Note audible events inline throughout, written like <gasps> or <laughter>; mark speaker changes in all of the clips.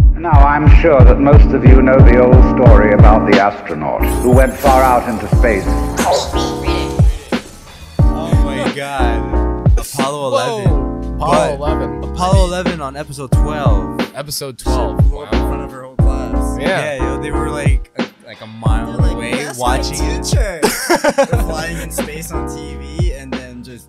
Speaker 1: Now, I'm sure that most of you know the old story about the astronaut who went far out into space.
Speaker 2: Oh
Speaker 3: <laughs>
Speaker 2: my god. Apollo 11.
Speaker 3: Oh,
Speaker 4: Apollo
Speaker 2: But-
Speaker 4: 11.
Speaker 2: Apollo 11 on episode 12.
Speaker 4: Episode
Speaker 3: Oh,
Speaker 4: 12.
Speaker 2: Blew up in front of her whole class.
Speaker 4: Yeah.
Speaker 2: yo, they were like a, like a mile
Speaker 3: They're like,
Speaker 2: away
Speaker 3: "That's my
Speaker 2: watching it. <laughs>
Speaker 3: teacher. They're flying in space on TV and then just.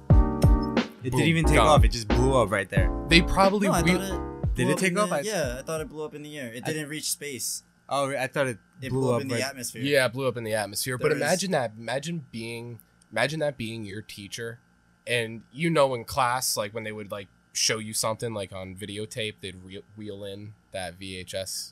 Speaker 2: It
Speaker 4: Boom,
Speaker 2: didn't even take
Speaker 4: gone.
Speaker 2: off. It just blew up right there.
Speaker 4: They probably
Speaker 3: No, I
Speaker 4: we-
Speaker 3: thought it.
Speaker 2: Did
Speaker 3: blew
Speaker 2: it
Speaker 3: up
Speaker 2: take
Speaker 3: in the-
Speaker 2: off? I-
Speaker 3: yeah, I thought it blew up in the air. It didn't reach space.
Speaker 2: Oh, I thought it blew,
Speaker 3: It blew up
Speaker 2: up
Speaker 3: in
Speaker 2: right
Speaker 3: the atmosphere.
Speaker 4: yeah, it blew up in the atmosphere. but
Speaker 3: There is-
Speaker 4: imagine that. Imagine being imagine that being your teacher and you know in class like when they would like show you something like on videotape, they'd re- wheel in that VHS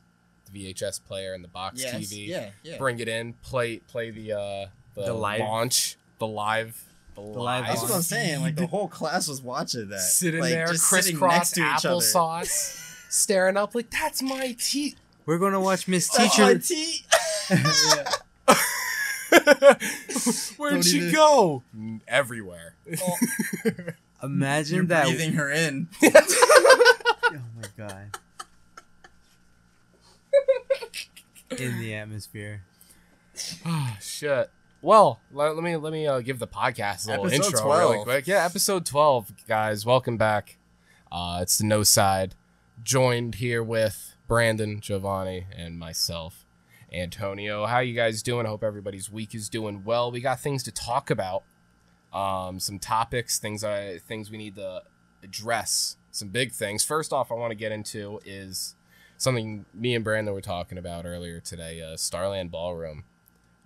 Speaker 4: the VHS player and the box
Speaker 3: Yes,
Speaker 4: TV.
Speaker 3: Yeah. Yeah.
Speaker 4: Bring it in, play play the uh the,
Speaker 2: The live-
Speaker 4: launch, the live the,
Speaker 2: live
Speaker 4: live,
Speaker 3: That's what I'm saying. Like the
Speaker 4: feed.
Speaker 3: whole class was watching that.
Speaker 4: sitting
Speaker 3: like,
Speaker 4: there
Speaker 3: just sitting
Speaker 4: crisscross
Speaker 3: next to each other.
Speaker 4: applesauce, staring up like that's my teeth.
Speaker 2: We're gonna watch Miss
Speaker 3: That's
Speaker 2: Teacher.
Speaker 3: my tea.
Speaker 4: <laughs>
Speaker 3: <laughs>
Speaker 4: Where'd
Speaker 3: Don't
Speaker 4: she
Speaker 3: even-
Speaker 4: go? <laughs> Everywhere.
Speaker 2: Imagine
Speaker 3: You're
Speaker 2: that.
Speaker 3: breathing her
Speaker 4: <laughs>
Speaker 3: in.
Speaker 2: Oh my god. in the atmosphere.
Speaker 4: Oh shit. Well, let, let me let me uh, give the podcast a little
Speaker 3: Episode
Speaker 4: intro
Speaker 3: 12.
Speaker 4: really quick. Yeah, episode twelve, guys. Welcome back. Uh, it's the No Side, joined here with Brandon, Giovanni, and myself, Antonio. How you guys doing? I hope everybody's week is doing well. We got things to talk about, um, some topics, things I things we need to address, some big things. First off, I want to get into is something me and Brandon were talking about earlier today, uh, Starland Ballroom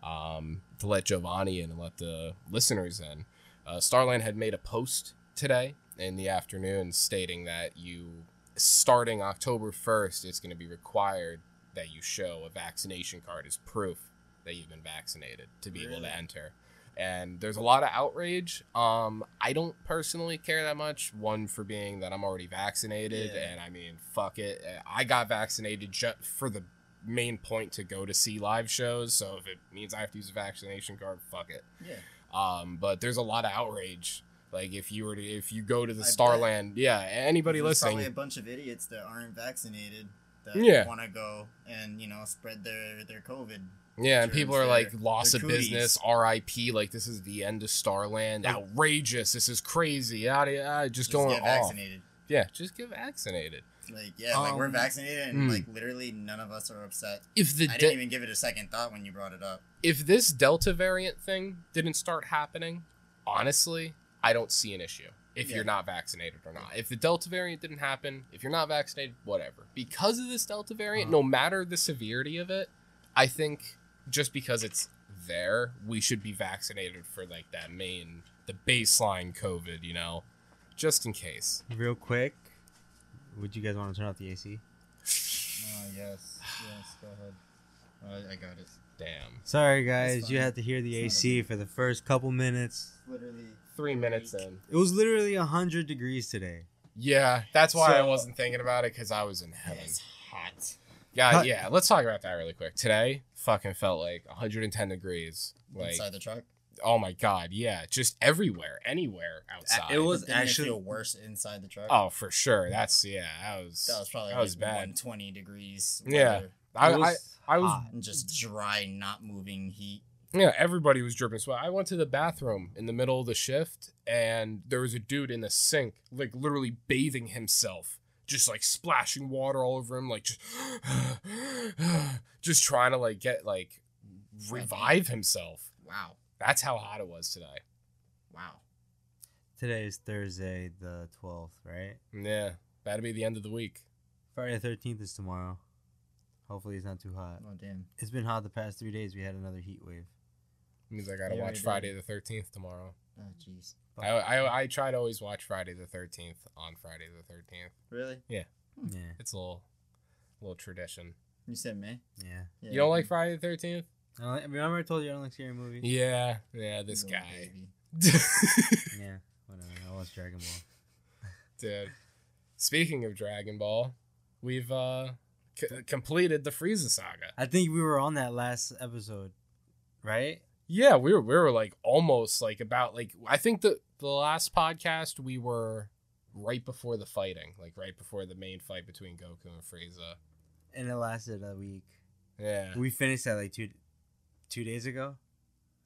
Speaker 4: um, to let Giovanni in and let the listeners in. Uh, Starland had made a post today in the afternoon stating that you, starting October 1st, it's going to be required that you show a vaccination card as proof that you've been vaccinated to be able
Speaker 3: Really?
Speaker 4: to enter. And there's a lot of outrage. Um, I don't personally care that much. One for being that I'm already vaccinated,
Speaker 3: Yeah.
Speaker 4: and I mean, fuck it. I got vaccinated ju- for the main point to go to see live shows. So if it means I have to use a vaccination card, fuck it.
Speaker 3: Yeah.
Speaker 4: Um, but there's a lot of outrage. Like if you were to, if you go to the
Speaker 3: I bet.
Speaker 4: Starland, yeah, anybody
Speaker 3: There's
Speaker 4: listening,
Speaker 3: Probably a bunch of idiots that aren't vaccinated that
Speaker 4: Yeah.
Speaker 3: want to go and you know spread their their COVID.
Speaker 4: yeah, and people
Speaker 3: germs
Speaker 4: are like
Speaker 3: there.
Speaker 4: loss
Speaker 3: They're
Speaker 4: of business, R.I.P. Like this is the end of Starland,
Speaker 3: Like-
Speaker 4: outrageous. This is crazy. Out of, uh, just,
Speaker 3: Just
Speaker 4: going
Speaker 3: get
Speaker 4: off.
Speaker 3: vaccinated.
Speaker 4: Yeah, just get vaccinated.
Speaker 3: Like yeah, like we're
Speaker 4: Um,
Speaker 3: vaccinated and
Speaker 4: mm.
Speaker 3: like literally none of us are upset.
Speaker 4: If the
Speaker 3: I
Speaker 4: de-
Speaker 3: didn't even give it a second thought when you brought it up.
Speaker 4: if this Delta variant thing didn't start happening, honestly, I don't see an issue if
Speaker 3: Yeah.
Speaker 4: you're not vaccinated or not. If the Delta variant didn't happen, if you're not vaccinated, whatever. Because of this Delta variant,
Speaker 2: Uh-huh.
Speaker 4: no matter the severity of it, I think just because it's there, we should be vaccinated for like that main, the baseline COVID, you know, just in case.
Speaker 2: Real quick, would you guys want to turn off the AC?
Speaker 4: Ah,
Speaker 3: Oh yes, yes, go ahead. I got it.
Speaker 4: Damn.
Speaker 2: Sorry, guys, you
Speaker 3: fine.
Speaker 2: had to hear the
Speaker 3: It's not
Speaker 2: AC for the first couple minutes.
Speaker 3: Literally.
Speaker 4: Three minutes in.
Speaker 2: It was literally 100 degrees today.
Speaker 4: Yeah, that's why I
Speaker 2: So-
Speaker 4: wasn't thinking about it because I was in heaven.
Speaker 3: hot.
Speaker 4: Yeah,
Speaker 2: Cut.
Speaker 4: yeah. Let's talk about that really quick. Today, fucking felt like 110 degrees. Like,
Speaker 3: Inside the truck.
Speaker 4: oh my god, yeah, just everywhere, anywhere outside.
Speaker 2: it was-
Speaker 3: But didn't
Speaker 2: actually-
Speaker 3: it feel worse inside the truck.
Speaker 4: Oh, for sure. That's yeah. That was.
Speaker 3: that was probably
Speaker 4: that
Speaker 3: like
Speaker 4: was bad.
Speaker 3: 120 degrees.
Speaker 4: Yeah.
Speaker 3: weather.
Speaker 4: I,
Speaker 2: It
Speaker 4: was I, I was.
Speaker 2: hot.
Speaker 3: And just dry, not moving heat.
Speaker 4: Yeah, everybody was dripping sweat. I went to the bathroom in the middle of the shift, and there was a dude in the sink, like literally bathing himself, just like splashing water all over him, like just, <sighs> just trying to like get like revive himself.
Speaker 3: Wow.
Speaker 4: That's how hot it was today.
Speaker 3: Wow.
Speaker 2: Today is Thursday, the 12th, right?
Speaker 4: Yeah, that'd be the end of the week.
Speaker 2: Friday the 13th is tomorrow. Hopefully, it's not too hot.
Speaker 3: Oh damn.
Speaker 2: It's been hot the past three days. We had another heat wave.
Speaker 4: Means I gotta
Speaker 3: Yeah,
Speaker 4: watch
Speaker 3: we
Speaker 4: Friday the Thirteenth tomorrow.
Speaker 3: Oh jeez.
Speaker 4: I, I I try to always watch Friday the Thirteenth on Friday the Thirteenth.
Speaker 3: Really?
Speaker 4: Hmm.
Speaker 2: Yeah,
Speaker 4: It's a little little tradition.
Speaker 3: You said May?
Speaker 2: yeah.
Speaker 3: Yeah.
Speaker 4: You don't like Friday the Thirteenth?
Speaker 2: I don't like- remember I told you I don't like scary movies?
Speaker 4: Yeah, yeah. This
Speaker 3: Little
Speaker 4: guy,
Speaker 3: baby.
Speaker 2: yeah, whatever. I watched Dragon Ball.
Speaker 4: <laughs> dude. Speaking of Dragon Ball, we've uh c- completed the Frieza saga.
Speaker 2: I think we were on that last episode, right?
Speaker 4: Yeah, we were we were like almost like about like I think the the last podcast we were right before the fighting, like right before the main fight between Goku and Frieza.
Speaker 2: and it lasted a week.
Speaker 4: Yeah.
Speaker 2: We finished that like two, two days ago.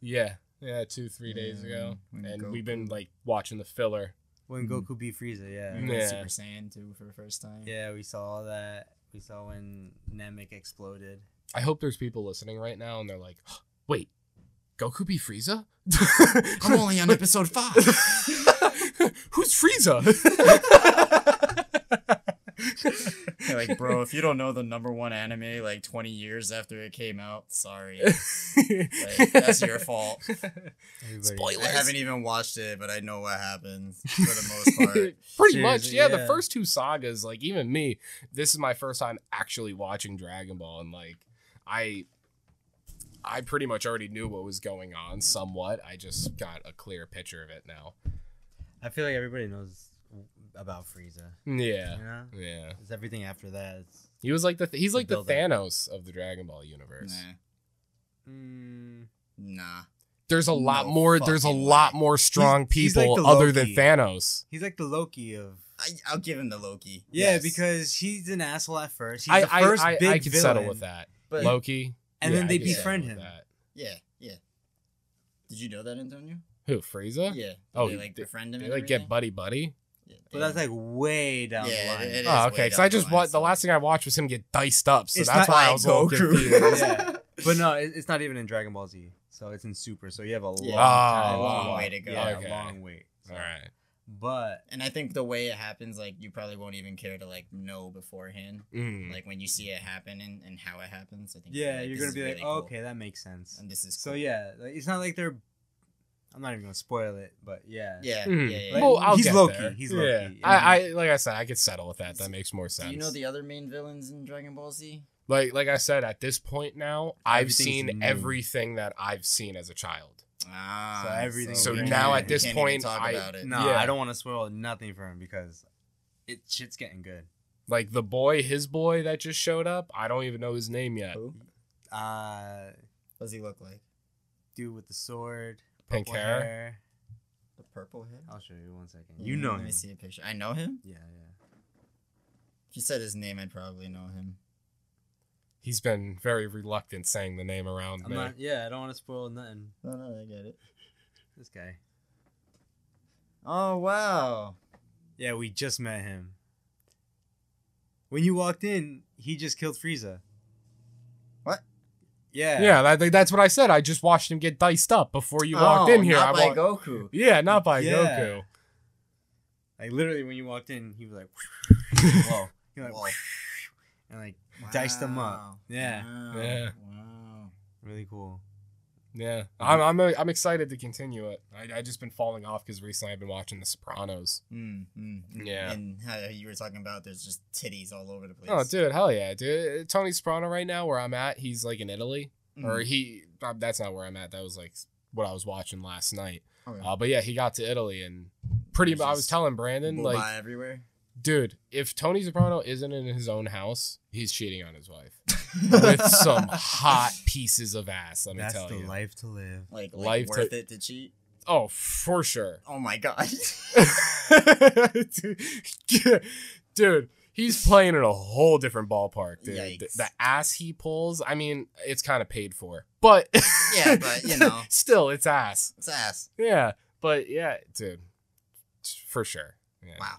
Speaker 4: Yeah. Yeah, two, three days
Speaker 3: Yeah,
Speaker 4: ago.
Speaker 3: when
Speaker 4: and
Speaker 3: Mm-hmm. Goku-
Speaker 4: we've been like watching the filler.
Speaker 2: When
Speaker 4: Mm-hmm.
Speaker 3: Mhm.
Speaker 2: Goku beat Frieza, yeah.
Speaker 3: We went
Speaker 4: Yeah.
Speaker 3: Super Saiyan 2 for the first time.
Speaker 2: Yeah, we saw all that. We saw when Namek exploded.
Speaker 4: I hope there's people listening right now and they're like, <gasps> wait, Goku be Frieza?
Speaker 3: <laughs> <laughs> I'm only on
Speaker 4: <laughs>
Speaker 3: episode 5.
Speaker 4: Who's Frieza?
Speaker 3: <laughs>
Speaker 4: <laughs>
Speaker 3: You're like,
Speaker 4: <laughs>
Speaker 3: bro, if you don't know the number one anime like 20 years after it came out, sorry. Like, that's your
Speaker 4: <laughs>
Speaker 3: fault.
Speaker 2: Everybody-
Speaker 3: I haven't even watched it, but I know what happens for the <laughs> most part.
Speaker 4: <laughs> Pretty
Speaker 2: Seriously,
Speaker 4: much, yeah, The
Speaker 2: yeah.
Speaker 4: first two sagas, like even me, this is my first time actually watching Dragon Ball, and like I, I pretty much already knew what was going on somewhat. I just got a clear picture of it now.
Speaker 2: I feel like everybody knows about Frieza.
Speaker 4: Yeah,
Speaker 2: You know,
Speaker 4: yeah.
Speaker 2: it's everything after that. It's,
Speaker 4: He was like the th- he's
Speaker 2: The
Speaker 4: like the
Speaker 2: buildup.
Speaker 4: Thanos of the Dragon Ball universe.
Speaker 2: mm,
Speaker 3: Nah.
Speaker 4: There's a lot
Speaker 3: No
Speaker 4: more. There's a
Speaker 3: fucking
Speaker 4: lot
Speaker 3: way.
Speaker 4: more strong
Speaker 2: He's- he's like
Speaker 4: people
Speaker 2: the
Speaker 4: other than
Speaker 2: Loki.
Speaker 4: Thanos.
Speaker 2: he's like the Loki of.
Speaker 3: I, I'll give him the Loki.
Speaker 2: Yeah,
Speaker 3: Yes.
Speaker 2: because he's an asshole at first. He's
Speaker 4: I
Speaker 2: the
Speaker 4: I,
Speaker 2: first
Speaker 4: I,
Speaker 2: big
Speaker 4: I could
Speaker 2: villain,
Speaker 4: settle with that.
Speaker 3: But-
Speaker 4: Loki,
Speaker 2: And
Speaker 4: Yeah,
Speaker 2: then
Speaker 4: I
Speaker 2: they
Speaker 4: could settle
Speaker 2: befriend
Speaker 4: with
Speaker 2: him.
Speaker 4: that.
Speaker 3: Yeah, yeah. Did you know that, Antonio?
Speaker 4: Who Frieza?
Speaker 3: Yeah. Did
Speaker 4: Oh,
Speaker 3: they like
Speaker 4: they-
Speaker 3: befriend him.
Speaker 4: They
Speaker 3: and
Speaker 4: like get
Speaker 3: everything?
Speaker 4: buddy buddy.
Speaker 3: Yeah,
Speaker 2: But that's
Speaker 3: damn.
Speaker 2: like way down
Speaker 3: Yeah,
Speaker 2: the line.
Speaker 3: it- it
Speaker 4: Oh,
Speaker 3: is way
Speaker 4: okay. Because
Speaker 3: down
Speaker 4: I
Speaker 3: the
Speaker 4: just
Speaker 3: line,
Speaker 4: wa- the
Speaker 3: so-
Speaker 4: last thing I watched was him get diced up, so
Speaker 2: It's
Speaker 4: that's
Speaker 2: not
Speaker 4: why I
Speaker 3: like
Speaker 4: was all
Speaker 3: Goku. <laughs>
Speaker 4: <laughs> confused.
Speaker 2: yeah. But no, it, it's not even in Dragon Ball Z. So it's in Super. So you have a long,
Speaker 3: Yeah.
Speaker 2: time
Speaker 4: Oh,
Speaker 2: to
Speaker 4: long
Speaker 2: walk.
Speaker 3: way to go.
Speaker 2: Yeah,
Speaker 4: Okay.
Speaker 2: long wait. So-
Speaker 4: all right.
Speaker 2: But
Speaker 3: And I think the way it happens, like you probably won't even care to like know beforehand.
Speaker 4: Mm.
Speaker 3: Like when you see it happen and, and how it happens, I think.
Speaker 2: yeah,
Speaker 3: like,
Speaker 2: you're
Speaker 3: this
Speaker 2: gonna
Speaker 3: is
Speaker 2: be like,
Speaker 3: really cool,
Speaker 2: okay, that makes sense.
Speaker 3: And this is
Speaker 2: So
Speaker 3: cool."
Speaker 2: yeah, like, it's not like they're. I'm not even gonna spoil it, but yeah.
Speaker 3: yeah,
Speaker 4: Mm.
Speaker 3: yeah, yeah.
Speaker 2: Like,
Speaker 4: well, I'll
Speaker 2: he's
Speaker 4: get
Speaker 2: Loki,
Speaker 4: there.
Speaker 2: he's
Speaker 4: Yeah.
Speaker 2: Loki.
Speaker 4: I, I like I said, I could settle with that. That makes more
Speaker 3: Do
Speaker 4: sense.
Speaker 3: you know the other main villains in Dragon Ball Z?
Speaker 4: like like I said, at this point now, I've
Speaker 2: Everything's
Speaker 4: seen
Speaker 2: new.
Speaker 4: everything that I've seen as a child.
Speaker 3: Ah,
Speaker 2: So everything-
Speaker 4: So
Speaker 3: we can't
Speaker 4: now
Speaker 3: even-
Speaker 4: at
Speaker 3: we
Speaker 4: this
Speaker 3: can't even
Speaker 4: point,
Speaker 3: talk
Speaker 4: I-
Speaker 3: about it.
Speaker 2: No,
Speaker 4: Yeah.
Speaker 2: I don't want to spoil nothing for him because it shit's getting good.
Speaker 4: Like the boy, his boy that just showed up. I don't even know his name yet.
Speaker 3: Who?
Speaker 2: Uh,
Speaker 3: What does he look like?
Speaker 2: dude with the sword,
Speaker 4: Pink
Speaker 2: purple
Speaker 4: hair?
Speaker 3: The purple hair.
Speaker 2: I'll show you one second. You know
Speaker 3: Mm, Let
Speaker 2: him.
Speaker 3: me see a picture. I know him.
Speaker 2: Yeah, yeah.
Speaker 3: If you said his name, I'd probably know him.
Speaker 4: He's been very reluctant saying the name around
Speaker 2: I'm
Speaker 4: me.
Speaker 2: not. Yeah, I don't want to spoil nothing.
Speaker 3: No, no, I get it.
Speaker 2: This guy.
Speaker 3: Oh wow.
Speaker 2: Yeah, we just met him. When you walked in, he just killed Frieza.
Speaker 3: What?
Speaker 2: Yeah.
Speaker 4: yeah, that, like, that's what I said. I just watched him get diced up before you walked
Speaker 3: Oh,
Speaker 4: in here.
Speaker 3: Not
Speaker 4: I
Speaker 3: by
Speaker 4: wa-
Speaker 3: Goku.
Speaker 4: Yeah, not by
Speaker 2: Yeah.
Speaker 4: Goku.
Speaker 2: Like literally, when you walked in, he was like, <laughs>
Speaker 3: <laughs>
Speaker 4: <laughs>
Speaker 2: "Whoa!" He was like,
Speaker 3: Whoa.
Speaker 2: <laughs> and like diced them up.
Speaker 3: Wow.
Speaker 2: Yeah.
Speaker 3: Wow.
Speaker 4: Yeah.
Speaker 3: Wow.
Speaker 2: Really cool.
Speaker 4: Yeah, um, I'm I'm uh, I'm excited to continue it. I I just been falling off because recently I've been watching The Sopranos.
Speaker 3: Mm, mm.
Speaker 4: Yeah.
Speaker 3: And how you were talking about there's just titties all over the place.
Speaker 4: Oh, dude, hell yeah, dude! Tony Soprano right now, where I'm at, he's like in Italy,
Speaker 3: Mm.
Speaker 4: or he. uh, That's not where I'm at. That was like what I was watching last night.
Speaker 3: Okay.
Speaker 4: Uh, but yeah, he got to Italy and pretty.
Speaker 3: There's
Speaker 4: I was
Speaker 3: just
Speaker 4: telling Brandon
Speaker 3: bullseye
Speaker 4: like,
Speaker 3: everywhere.
Speaker 4: dude, if Tony Soprano isn't in his own house, he's cheating on his wife with
Speaker 3: <laughs>
Speaker 4: some hot pieces of ass. Let me
Speaker 2: That's
Speaker 4: tell
Speaker 2: the
Speaker 4: you.
Speaker 2: life to live.
Speaker 3: like, like
Speaker 4: life
Speaker 3: worth
Speaker 4: to-
Speaker 3: it to cheat.
Speaker 4: Oh, for sure.
Speaker 3: Oh my god. <laughs>
Speaker 4: <laughs> dude, he's playing in a whole different ballpark, dude. The,
Speaker 3: Yikes.
Speaker 4: the ass he pulls, I mean, it's kind of paid for, but <laughs>
Speaker 3: Yeah, but, you know.
Speaker 4: still, it's ass.
Speaker 3: it's ass.
Speaker 4: Yeah, but yeah, dude, for sure. Yeah.
Speaker 3: Wow.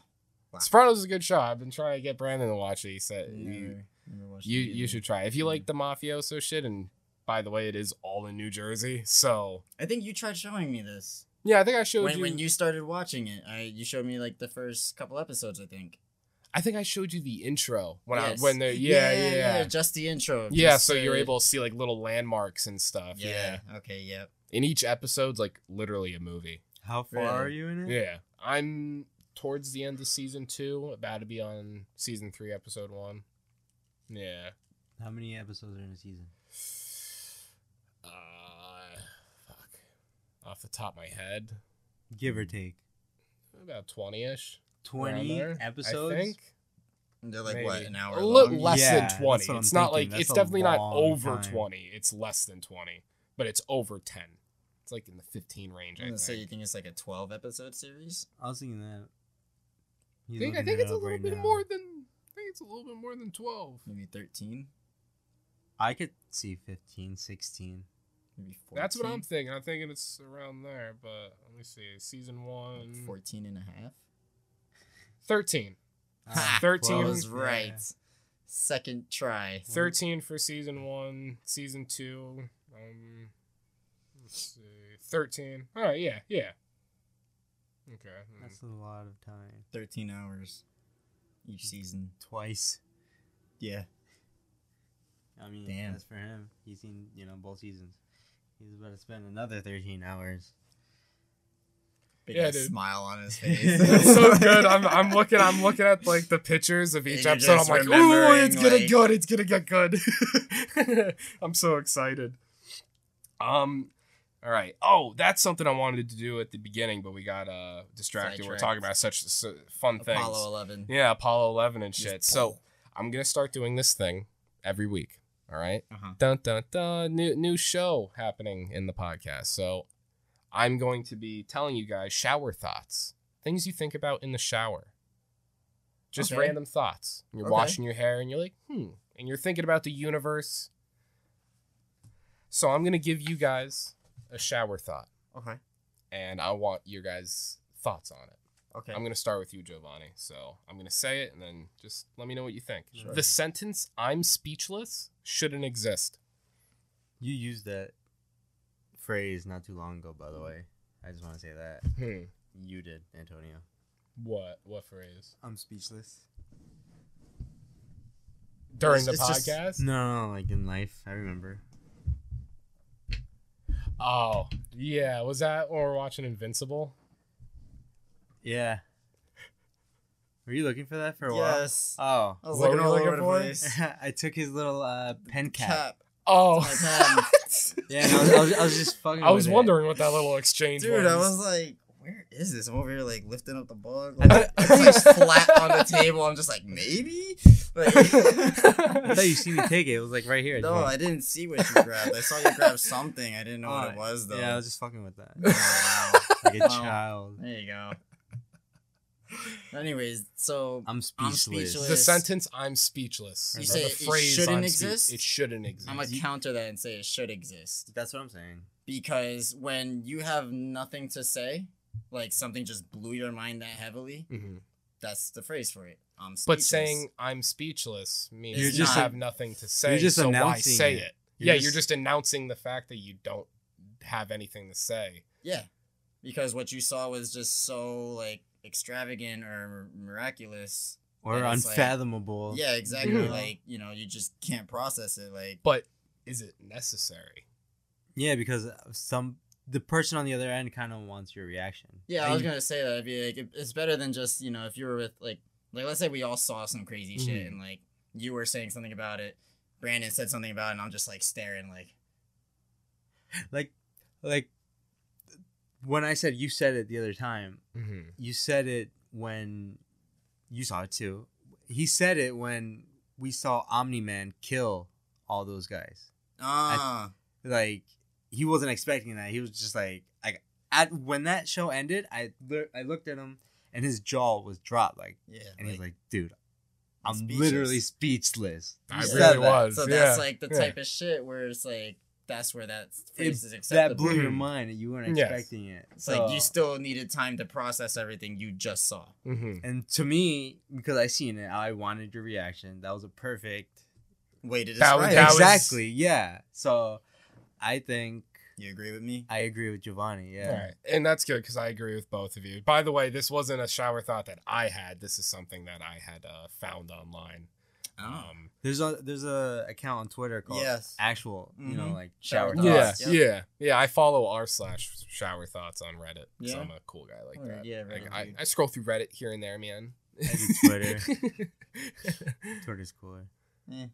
Speaker 3: Wow.
Speaker 4: Sopranos is a good show. I've been trying to get Brandon to watch it. He said you,
Speaker 3: never watched
Speaker 4: you
Speaker 3: it Mm.
Speaker 4: you
Speaker 3: either.
Speaker 4: should try it. if you
Speaker 3: Yeah.
Speaker 4: like the mafioso shit. And by the way, it is all in New Jersey, so
Speaker 3: I think you tried showing me this.
Speaker 4: yeah, I think I showed
Speaker 3: When,
Speaker 4: you.
Speaker 3: when you started watching it, I you showed me like the first couple episodes, I think.
Speaker 4: I think I showed you the intro when
Speaker 3: Yes.
Speaker 4: I when the yeah yeah.
Speaker 3: Just the intro.
Speaker 4: Yeah,
Speaker 3: just
Speaker 4: so you're
Speaker 3: the-
Speaker 4: able to see like little landmarks and stuff. Yeah.
Speaker 3: Yeah. Okay. Yep.
Speaker 4: In each episode's like literally a movie.
Speaker 2: How far
Speaker 3: Really?
Speaker 2: are you in it?
Speaker 4: Yeah. I'm towards the end of season two, about to be on season three, episode one. Yeah.
Speaker 2: How many episodes are in a season?
Speaker 4: Uh, fuck. Off the top of my head,
Speaker 2: Give or take.
Speaker 4: about 20 ish.
Speaker 2: Twenty episodes.
Speaker 4: I think.
Speaker 3: They're like what
Speaker 4: Maybe.
Speaker 3: an hour.
Speaker 4: A little
Speaker 3: long?
Speaker 4: less
Speaker 2: Yeah,
Speaker 4: than
Speaker 2: that's
Speaker 4: 20. It's
Speaker 2: what I'm
Speaker 4: not
Speaker 2: thinking.
Speaker 4: like,
Speaker 2: That's
Speaker 4: it's
Speaker 2: a
Speaker 4: definitely not
Speaker 2: long
Speaker 4: over
Speaker 2: time.
Speaker 4: 20. It's less than 20, but it's over 10. It's like in the 15 range, I think.
Speaker 3: So you think it's like a twelve episode series?
Speaker 2: I was thinking that. He's
Speaker 4: think, I
Speaker 2: looking
Speaker 4: think
Speaker 2: it
Speaker 4: it's a
Speaker 2: up
Speaker 4: little
Speaker 2: right
Speaker 4: bit
Speaker 2: now.
Speaker 4: more than I think it's a little bit more than 12.
Speaker 3: Maybe 13,
Speaker 2: I could see 15, 16.
Speaker 4: <laughs>
Speaker 3: maybe 14.
Speaker 4: That's what I'm thinking. I'm thinking it's around there, but let me see. Season 1.
Speaker 3: 14 and a half.
Speaker 4: 13.
Speaker 3: <laughs>
Speaker 2: Ah,
Speaker 3: Ha!
Speaker 4: 13.
Speaker 3: I
Speaker 4: Well,
Speaker 3: was right. Second try.
Speaker 4: 13 for season 1. Season 2. Um, let's see. 13. All right, yeah, yeah. Okay. hmm.
Speaker 2: That's a lot of time.
Speaker 3: 13 hours each season.
Speaker 2: Twice.
Speaker 3: Yeah.
Speaker 2: I mean,
Speaker 3: Damn.
Speaker 2: that's for him. He's seen, you know, both seasons. He's about to spend another 13 hours.
Speaker 3: Big
Speaker 4: Yeah,
Speaker 3: ass
Speaker 4: dude.
Speaker 3: smile on
Speaker 2: <laughs>
Speaker 3: his
Speaker 4: It's <laughs>
Speaker 3: face.
Speaker 4: so
Speaker 3: <laughs>
Speaker 4: good. I'm, I'm looking. I'm looking at like the pictures of
Speaker 3: And
Speaker 4: each
Speaker 3: you're
Speaker 4: episode. I'm
Speaker 3: just
Speaker 4: like, ooh,
Speaker 3: remembering,
Speaker 4: it's gonna
Speaker 3: like-
Speaker 4: good. It's gonna get good. <laughs> I'm so excited. Um, all right. Oh, that's something I wanted to do at the beginning, but we got uh distracted. We're
Speaker 3: Sidetracked.
Speaker 4: talking about such so, fun things.
Speaker 3: Apollo 11.
Speaker 4: Yeah, Apollo 11 and shit.
Speaker 3: Just-
Speaker 4: So I'm gonna start doing this thing every week. All right.
Speaker 3: Uh-huh.
Speaker 4: Dun dun dun. New new show happening in the podcast. So I'm going to be telling you guys shower thoughts, things you think about in the shower. Just
Speaker 3: Okay.
Speaker 4: random thoughts. You're
Speaker 3: Okay.
Speaker 4: washing your hair and you're like, hmm, and you're thinking about the universe. So I'm gonna give you guys a shower thought,
Speaker 3: Okay.
Speaker 4: and I want your guys' thoughts on it.
Speaker 3: Okay.
Speaker 4: I'm going to start with you, Giovanni. So I'm going to say it and then just let me know what you think.
Speaker 3: Sure.
Speaker 4: The sentence, I'm speechless, shouldn't exist.
Speaker 2: You used that phrase not too long ago, by the way. I just want to say that.
Speaker 4: Hmm.
Speaker 2: You did, Antonio.
Speaker 4: What? What phrase?
Speaker 2: I'm speechless.
Speaker 4: During
Speaker 3: It's-
Speaker 4: the
Speaker 3: it's just-
Speaker 4: podcast?
Speaker 2: No, no, like in life, I remember.
Speaker 4: Oh, yeah. Was that when we we're watching Invincible?
Speaker 2: Yeah. Were you looking for that for a
Speaker 3: yes.
Speaker 2: while?
Speaker 3: I was
Speaker 4: What
Speaker 3: looking
Speaker 4: were
Speaker 3: all
Speaker 4: you
Speaker 3: over the
Speaker 4: looking for?
Speaker 3: place.
Speaker 2: Oh. <laughs> I took his little uh, pen cap.
Speaker 3: Cap. um,
Speaker 4: Oh.
Speaker 3: My pen.
Speaker 4: <laughs>
Speaker 2: Yeah, and I was, I was, I was just fucking.
Speaker 4: I was
Speaker 2: with it.
Speaker 4: wondering what that little exchange was.
Speaker 3: um, Dude, I was like, where is this? I'm over here like lifting up the book.
Speaker 2: <laughs> I
Speaker 3: Like, it's like <laughs> flat on the table. I'm just like, maybe?
Speaker 4: <laughs>
Speaker 3: Like, <laughs>
Speaker 2: <laughs> I thought you seen me take it. It was like right here.
Speaker 3: no,
Speaker 2: just-
Speaker 3: I didn't see what you grabbed. I saw you
Speaker 2: <laughs>
Speaker 3: grab something. I didn't know what it
Speaker 2: Alright.
Speaker 3: was though. Oh,
Speaker 2: Yeah,
Speaker 3: <laughs>
Speaker 2: I was just fucking with that.
Speaker 4: <laughs>
Speaker 3: Wow.
Speaker 2: Like a
Speaker 3: Wow.
Speaker 2: child.
Speaker 3: There you go. Anyways, so
Speaker 2: I'm speechless.
Speaker 3: speechless.
Speaker 4: the sentence, I'm speechless. or
Speaker 2: You say
Speaker 4: the
Speaker 3: it shouldn't exist?
Speaker 4: it shouldn't exist.
Speaker 3: I'm gonna counter that and say it should exist
Speaker 2: That's what I'm saying.
Speaker 3: because when you have nothing to say, like something just blew your mind that heavily,
Speaker 4: Mhm.
Speaker 3: that's the phrase for it. I'm
Speaker 4: But
Speaker 3: speechless.
Speaker 4: saying I'm speechless means
Speaker 3: You're
Speaker 4: you
Speaker 3: just-
Speaker 4: have nothing to say.
Speaker 2: you're just
Speaker 4: so why
Speaker 2: announcing
Speaker 4: say
Speaker 2: it.
Speaker 4: it?
Speaker 2: You're
Speaker 4: yeah,
Speaker 2: just-
Speaker 4: you're just announcing the fact that you don't have anything to say.
Speaker 3: yeah, because what you saw was just so like extravagant or miraculous.
Speaker 2: Or
Speaker 3: And it's like-
Speaker 2: unfathomable.
Speaker 3: Yeah, exactly.
Speaker 4: Yeah.
Speaker 3: Like you know, you just can't process it. Like
Speaker 4: But is it necessary?
Speaker 2: Yeah, because some the person on the other end kind of wants your reaction.
Speaker 3: Yeah, I
Speaker 2: And
Speaker 3: was
Speaker 2: you-
Speaker 3: gonna say that. I'd be like, it- it's better than just you know, if you were with like, like let's say we all saw some crazy shit
Speaker 4: Mhm.
Speaker 3: and like you were saying something about it, Brandon said something about it, and I'm just like staring, like,
Speaker 2: like, like when I said you said it the other time,
Speaker 4: Mm-hmm.
Speaker 2: you said it when you saw it too. He said it when we saw Omni Man kill all those guys.
Speaker 3: ah,
Speaker 2: Like he wasn't expecting that. He was just like, like at when that show ended, I look, I looked at him and his jaw was dropped. Like,
Speaker 3: yeah.
Speaker 2: and he's like, dude, I'm
Speaker 3: speechless.
Speaker 2: literally speechless.
Speaker 4: I
Speaker 3: You
Speaker 2: said
Speaker 4: really
Speaker 3: that.
Speaker 4: was.
Speaker 3: So
Speaker 4: yeah.
Speaker 3: that's like the
Speaker 4: yeah.
Speaker 3: type of shit where it's like that's where that
Speaker 2: It-
Speaker 3: phrase is
Speaker 2: that
Speaker 3: acceptable.
Speaker 2: blew your
Speaker 4: Mhm.
Speaker 2: mind. and You weren't
Speaker 4: Yes.
Speaker 2: expecting it.
Speaker 3: it's like
Speaker 4: Uh.
Speaker 2: So-
Speaker 3: you still needed time to process everything you just saw.
Speaker 4: Mhm.
Speaker 2: And to me, because I seen it, I wanted your reaction. That was a perfect.
Speaker 3: Way to
Speaker 4: That
Speaker 3: describe.
Speaker 4: was-
Speaker 3: it.
Speaker 4: that was-
Speaker 2: exactly. Yeah. So, I think
Speaker 3: You agree with me?
Speaker 2: I agree with Giovanni. Yeah.
Speaker 4: All right. And that's good because I agree with both of you. By the way, this wasn't a shower thought that I had. This is something that I had uh, found online.
Speaker 3: Oh.
Speaker 4: Um,
Speaker 2: There's a there's a account on Twitter called
Speaker 3: Yes.
Speaker 2: actual. You know,
Speaker 3: Mhm.
Speaker 2: like shower.
Speaker 3: Shower
Speaker 4: yeah,
Speaker 2: thoughts.
Speaker 3: Yep.
Speaker 4: yeah, yeah. I follow r slash shower thoughts on Reddit. 'cause
Speaker 3: Yeah?
Speaker 4: I'm a cool guy like
Speaker 3: Alright,
Speaker 4: that.
Speaker 3: yeah,
Speaker 4: Like,
Speaker 3: Reddit
Speaker 4: I,
Speaker 3: dude.
Speaker 4: I scroll through Reddit here and there, man.
Speaker 2: do Twitter.
Speaker 3: <laughs>
Speaker 4: <laughs>
Speaker 2: Twitter's cooler.
Speaker 3: Eh.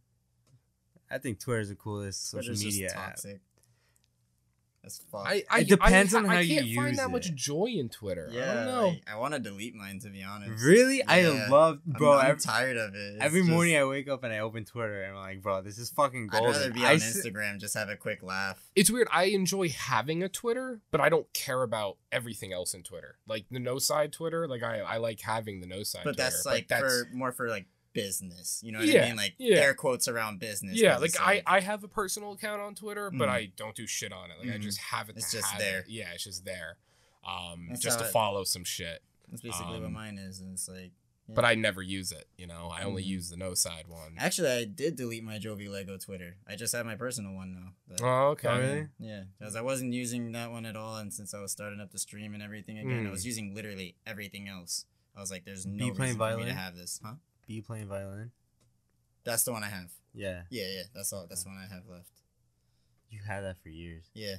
Speaker 2: I think Twitter's the coolest social
Speaker 3: Twitter's just
Speaker 2: media app.
Speaker 3: toxic. That's fuck.
Speaker 4: I, I,
Speaker 2: It depends
Speaker 4: I,
Speaker 2: on how
Speaker 4: I
Speaker 2: you
Speaker 4: can't find
Speaker 2: use
Speaker 4: that much
Speaker 2: it.
Speaker 4: joy in Twitter.
Speaker 3: yeah,
Speaker 4: I don't know.
Speaker 3: like, I want to delete mine to be honest.
Speaker 2: Really, I
Speaker 3: Yeah.
Speaker 2: love
Speaker 3: I'm-
Speaker 2: bro.
Speaker 3: I'm,
Speaker 2: every-
Speaker 3: tired of it. It's
Speaker 2: Every
Speaker 3: just-
Speaker 2: morning I wake up and I open Twitter and I'm like, bro, this is fucking
Speaker 3: I'd
Speaker 2: golden.
Speaker 3: rather be on
Speaker 2: I s-
Speaker 3: Instagram, just have a quick laugh.
Speaker 4: it's weird. I enjoy having a Twitter, but I don't care about everything else in Twitter. Like the no side Twitter, like I, I like having the no side
Speaker 3: But
Speaker 4: Twitter.
Speaker 3: that's like
Speaker 4: but that's
Speaker 3: for more for like business. You know what
Speaker 4: Yeah,
Speaker 3: I mean? Like
Speaker 4: yeah.
Speaker 3: air quotes around business.
Speaker 4: yeah,
Speaker 3: 'cause
Speaker 4: like
Speaker 3: it's
Speaker 4: I, I have a personal account on Twitter, but
Speaker 3: Mhm.
Speaker 4: I don't do shit on it. Like I
Speaker 3: Mhm.
Speaker 4: just have it.
Speaker 3: It's
Speaker 4: to
Speaker 3: just
Speaker 4: have
Speaker 3: there.
Speaker 4: it. Yeah, it's just there. Um,
Speaker 3: That's
Speaker 4: just
Speaker 3: how
Speaker 4: to
Speaker 3: it-
Speaker 4: follow some shit.
Speaker 3: that's basically what
Speaker 4: um,
Speaker 3: mine is, and it's like. yeah.
Speaker 4: But I never use it. You know, I only
Speaker 3: Mhm.
Speaker 4: use the no side one.
Speaker 3: actually I did delete my Jovi Lego Twitter. I just have my personal one now. but-
Speaker 4: Oh, okay.
Speaker 2: Oh, really?
Speaker 3: Yeah, because I wasn't using that one at all, and since I was starting up the stream and everything again,
Speaker 4: Mm.
Speaker 3: I was using literally everything else. I was like, "There's no
Speaker 2: Hmm. you playing
Speaker 3: reason for me to
Speaker 2: violin?
Speaker 3: have this, huh?"
Speaker 2: Be playing violin.
Speaker 3: That's the one I have.
Speaker 2: Yeah,
Speaker 3: Yeah, yeah, that's all.
Speaker 2: Oh.
Speaker 3: That's the one I have left.
Speaker 2: you had that for years.
Speaker 3: Yeah,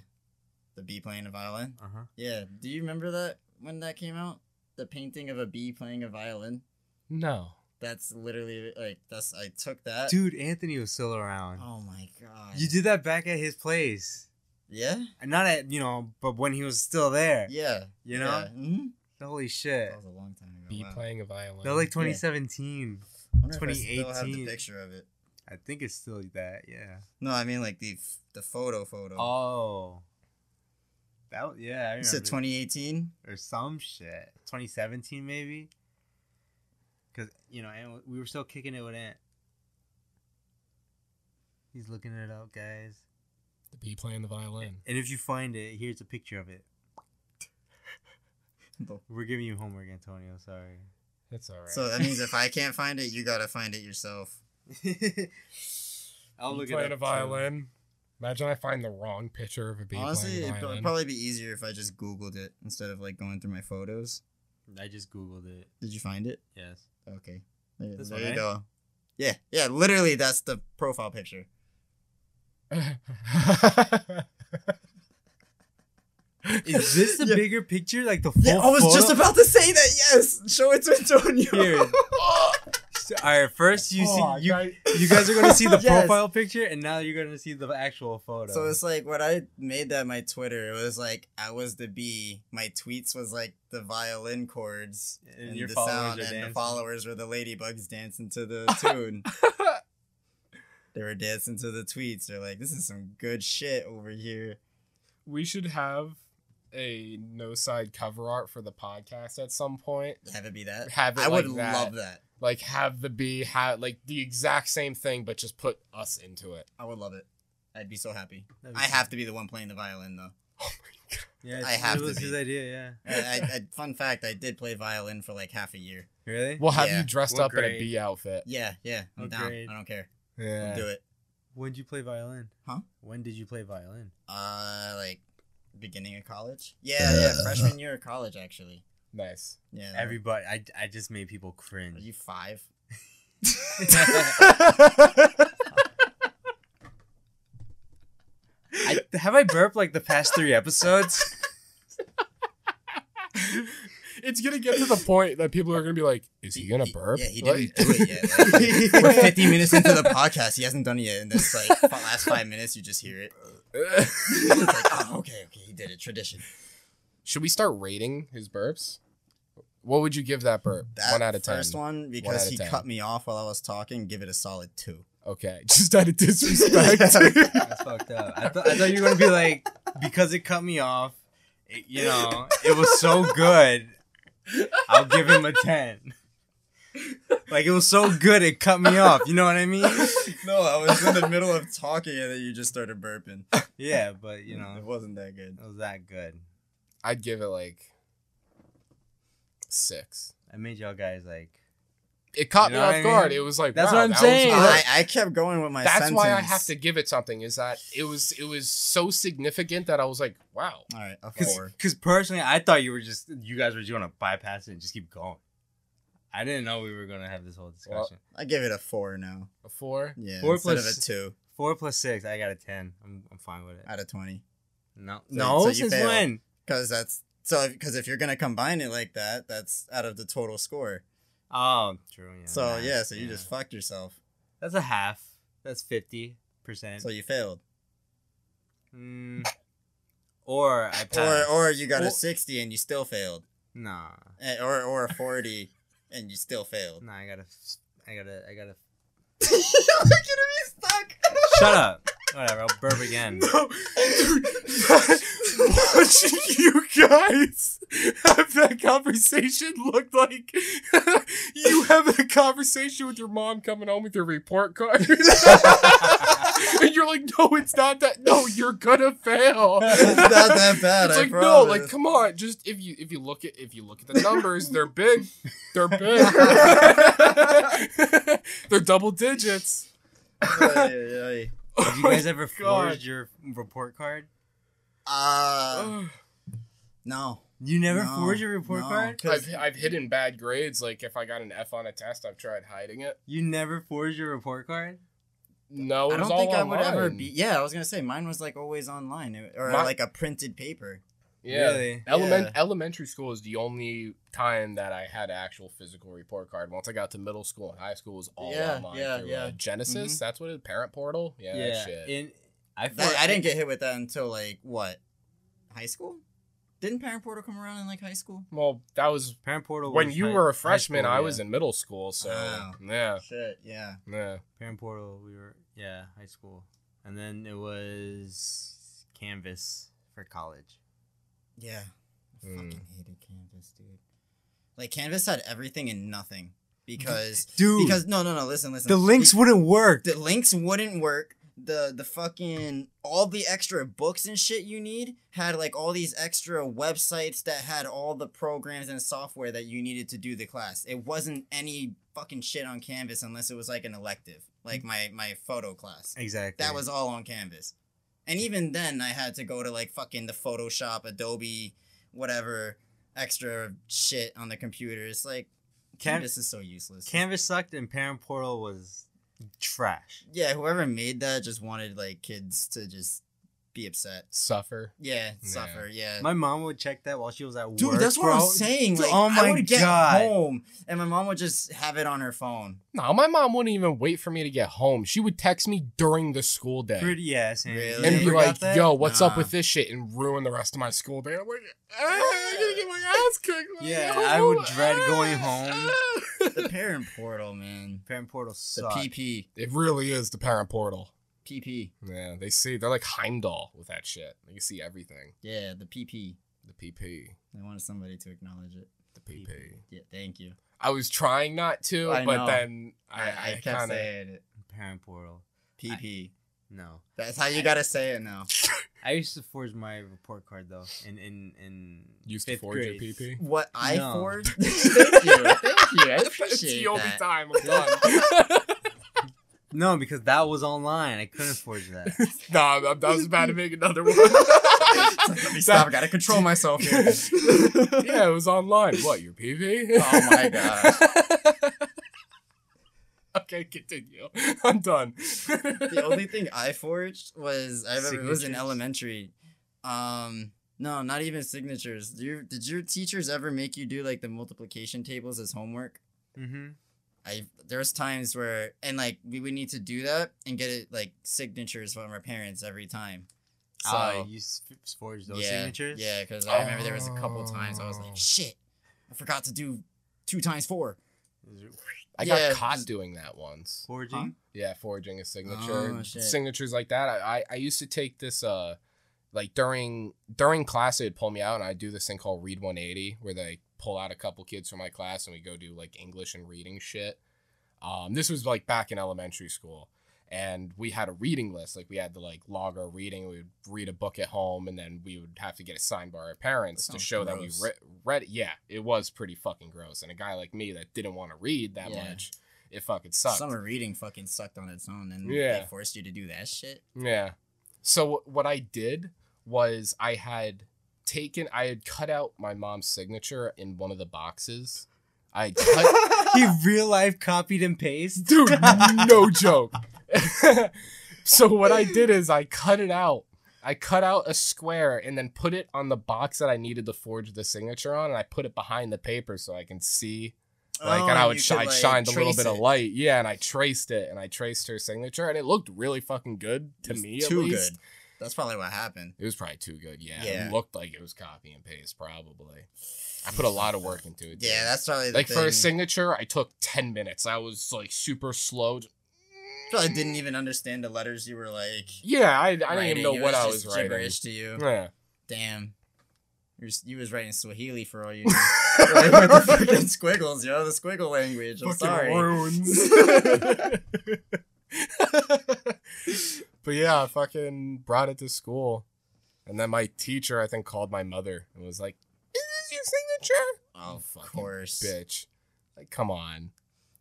Speaker 3: the bee playing a violin.
Speaker 2: Uh huh.
Speaker 3: Yeah, do you remember that when that came out? The painting of a bee playing a violin.
Speaker 4: No.
Speaker 3: That's literally like that's. I took that.
Speaker 2: Uh, Dude, Anthony was still around.
Speaker 3: Oh my god.
Speaker 2: You did that back at his place.
Speaker 3: Yeah.
Speaker 2: Not at you know, but when he was still there.
Speaker 3: Yeah.
Speaker 2: You know?
Speaker 3: Yeah. hmm
Speaker 2: Holy shit.
Speaker 3: That was a long time ago.
Speaker 4: Be
Speaker 3: Oh, wow.
Speaker 4: playing a violin.
Speaker 2: That was like 2017.
Speaker 3: Wonder if I still have
Speaker 2: 2018.
Speaker 3: the picture of it.
Speaker 2: I think it's still that. Yeah.
Speaker 3: No, I mean like the f- the photo photo.
Speaker 2: Oh. That was- yeah.
Speaker 3: You
Speaker 2: I remember.
Speaker 3: said 2018?
Speaker 2: or some shit. 2017 maybe. Cause you know, and we were still kicking it with Ant. He's looking it up, guys.
Speaker 4: the bee playing the violin.
Speaker 2: And if you find it, here's a picture of
Speaker 3: <laughs>
Speaker 2: it. We're giving you homework, Antonio.
Speaker 3: <laughs>
Speaker 2: Sorry.
Speaker 4: That's all right.
Speaker 3: So that means if I
Speaker 2: <laughs>
Speaker 3: can't find it, you gotta find it yourself.
Speaker 2: I'll
Speaker 4: Bee
Speaker 2: look
Speaker 4: playing
Speaker 2: it
Speaker 4: a
Speaker 2: up.
Speaker 4: violin. Imagine I find the wrong picture of a bee
Speaker 3: Honestly,
Speaker 4: playing a
Speaker 3: it'd pro-
Speaker 4: violin. <laughs>
Speaker 3: probably be easier if I just Googled it instead of like going through my photos.
Speaker 2: too. I just googled it.
Speaker 3: Did you find it?
Speaker 2: Yes.
Speaker 3: <laughs> Okay. There,
Speaker 2: This
Speaker 3: there
Speaker 2: one,
Speaker 3: you
Speaker 2: eh?
Speaker 3: go. Yeah, yeah, literally that's the profile picture.
Speaker 2: Is this the
Speaker 3: Yeah.
Speaker 2: bigger picture? Like the full
Speaker 3: Yeah, I was just
Speaker 2: photo?
Speaker 3: about to say that, yes! Show it to Antonio.
Speaker 2: Here.
Speaker 3: Oh,
Speaker 2: So, all right. First, you
Speaker 4: Oh,
Speaker 2: see you,
Speaker 4: guy-
Speaker 2: you guys are gonna see <laughs> the
Speaker 3: Yes.
Speaker 2: profile picture, and now you're gonna see the actual photo.
Speaker 3: So it's like when I made that my Twitter, it was like I was the bee. My tweets was like the violin chords
Speaker 2: And your followers are
Speaker 3: and the
Speaker 2: dancing.
Speaker 3: followers were the ladybugs dancing to
Speaker 2: <laughs>
Speaker 3: the tune. they were dancing to the tweets. They're like, this is some good shit over here.
Speaker 4: we should have a no side cover art for the podcast at some point.
Speaker 3: Have it be that.
Speaker 4: Have it
Speaker 3: I would
Speaker 4: like that.
Speaker 3: love that.
Speaker 4: Like have the bee have like the exact same thing, but just put us into it.
Speaker 3: I would love it. I'd be so happy.
Speaker 2: That'd be
Speaker 3: I
Speaker 2: cool.
Speaker 3: have to be the one playing the violin though.
Speaker 2: Yeah,
Speaker 3: I
Speaker 2: it's-
Speaker 3: have
Speaker 2: it
Speaker 3: to
Speaker 2: was his
Speaker 3: be.
Speaker 2: idea. Yeah.
Speaker 3: I, I,
Speaker 2: <laughs>
Speaker 3: I, fun fact: I did play violin for like half a year.
Speaker 2: Really?
Speaker 4: We'll have
Speaker 3: Yeah.
Speaker 4: you dressed
Speaker 2: What
Speaker 4: up in a
Speaker 2: grade?
Speaker 4: bee outfit.
Speaker 3: Yeah, yeah. I'm
Speaker 2: Oh,
Speaker 3: down.
Speaker 2: great.
Speaker 3: I don't care.
Speaker 4: Yeah.
Speaker 3: Do it.
Speaker 2: When did you play violin?
Speaker 3: Huh?
Speaker 2: When did you play violin?
Speaker 3: Uh, like beginning of college. Yeah, yeah, freshman year of college actually. <laughs>
Speaker 4: Nice.
Speaker 3: Yeah. that-
Speaker 2: Everybody, I, I just made people
Speaker 3: Are
Speaker 2: cringe.
Speaker 3: you <laughs> five?
Speaker 2: I, <laughs> have I burped like the past three episodes?
Speaker 4: it's gonna get to the point that people are gonna be like, "Is he gonna burp?"
Speaker 3: Yeah, he didn't
Speaker 4: Like-
Speaker 3: do it
Speaker 4: <laughs>
Speaker 3: yet. Like, <laughs> we're 50 minutes into the podcast. He hasn't done it yet. And this like <laughs> fi- last five minutes, you just hear it.
Speaker 4: <laughs>
Speaker 3: <laughs> It's like, oh, okay, okay, he did it. Tradition.
Speaker 4: Should we start rating his burps? What would you give that burp?
Speaker 3: That
Speaker 4: one out of ten.
Speaker 3: First one because
Speaker 4: out of
Speaker 3: he
Speaker 4: 10.
Speaker 3: cut me off while I was talking. Give it a solid two.
Speaker 4: Okay, <laughs> just out of disrespect.
Speaker 2: That's fucked up. I, thought I thought you were gonna be like because it cut me off. It, you know, it was so good. I'll give him a ten. Like it was so good, it cut me off. You know what I mean?
Speaker 3: <laughs> no, I was in the middle of talking and then you just started burping.
Speaker 2: Yeah, but you
Speaker 3: it
Speaker 2: know,
Speaker 3: wasn't that good.
Speaker 2: it was that good.
Speaker 4: I'd give it like six.
Speaker 2: I made y'all guys like.
Speaker 4: It caught
Speaker 2: You know
Speaker 4: me
Speaker 2: what
Speaker 4: off
Speaker 2: I
Speaker 4: guard.
Speaker 2: mean?
Speaker 4: It was like
Speaker 2: That's
Speaker 4: wow,
Speaker 2: what I'm
Speaker 4: that was
Speaker 2: saying.
Speaker 4: good.
Speaker 3: I, I kept going with my
Speaker 4: That's
Speaker 3: sentence.
Speaker 4: why I have to give it something. Is that it was it was so significant that I was like, wow.
Speaker 3: All right, a four.
Speaker 2: Because personally, I thought you were just you guys were just gonna bypass it and just keep going. I didn't know we were gonna have this whole
Speaker 4: Well-
Speaker 2: discussion.
Speaker 3: I give it a four now.
Speaker 4: A four.
Speaker 3: Yeah,
Speaker 2: Four
Speaker 3: instead
Speaker 2: plus-
Speaker 3: of a two
Speaker 2: Four plus six, I got a ten. I'm I'm fine with it.
Speaker 3: out of twenty.
Speaker 2: No,
Speaker 3: so
Speaker 2: no,
Speaker 3: you
Speaker 2: since
Speaker 3: failed.
Speaker 2: when?
Speaker 3: Because that's so. Because if you're gonna combine it like that, that's out of the total score.
Speaker 2: Oh, true. Yeah,
Speaker 3: so
Speaker 2: math,
Speaker 3: yeah, so you just fucked yourself.
Speaker 2: that's a half. That's fifty percent.
Speaker 3: So you failed,
Speaker 2: mm, or I
Speaker 3: or
Speaker 2: passed.
Speaker 3: or you got a
Speaker 2: Well-
Speaker 3: sixty and you still failed,
Speaker 2: nah,
Speaker 3: Eh, or or a forty and you still failed.
Speaker 2: nah. I gotta, f- I gotta, I gotta.
Speaker 3: <laughs> you're gonna be stuck.
Speaker 2: Shut up. Whatever. I'll
Speaker 3: <laughs>
Speaker 2: burp again.
Speaker 4: watching you guys that conversation
Speaker 3: <laughs>
Speaker 4: looked like you having a conversation with your mom coming home with your report
Speaker 3: <laughs>
Speaker 4: card. <laughs> and you're like, no, it's not that. No, you're gonna fail.
Speaker 3: It's not that bad.
Speaker 4: <laughs> It's
Speaker 3: I
Speaker 4: like no,
Speaker 3: promise.
Speaker 4: like come on, just if you if you look at if you look at the numbers, they're big,
Speaker 3: <laughs>
Speaker 4: they're big, <laughs> they're double digits.
Speaker 3: <laughs> Ay, ay, ay.
Speaker 2: Have you guys ever forged
Speaker 4: God.
Speaker 2: your report card?
Speaker 3: Uh,
Speaker 4: Ugh.
Speaker 3: no.
Speaker 2: You never
Speaker 3: No,
Speaker 2: forged your report
Speaker 3: no,
Speaker 2: card?
Speaker 3: 'cause-
Speaker 4: I've I've hidden bad grades. Like if I got an F on a test, I've tried hiding it.
Speaker 2: You never forged your report card?
Speaker 4: No, it
Speaker 3: I
Speaker 4: was
Speaker 3: don't
Speaker 4: all
Speaker 3: think I would ever
Speaker 4: online.
Speaker 3: be. Yeah, I was gonna say mine was like always online it- or
Speaker 4: My-
Speaker 3: like a printed paper.
Speaker 4: Yeah.
Speaker 2: Really?
Speaker 4: Element,
Speaker 3: Yeah.
Speaker 4: Elementary school is the only time that I had an actual physical report card. Once I got to middle school and high school, it was all
Speaker 3: Yeah,
Speaker 4: online
Speaker 3: yeah,
Speaker 4: through
Speaker 3: yeah. Mm-hmm.
Speaker 4: Uh, Genesis. That's what it Parent Portal. Yeah, that shit.
Speaker 2: In, I,
Speaker 3: That,
Speaker 2: forged-
Speaker 3: I didn't get hit with that until like what, high school? Didn't Parent Portal come around in like high school?
Speaker 4: well, that was
Speaker 2: Parent Portal.
Speaker 4: when
Speaker 2: was
Speaker 4: you
Speaker 2: high-
Speaker 4: were a
Speaker 2: high
Speaker 4: freshman.
Speaker 2: school,
Speaker 4: I
Speaker 2: yeah.
Speaker 4: was in middle school, so
Speaker 3: Wow.
Speaker 4: yeah,
Speaker 3: Shit, yeah.
Speaker 4: yeah.
Speaker 2: Parent Portal. We were yeah, high school, and then it was Canvas for college.
Speaker 3: Yeah. I
Speaker 4: Mm.
Speaker 3: fucking hated Canvas, dude. Like Canvas had everything and nothing because
Speaker 2: Dude,
Speaker 3: because no no no listen listen
Speaker 2: the links wouldn't work.
Speaker 3: the links wouldn't work. The the fucking all the extra books and shit you need had like all these extra websites that had all the programs and software that you needed to do the class. It wasn't any fucking shit on Canvas unless it was like an elective, like my my photo class.
Speaker 2: Exactly.
Speaker 3: That was all on Canvas. And even then I had to go to like fucking the Photoshop, Adobe, whatever extra shit on the computer. It's like
Speaker 2: Can-
Speaker 3: Canvas is so useless.
Speaker 2: Canvas sucked, and Parent Portal was trash.
Speaker 3: Yeah, whoever made that just wanted like kids to just be upset.
Speaker 4: Suffer.
Speaker 3: Yeah,
Speaker 4: Yeah.
Speaker 3: suffer. Yeah.
Speaker 2: My mom would check that while she was at
Speaker 3: Dude,
Speaker 2: work.
Speaker 3: that's what I'm
Speaker 2: bro.
Speaker 3: saying.
Speaker 2: Dude,
Speaker 3: Like,
Speaker 2: oh my
Speaker 3: I would get
Speaker 2: God.
Speaker 3: home, and my mom would just have it on her phone.
Speaker 4: No, my mom wouldn't even wait for me to get home. She would text me during the school day.
Speaker 2: Pretty yeah, Sam.
Speaker 3: Really?
Speaker 2: You
Speaker 4: and be
Speaker 2: ever got
Speaker 4: like,
Speaker 2: that?
Speaker 4: "Yo, what's up
Speaker 3: Nah.
Speaker 4: with this shit?" and ruin the rest of my school day. I'm like, "Ah, "I'm gonna get
Speaker 2: <laughs>
Speaker 4: my ass kicked." Like,
Speaker 2: Yeah,
Speaker 4: "Oh,
Speaker 2: I would
Speaker 4: ah,
Speaker 2: dread going home."
Speaker 4: <laughs>
Speaker 3: The parent portal, man.
Speaker 2: Parent Portal
Speaker 3: The
Speaker 2: sucked.
Speaker 3: PP,
Speaker 4: It really is the parent portal.
Speaker 3: PP.
Speaker 4: Yeah, they see they're like Heimdall with that shit. They can see everything.
Speaker 3: Yeah, the PP.
Speaker 4: The PP,
Speaker 3: I wanted somebody to acknowledge it.
Speaker 4: the PP.
Speaker 3: Yeah, thank you.
Speaker 4: I was trying not to,
Speaker 3: I
Speaker 4: but
Speaker 3: know.
Speaker 4: then I,
Speaker 3: I, I,
Speaker 4: I,
Speaker 3: kept
Speaker 4: kind of.
Speaker 3: saying it.
Speaker 2: Parent Portal.
Speaker 3: PP.
Speaker 2: No.
Speaker 3: That's how you gotta say it now.
Speaker 2: I used to forge my report card though. In in in
Speaker 4: Used to
Speaker 2: fifth
Speaker 4: forge your
Speaker 2: grade.
Speaker 4: PP.
Speaker 3: What I
Speaker 2: No.
Speaker 3: forged?
Speaker 2: <laughs>
Speaker 3: thank you, thank
Speaker 4: <laughs>
Speaker 3: you. I
Speaker 4: It's
Speaker 3: appreciate
Speaker 4: the only
Speaker 3: that.
Speaker 4: time I'm done.
Speaker 2: No, because that was online. I couldn't forge that.
Speaker 4: <laughs> nah, I'm- I was about to make another <laughs> one.
Speaker 3: Let me stop. I
Speaker 4: <laughs>
Speaker 3: gotta control myself <laughs> here.
Speaker 4: yeah, it was online. What, your PP?
Speaker 3: Oh my
Speaker 4: gosh. <laughs> okay, continue. <laughs> I'm done. <laughs>
Speaker 3: the
Speaker 2: <laughs>
Speaker 3: only thing I forged was I remember it was in
Speaker 2: Signatures?
Speaker 3: elementary. Um, no, not even signatures. Do you, did your teachers ever make you do like the multiplication tables as homework?
Speaker 2: mm-hmm.
Speaker 3: I there was times where and like we would need to do that and get it like signatures from our parents every time. So
Speaker 2: uh, you s- f- forged those
Speaker 3: yeah,
Speaker 2: signatures.
Speaker 3: yeah, because I remember there was a couple times I was
Speaker 4: Oh.
Speaker 3: like, shit, I forgot to do two times four.
Speaker 2: Is it
Speaker 4: I got
Speaker 3: Yeah.
Speaker 4: caught doing that once.
Speaker 2: Forging.
Speaker 4: Yeah, forging a signature.
Speaker 3: Oh, shit.
Speaker 4: Signatures like that. I, I, I used to take this uh like during during class they'd pull me out and I'd do this thing called Read 180 where they pull out a couple kids from my class and we go do like English and reading shit. Um this was like back in elementary school. And we had a reading list. Like we had to like log our reading. We would read a book at home, and then we would have to get it signed by our parents
Speaker 3: That
Speaker 4: to
Speaker 3: sounds
Speaker 4: show that we
Speaker 3: gross.
Speaker 4: re- read. It. Yeah, it was pretty fucking gross. And a guy like me that didn't want to read that
Speaker 3: Yeah.
Speaker 4: much, it fucking sucked.
Speaker 3: Summer reading fucking sucked on its own, and
Speaker 4: Yeah.
Speaker 3: they forced you to do that shit.
Speaker 2: <laughs>
Speaker 4: Yeah. So wh- what I did was I had taken I had cut out my mom's signature in one of the boxes. I had cut
Speaker 3: <laughs>
Speaker 2: he real life copied and pasted.
Speaker 4: dude, no joke. <laughs> so what I did is I cut it out. I cut out a square and then put it on the box that I needed to forge the signature on, and I put it behind the paper so I can see. Like,
Speaker 3: Oh,
Speaker 4: and I
Speaker 3: you
Speaker 4: would sh-
Speaker 3: could,
Speaker 4: I'd
Speaker 3: like,
Speaker 4: shine a little
Speaker 3: trace
Speaker 4: bit of
Speaker 3: it.
Speaker 4: light, yeah. And I traced it, and I traced her signature, and it looked really fucking good to
Speaker 3: It's
Speaker 4: me. at
Speaker 3: too
Speaker 4: least.
Speaker 3: good. That's probably what happened.
Speaker 4: It was probably too good. Yeah,
Speaker 3: Yeah.
Speaker 4: it looked like it was copy and paste. Probably, I put a lot of work into it.
Speaker 3: Yeah,
Speaker 4: dude.
Speaker 3: that's probably the
Speaker 4: like for a
Speaker 3: thing.
Speaker 4: signature, I took ten minutes. I was like super slow.
Speaker 3: Probably didn't even understand the letters you were like.
Speaker 4: Yeah, I, I didn't
Speaker 3: writing.
Speaker 4: even know
Speaker 3: It
Speaker 4: what I was
Speaker 3: just
Speaker 4: writing.
Speaker 3: Gibberish to you.
Speaker 4: Yeah,
Speaker 3: Damn. You're, s- you was writing Swahili for
Speaker 4: <laughs>
Speaker 3: all you knew. like, with the fucking squiggles, yo, the squiggle language. I'm sorry.
Speaker 4: ruins.
Speaker 3: <laughs>
Speaker 4: but yeah, I fucking brought it to school. And then my teacher, I think, called my mother and was like, Is this your signature?
Speaker 3: Oh, Of
Speaker 4: fucking
Speaker 3: course.
Speaker 4: Bitch. Like, come on.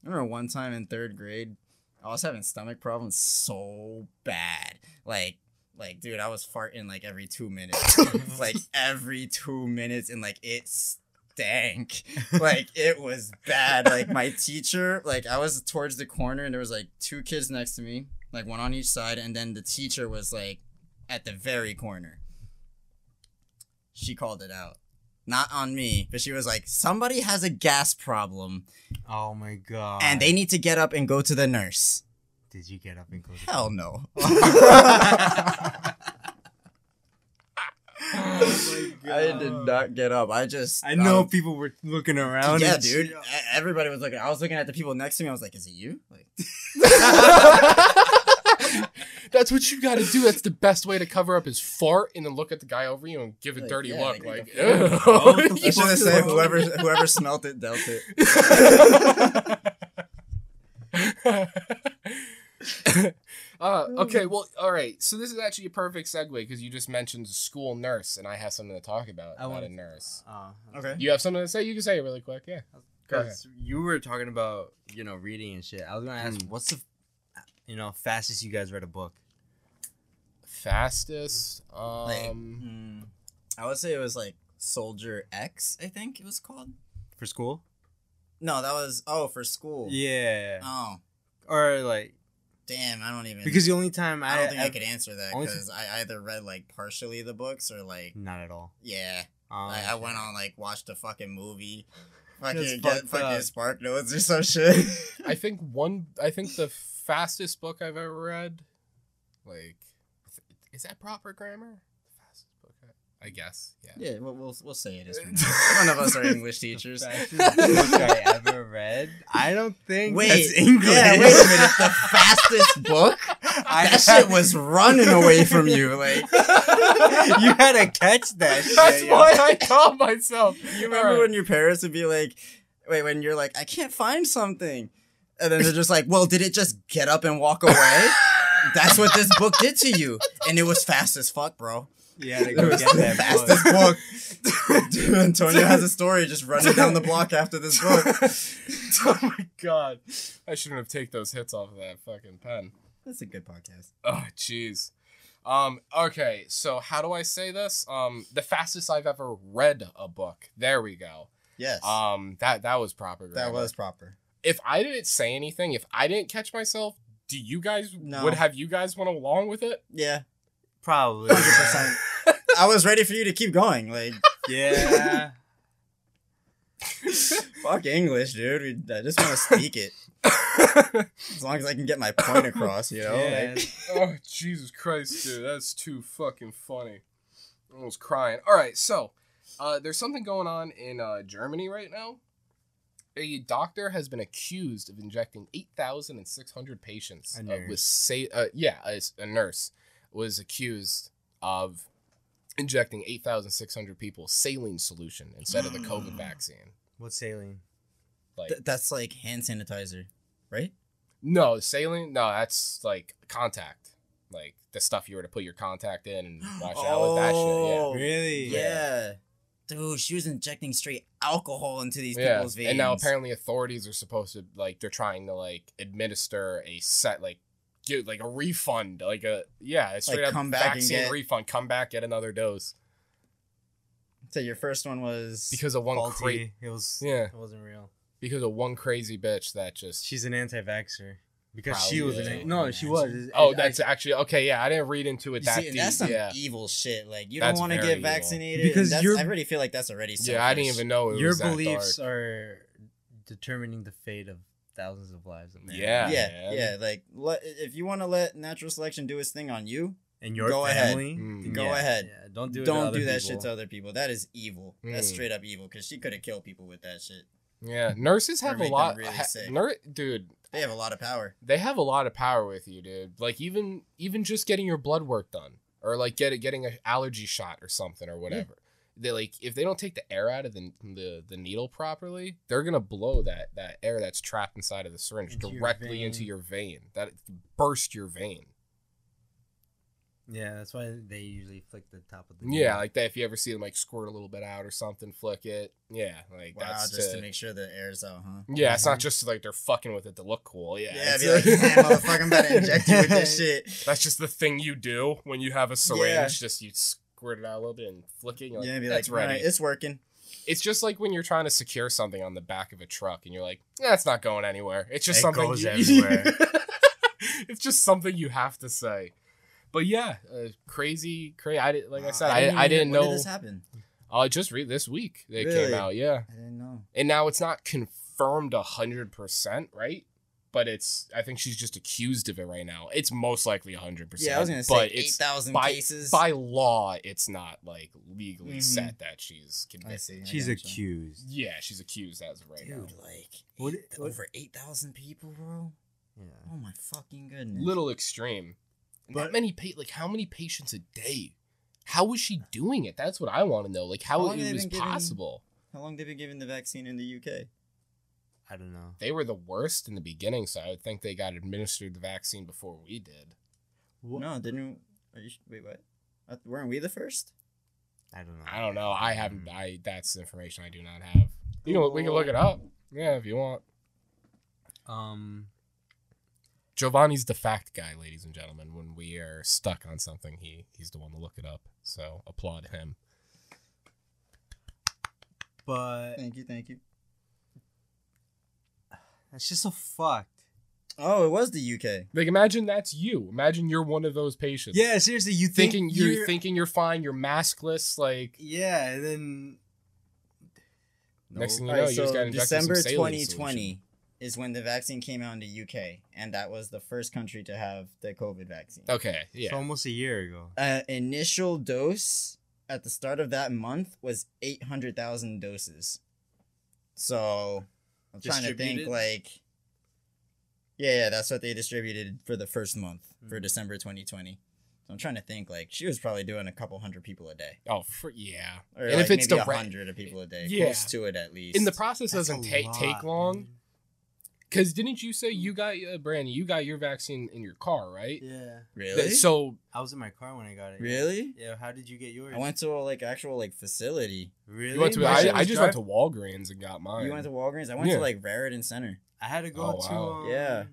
Speaker 3: I remember one time in third grade, I was having stomach problems so bad. Like, like, dude, I was farting like every two minutes. like every two minutes, and like it stank. Like it was bad. Like my teacher, like I was towards the corner, and there was like two kids next to me, like one on each side, and then the teacher was like at the very corner. She called it out. Not on me, but she was like, somebody has a gas problem
Speaker 2: <laughs> Oh my god.
Speaker 3: and they need to get up and go to the nurse.
Speaker 2: did you get up and close?
Speaker 3: <laughs> Hell no.
Speaker 2: oh my
Speaker 3: I did not get up. I just
Speaker 2: I know
Speaker 3: um,
Speaker 2: people were looking around.
Speaker 3: Yeah,
Speaker 2: and-
Speaker 3: dude. e- Everybody was looking. I was looking at the people next to me. I was like, "Is it you?" Like,
Speaker 4: <laughs> That's what you gotta do. That's the best way to cover up is fart and then look at the guy over you and give a
Speaker 3: Like,
Speaker 4: dirty
Speaker 3: yeah, like,
Speaker 4: look. Like, Oh,
Speaker 3: the
Speaker 4: <laughs>
Speaker 3: fuck?
Speaker 4: "Ew."
Speaker 3: I should have said
Speaker 4: <laughs>
Speaker 3: whoever whoever smelt it dealt <laughs> it.
Speaker 4: <laughs> uh, okay, well, all right. So this is actually a perfect segue because you just mentioned school nurse, and I have something to talk about
Speaker 2: I
Speaker 4: about
Speaker 2: wanna-
Speaker 4: a nurse.
Speaker 2: Oh,
Speaker 3: Okay.
Speaker 4: You have something to say? You can say it really quick. Yeah. Go ahead.
Speaker 2: Because you were talking about you know reading and shit. I was gonna ask,
Speaker 3: Mm.
Speaker 2: what's the you know fastest you guys read a book?
Speaker 4: Fastest.
Speaker 3: Like,
Speaker 4: Um.
Speaker 3: mm, I would say it was like Soldier X. I think it was called.
Speaker 2: For school?
Speaker 3: No, that was oh for school.
Speaker 2: Yeah.
Speaker 3: Oh
Speaker 2: or like
Speaker 3: damn, I don't even
Speaker 2: because the only time I,
Speaker 3: I don't think I,
Speaker 2: I-
Speaker 3: could answer that
Speaker 2: only Hmm. thing-
Speaker 3: because I either read like partially the books or like
Speaker 2: not at all.
Speaker 3: yeah.
Speaker 2: Um,
Speaker 3: Like, I went on like watched a fucking <laughs> movie,
Speaker 2: That's
Speaker 3: fucking get
Speaker 2: fucked
Speaker 3: fucking
Speaker 2: up.
Speaker 3: spark notes or some shit.
Speaker 4: I think one. I think the fastest book I've ever read. Like, is that proper grammar? Fastest book. I, I guess. Yeah.
Speaker 3: <laughs> yeah, we'll, we'll we'll say it is. None of us are <laughs> English teachers.
Speaker 2: Fastest book I ever read. I don't think
Speaker 3: Wait,
Speaker 2: that's English.
Speaker 3: yeah, wait a <laughs> minute. The fastest book?
Speaker 2: <laughs> I,
Speaker 3: That shit was running away from <laughs> you. Like,
Speaker 2: <laughs> you had to catch
Speaker 4: <laughs>
Speaker 2: that.
Speaker 4: <laughs>
Speaker 2: Shit,
Speaker 4: That's
Speaker 2: yo.
Speaker 4: why I called myself.
Speaker 3: you remember when your parents would be like, "Wait," when you're like, "I can't find something," and then they're just like, "Well, did it just get up and walk <laughs> away?" That's what this book did to you, and it was fast as fuck, bro.
Speaker 2: You had to
Speaker 3: It
Speaker 2: go
Speaker 3: was
Speaker 2: get
Speaker 3: the
Speaker 2: that
Speaker 3: <laughs>
Speaker 2: book.
Speaker 3: fastest book. Dude, Antonio has a story just running down the block after this book.
Speaker 4: <laughs> oh my god. I shouldn't have taken those hits off of that fucking pen.
Speaker 3: That's a good podcast.
Speaker 4: Oh jeez. Um okay, so how do I say this? Um the fastest I've ever read a book. There we go.
Speaker 3: Yes.
Speaker 4: Um that that was proper.
Speaker 3: that
Speaker 4: grammar.
Speaker 3: was proper.
Speaker 4: If I didn't say anything, if I didn't catch myself, do you guys
Speaker 3: No.
Speaker 4: would have you guys went along with it? <laughs>
Speaker 3: Yeah.
Speaker 2: Probably. <laughs>
Speaker 3: 100%. <laughs> I was ready for you to keep going. <laughs> Like,
Speaker 2: Yeah.
Speaker 3: fuck English, dude. We- I just want to speak it. As long as I can get my point across, you know?
Speaker 2: yeah.
Speaker 3: Like,
Speaker 4: oh Jesus Christ, dude, that's too fucking funny. I almost crying. All right, so uh, there's something going on in uh, Germany right now. A doctor has been accused of injecting 8,600 patients
Speaker 2: A
Speaker 4: uh, with
Speaker 2: nurse.
Speaker 4: say, uh, yeah, a, s- a nurse was accused of injecting 8,600 people saline solution instead of the
Speaker 2: <gasps>
Speaker 4: COVID vaccine.
Speaker 2: What's saline?
Speaker 4: Like
Speaker 3: th- that's like hand sanitizer, right?
Speaker 4: no, saline, no, that's like contact. Like the stuff you were to put your contact
Speaker 3: <gasps>
Speaker 4: in and wash out with that shit. Yeah.
Speaker 3: Oh,
Speaker 2: Really?
Speaker 3: Yeah. Dude, she was injecting straight alcohol into these people's veins.
Speaker 4: And now apparently authorities are supposed to like they're trying to like administer a set like get like a refund like a yeah a straight up
Speaker 3: come back and
Speaker 4: vaccine
Speaker 3: get-
Speaker 4: refund come back get another dose
Speaker 3: So your first one was.
Speaker 4: because of one cra-
Speaker 2: Faulty. It was.
Speaker 4: Yeah.
Speaker 2: It wasn't real.
Speaker 4: because of one crazy bitch that just
Speaker 2: She's an anti-vaxxer because
Speaker 4: Probably.
Speaker 2: she was an
Speaker 4: Yeah.
Speaker 2: no, she was.
Speaker 4: oh
Speaker 2: I-
Speaker 4: that's actually okay yeah I didn't read into it
Speaker 3: You
Speaker 4: that
Speaker 3: see,
Speaker 4: deep
Speaker 3: and that's some
Speaker 4: yeah
Speaker 3: evil shit. Like you
Speaker 4: That's
Speaker 3: don't want to
Speaker 4: very
Speaker 3: get
Speaker 4: evil.
Speaker 3: vaccinated
Speaker 2: Because
Speaker 3: because that's,
Speaker 2: you're-
Speaker 3: I already feel like that's already. Selfish.
Speaker 4: yeah I didn't even know it
Speaker 2: your
Speaker 4: was that
Speaker 2: beliefs
Speaker 4: dark.
Speaker 2: are determining the fate of thousands of lives. of man.
Speaker 4: Yeah.
Speaker 3: Yeah,
Speaker 4: man.
Speaker 3: yeah. Like, let, if you want to let natural selection do its thing on you,
Speaker 2: and your
Speaker 3: Go ahead.
Speaker 2: family.
Speaker 4: Mm.
Speaker 2: then
Speaker 3: Go ahead.
Speaker 2: Yeah. Don't do it.
Speaker 3: don't
Speaker 2: to
Speaker 3: do
Speaker 2: other
Speaker 3: that
Speaker 2: people.
Speaker 3: shit to other people. That is evil. That's
Speaker 4: Mm.
Speaker 3: straight up evil. Because she could have killed people with that shit.
Speaker 4: yeah nurses
Speaker 3: Or
Speaker 4: have a
Speaker 3: make them
Speaker 4: lot
Speaker 3: really
Speaker 4: ha-
Speaker 3: sick.
Speaker 4: nur- dude
Speaker 3: They have a lot of power.
Speaker 4: they have a lot of power with you, dude. Like even even just getting your blood work done, or like get getting an allergy shot or something or whatever. they like if they don't take the air out of the the, the needle properly, they're gonna blow that that air that's trapped inside of the syringe
Speaker 2: Into your
Speaker 4: directly
Speaker 2: vein.
Speaker 4: into your vein. That burst your vein.
Speaker 2: Yeah, that's why they usually flick the top of the.
Speaker 4: Yeah, like that. If you ever see them like squirt a little bit out or something, flick it. Yeah, like
Speaker 3: Wow,
Speaker 4: that's
Speaker 3: just
Speaker 4: to-
Speaker 3: to make sure the air's out, huh?
Speaker 4: Yeah, it's not just like they're fucking with it to look cool. Yeah,
Speaker 3: Yeah,
Speaker 4: it's
Speaker 3: be like,
Speaker 4: a-
Speaker 3: yeah, motherfucker, I'm about to inject
Speaker 4: <laughs>
Speaker 3: you with this shit.
Speaker 4: That's just the thing you do when you have a syringe.
Speaker 3: Yeah.
Speaker 4: Just you squirt it out a little bit and flick it. And you're like,
Speaker 3: yeah, be like,
Speaker 4: that's ready.
Speaker 3: right, it's working.
Speaker 4: It's just like when you're trying to secure something on the back of a truck and you're like, that's not going anywhere. It's just
Speaker 2: It
Speaker 4: something
Speaker 2: goes
Speaker 4: you- <laughs>
Speaker 2: everywhere.
Speaker 4: it's just something you have to say. But yeah, uh, crazy, crazy. I did, like I
Speaker 3: Wow,
Speaker 4: said, I, I, didn't
Speaker 3: even- when
Speaker 4: know.
Speaker 3: Did this happen?
Speaker 4: uh, just read this week they came
Speaker 3: Really?
Speaker 4: out. Yeah,
Speaker 3: I didn't know.
Speaker 4: and now it's not confirmed hundred percent, right? But it's. I think she's just accused of it right now. It's most likely hundred percent.
Speaker 3: Yeah, I was gonna say
Speaker 4: but
Speaker 3: eight
Speaker 4: it's
Speaker 3: thousand
Speaker 4: by-
Speaker 3: cases.
Speaker 4: by law, it's not like legally
Speaker 3: Mhm.
Speaker 4: set that she's
Speaker 3: I
Speaker 4: convicted.
Speaker 3: see. I
Speaker 2: she's
Speaker 3: gotcha.
Speaker 2: accused.
Speaker 4: Yeah, she's accused as of right now.
Speaker 3: Dude, like
Speaker 2: What-
Speaker 3: eight-
Speaker 2: what-
Speaker 3: over eight thousand people, bro.
Speaker 2: Yeah.
Speaker 3: Oh my fucking goodness.
Speaker 4: Little extreme. Not
Speaker 2: But-
Speaker 4: many pa- like how many patients a day? How was she doing it? That's what I want to know. Like how,
Speaker 3: How long have
Speaker 4: it
Speaker 3: they
Speaker 4: was
Speaker 3: been giving-
Speaker 4: possible.
Speaker 3: How long they been giving the vaccine in the UK?
Speaker 2: I don't know.
Speaker 4: They were the worst in the beginning, so I would think they got administered the vaccine before we did.
Speaker 2: Wha-
Speaker 3: No, didn't. Are you, wait, what? Uh, weren't we the first?
Speaker 2: I don't know.
Speaker 4: I don't know. I haven't.
Speaker 3: Mm.
Speaker 4: I that's information I do not have. You know, we can look it up. Yeah, if you want.
Speaker 2: Um.
Speaker 4: Giovanni's the fact guy, ladies and gentlemen. When we are stuck on something, he he's the one to look it up. So applaud him.
Speaker 2: But
Speaker 3: Thank you, thank you.
Speaker 2: that's just so fucked.
Speaker 3: Oh, it was the UK.
Speaker 4: Like imagine that's you. Imagine you're one of those patients.
Speaker 2: Yeah, seriously, you think
Speaker 4: Thinking you're, thinking you're fine, you're maskless, like
Speaker 2: Yeah, and then
Speaker 4: next thing you
Speaker 3: All
Speaker 4: know,
Speaker 3: right,
Speaker 4: you just got
Speaker 3: so
Speaker 4: injected
Speaker 3: December
Speaker 4: some saline
Speaker 3: 2020
Speaker 4: solution.
Speaker 3: is when the vaccine came out in the UK, and that was the first country to have the COVID vaccine.
Speaker 4: Okay, yeah.
Speaker 2: it's almost a year ago.
Speaker 3: Uh, initial dose at the start of that month was 800,000 doses. So I'm trying to think
Speaker 2: Distributed?
Speaker 3: like. Yeah, yeah, that's what they distributed for the first month for
Speaker 4: Hmm.
Speaker 2: Mhm.
Speaker 3: December 2020. So I'm trying to think like she was probably doing a couple hundred people a day.
Speaker 4: oh, fr- yeah.
Speaker 3: Or
Speaker 4: and
Speaker 3: like
Speaker 4: if it's
Speaker 3: maybe
Speaker 4: direct,
Speaker 3: a hundred of people a day,
Speaker 4: Yeah.
Speaker 3: close to it at least.
Speaker 4: and the process
Speaker 2: That's
Speaker 4: doesn't
Speaker 2: a
Speaker 4: take
Speaker 2: lot,
Speaker 4: take long.
Speaker 2: dude.
Speaker 4: Because didn't you say you got uh, Brandon? You got your vaccine in your car, right?
Speaker 2: Yeah,
Speaker 3: really?
Speaker 4: So
Speaker 2: I was in my car when I got it.
Speaker 3: really?
Speaker 2: Yeah. How did you get yours?
Speaker 3: I went to a, like actual like facility.
Speaker 2: Really?
Speaker 4: you went to.
Speaker 2: My
Speaker 4: I,
Speaker 2: shit
Speaker 4: I
Speaker 2: was
Speaker 4: just
Speaker 2: dry.
Speaker 4: went to Walgreens and got mine.
Speaker 3: You went to Walgreens. I went
Speaker 4: Yeah.
Speaker 3: to like Raritan Center.
Speaker 2: I had to go
Speaker 4: Oh,
Speaker 2: to.
Speaker 4: wow.
Speaker 2: Um,
Speaker 3: Yeah.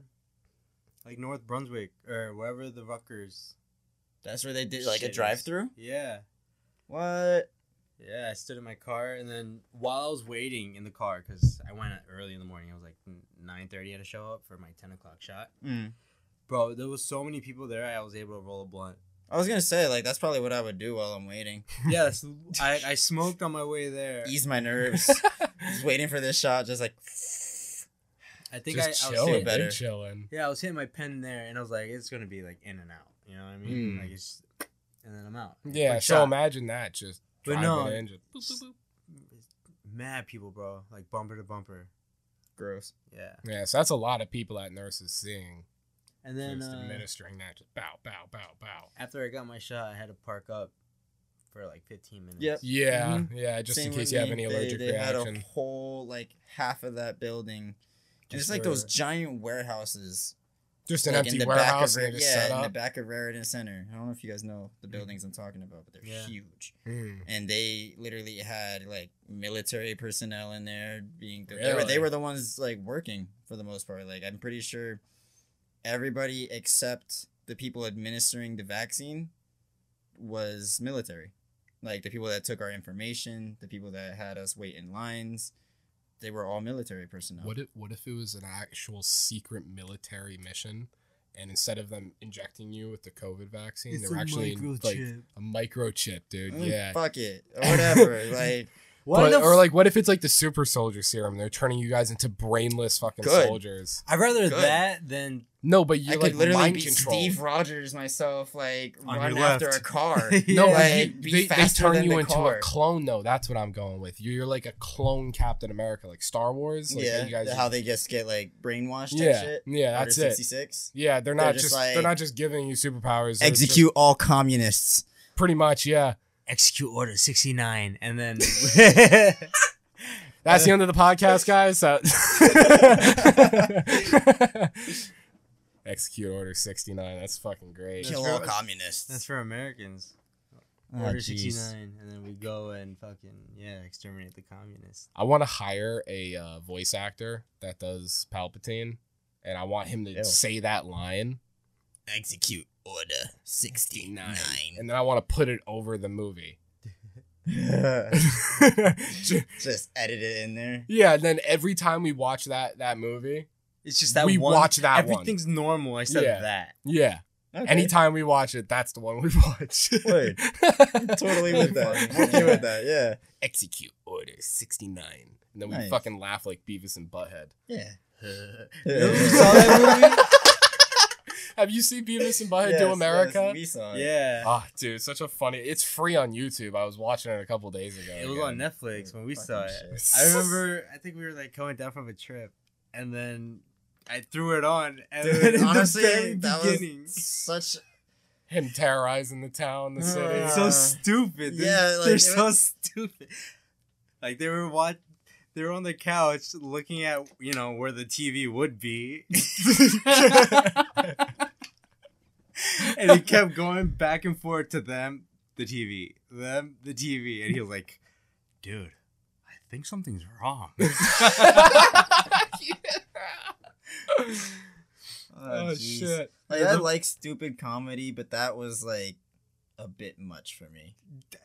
Speaker 2: Like North Brunswick or wherever the Rutgers.
Speaker 3: That's where they did like
Speaker 2: shit
Speaker 3: a
Speaker 2: is.
Speaker 3: drive-through.
Speaker 2: Yeah.
Speaker 3: What?
Speaker 2: Yeah, I stood in my car, and then while I was waiting in the car, because I went early in the morning, I was like nine thirty. I had to show up for my ten o'clock shot.
Speaker 3: Mm.
Speaker 2: Bro, there was so many people there. I was able to roll a blunt.
Speaker 4: <laughs>
Speaker 3: I was gonna say like that's probably what I would do while I'm waiting.
Speaker 2: Yes, I, I smoked on my way there.
Speaker 3: Ease my nerves. just waiting for this shot. Just like
Speaker 2: I think I, I
Speaker 4: Just
Speaker 2: was
Speaker 4: chilling,
Speaker 2: hitting,
Speaker 3: better.
Speaker 4: better. chilling.
Speaker 2: yeah, I was hitting my pen there, and I was like, it's gonna be like in and out. You know what I mean?
Speaker 4: Mm.
Speaker 2: Like it's, and then I'm out.
Speaker 4: Yeah.
Speaker 2: Quick
Speaker 4: so
Speaker 2: shot.
Speaker 4: imagine that just
Speaker 2: But
Speaker 4: driving
Speaker 2: no.
Speaker 4: an engine. Boop, boop, boop.
Speaker 2: Mad people, bro, like bumper to bumper.
Speaker 3: gross.
Speaker 2: Yeah,
Speaker 4: Yeah. So that's a lot of people that nurse is seeing.
Speaker 2: and then
Speaker 4: just
Speaker 2: uh,
Speaker 4: administering that. Just bow, bow, bow, bow.
Speaker 2: after I got my shot, I had to park up for like 15 minutes.
Speaker 3: Yep.
Speaker 4: Yeah,
Speaker 3: Mhm.
Speaker 4: yeah. Just
Speaker 3: Same
Speaker 4: in case
Speaker 3: with
Speaker 4: you have
Speaker 3: me.
Speaker 4: any
Speaker 3: They-
Speaker 4: allergic
Speaker 3: they
Speaker 4: reaction.
Speaker 3: had a whole like half of that building. Just,
Speaker 4: Just
Speaker 3: like those
Speaker 4: for-
Speaker 3: giant warehouses.
Speaker 4: just an
Speaker 3: like,
Speaker 4: empty
Speaker 3: in the
Speaker 4: warehouse
Speaker 3: back
Speaker 4: and
Speaker 3: of, Ra-
Speaker 4: they just
Speaker 3: yeah,
Speaker 4: set
Speaker 3: in the
Speaker 4: up.
Speaker 3: back of Raritan Center. I don't know if you guys know the buildings I'm talking about, but they're
Speaker 2: Yeah.
Speaker 3: huge.
Speaker 4: Mm.
Speaker 3: And they literally had like military personnel in there being they, were, they
Speaker 4: Really?
Speaker 3: were the ones like working for the most part. Like I'm pretty sure everybody except the people administering the vaccine was military. Like the people that took our information, the people that had us wait in lines, they were all military personnel.
Speaker 4: What if what if it was an actual secret military mission, and instead of them injecting you with the COVID vaccine, they're actually in, like a microchip, dude.
Speaker 3: Mm,
Speaker 4: Yeah.
Speaker 3: Fuck it. Or
Speaker 4: <laughs>
Speaker 3: whatever. like
Speaker 4: But- or like, what if it's like the super soldier serum? They're turning you guys into brainless fucking
Speaker 3: Good.
Speaker 4: soldiers.
Speaker 2: I'd rather
Speaker 3: Good.
Speaker 2: that than
Speaker 4: No, but you're
Speaker 3: I
Speaker 4: like
Speaker 3: could literally
Speaker 4: mind
Speaker 3: be
Speaker 4: control.
Speaker 3: Steve Rogers myself, like
Speaker 2: On
Speaker 3: run
Speaker 2: your
Speaker 3: after
Speaker 2: left.
Speaker 3: a car.
Speaker 4: <laughs> No,
Speaker 3: Yeah.
Speaker 4: but you-
Speaker 3: Like, be
Speaker 4: they, they
Speaker 3: faster
Speaker 4: turn
Speaker 3: than
Speaker 4: you
Speaker 3: the
Speaker 4: into a
Speaker 3: car.
Speaker 4: clone, though. That's what I'm going with. You're, you're like a clone Captain America, like Star Wars. Like,
Speaker 3: yeah,
Speaker 4: you guys
Speaker 3: how they just get like brainwashed
Speaker 4: yeah,
Speaker 3: and shit.
Speaker 4: yeah, that's
Speaker 3: Order
Speaker 4: it.
Speaker 3: 66.
Speaker 4: Yeah, they're
Speaker 3: They're
Speaker 4: not
Speaker 3: just
Speaker 4: just,
Speaker 3: like-
Speaker 4: they're not just giving you superpowers. they're just-
Speaker 3: Execute all communists.
Speaker 4: pretty much, yeah.
Speaker 2: execute order 69 and
Speaker 4: <laughs>
Speaker 2: then <laughs>
Speaker 4: That's
Speaker 3: Uh,
Speaker 4: the end of the
Speaker 3: <laughs>
Speaker 4: podcast, guys. Uh, So- <laughs> Execute Order 69. That's fucking great.
Speaker 3: Kill
Speaker 2: for-
Speaker 3: all communists.
Speaker 2: that's for americans
Speaker 3: Oh,
Speaker 2: order
Speaker 3: jeez.
Speaker 2: 69 and then we go and fucking yeah exterminate the communists
Speaker 4: I want to hire a uh, voice actor that does Palpatine, and I want him to
Speaker 2: Ew.
Speaker 4: say that line,
Speaker 3: Execute order 69.
Speaker 4: and then I want to put it over the movie. <laughs>
Speaker 3: <laughs> Just edit it in there.
Speaker 4: yeah, and then every time we watch that that movie,
Speaker 2: it's just that
Speaker 4: We
Speaker 2: one,
Speaker 4: watch that one.
Speaker 2: everything's normal except
Speaker 4: Yeah.
Speaker 2: that
Speaker 4: yeah, anytime we watch it, that's the one we <laughs> watch. <laughs>
Speaker 3: Word. <laughs> totally with that. I'm okay with that. Yeah.
Speaker 4: Execute Order 69, and then we
Speaker 3: Nice.
Speaker 4: fucking laugh like Beavis and
Speaker 3: <laughs>
Speaker 4: Butthead.
Speaker 3: Yeah.
Speaker 2: you saw that
Speaker 4: <laughs>
Speaker 2: movie
Speaker 4: Have you seen Beavis and Butthead
Speaker 3: Yes,
Speaker 4: Do
Speaker 3: yes,
Speaker 4: America?
Speaker 3: we saw it.
Speaker 2: yeah
Speaker 4: Ah, dude, such a funny. It's free on YouTube. I was watching it a couple days ago.
Speaker 2: it was
Speaker 4: again.
Speaker 2: on netflix when we
Speaker 3: Fucking
Speaker 2: saw it
Speaker 3: shit. <laughs>
Speaker 2: I remember I think we were like coming down from a trip and then I threw it on and then
Speaker 3: Dude,
Speaker 2: in the
Speaker 3: honestly,
Speaker 2: <laughs> very
Speaker 3: that
Speaker 2: beginning.
Speaker 3: was such.
Speaker 4: him terrorizing the town, the city.
Speaker 3: Uh,
Speaker 2: so stupid. They're,
Speaker 3: yeah, like,
Speaker 2: they're
Speaker 3: it
Speaker 2: so
Speaker 3: was-
Speaker 2: stupid. Like they were watch they were on the couch looking at, you know, where the TV would be.
Speaker 3: <laughs>
Speaker 2: and he kept going back and forth to them, the TV, them, the TV, and he was like, "Dude, I think something's wrong."
Speaker 4: oh
Speaker 3: jeez.
Speaker 4: shit!
Speaker 3: Like,
Speaker 2: Yeah,
Speaker 3: I
Speaker 2: the-
Speaker 3: like stupid comedy, but that was like a bit much for me.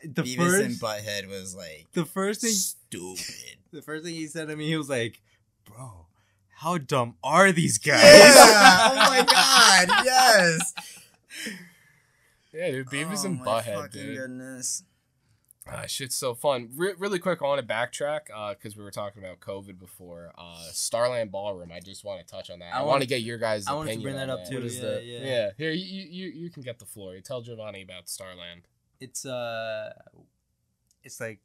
Speaker 2: The
Speaker 3: Beavis
Speaker 2: first,
Speaker 3: and Butthead was like
Speaker 2: the first thing
Speaker 3: stupid.
Speaker 2: the first thing he said to me, he was like, "Bro, how dumb are these
Speaker 3: yeah!
Speaker 2: guys?"
Speaker 3: <laughs> oh my
Speaker 2: <laughs>
Speaker 3: god! Yes.
Speaker 4: Yeah, dude, Beavis
Speaker 3: oh
Speaker 4: and
Speaker 3: my
Speaker 4: Butthead,
Speaker 3: fucking
Speaker 4: dude.
Speaker 3: Goodness.
Speaker 4: Ah, shit's so fun. Re- really quick, I want to backtrack because we were talking about COVID before. Uh, Starland Ballroom. I just want to touch on that.
Speaker 2: I
Speaker 4: I, want
Speaker 2: wanted-
Speaker 4: to get your guys'
Speaker 2: I wanted to
Speaker 4: opinion.
Speaker 2: bring that
Speaker 4: on
Speaker 2: up, too.
Speaker 4: What is
Speaker 2: Yeah,
Speaker 4: the-
Speaker 2: yeah.
Speaker 4: yeah. Here, you, you you can get the floor. Tell Giovanni about Starland.
Speaker 2: It's uh, it's like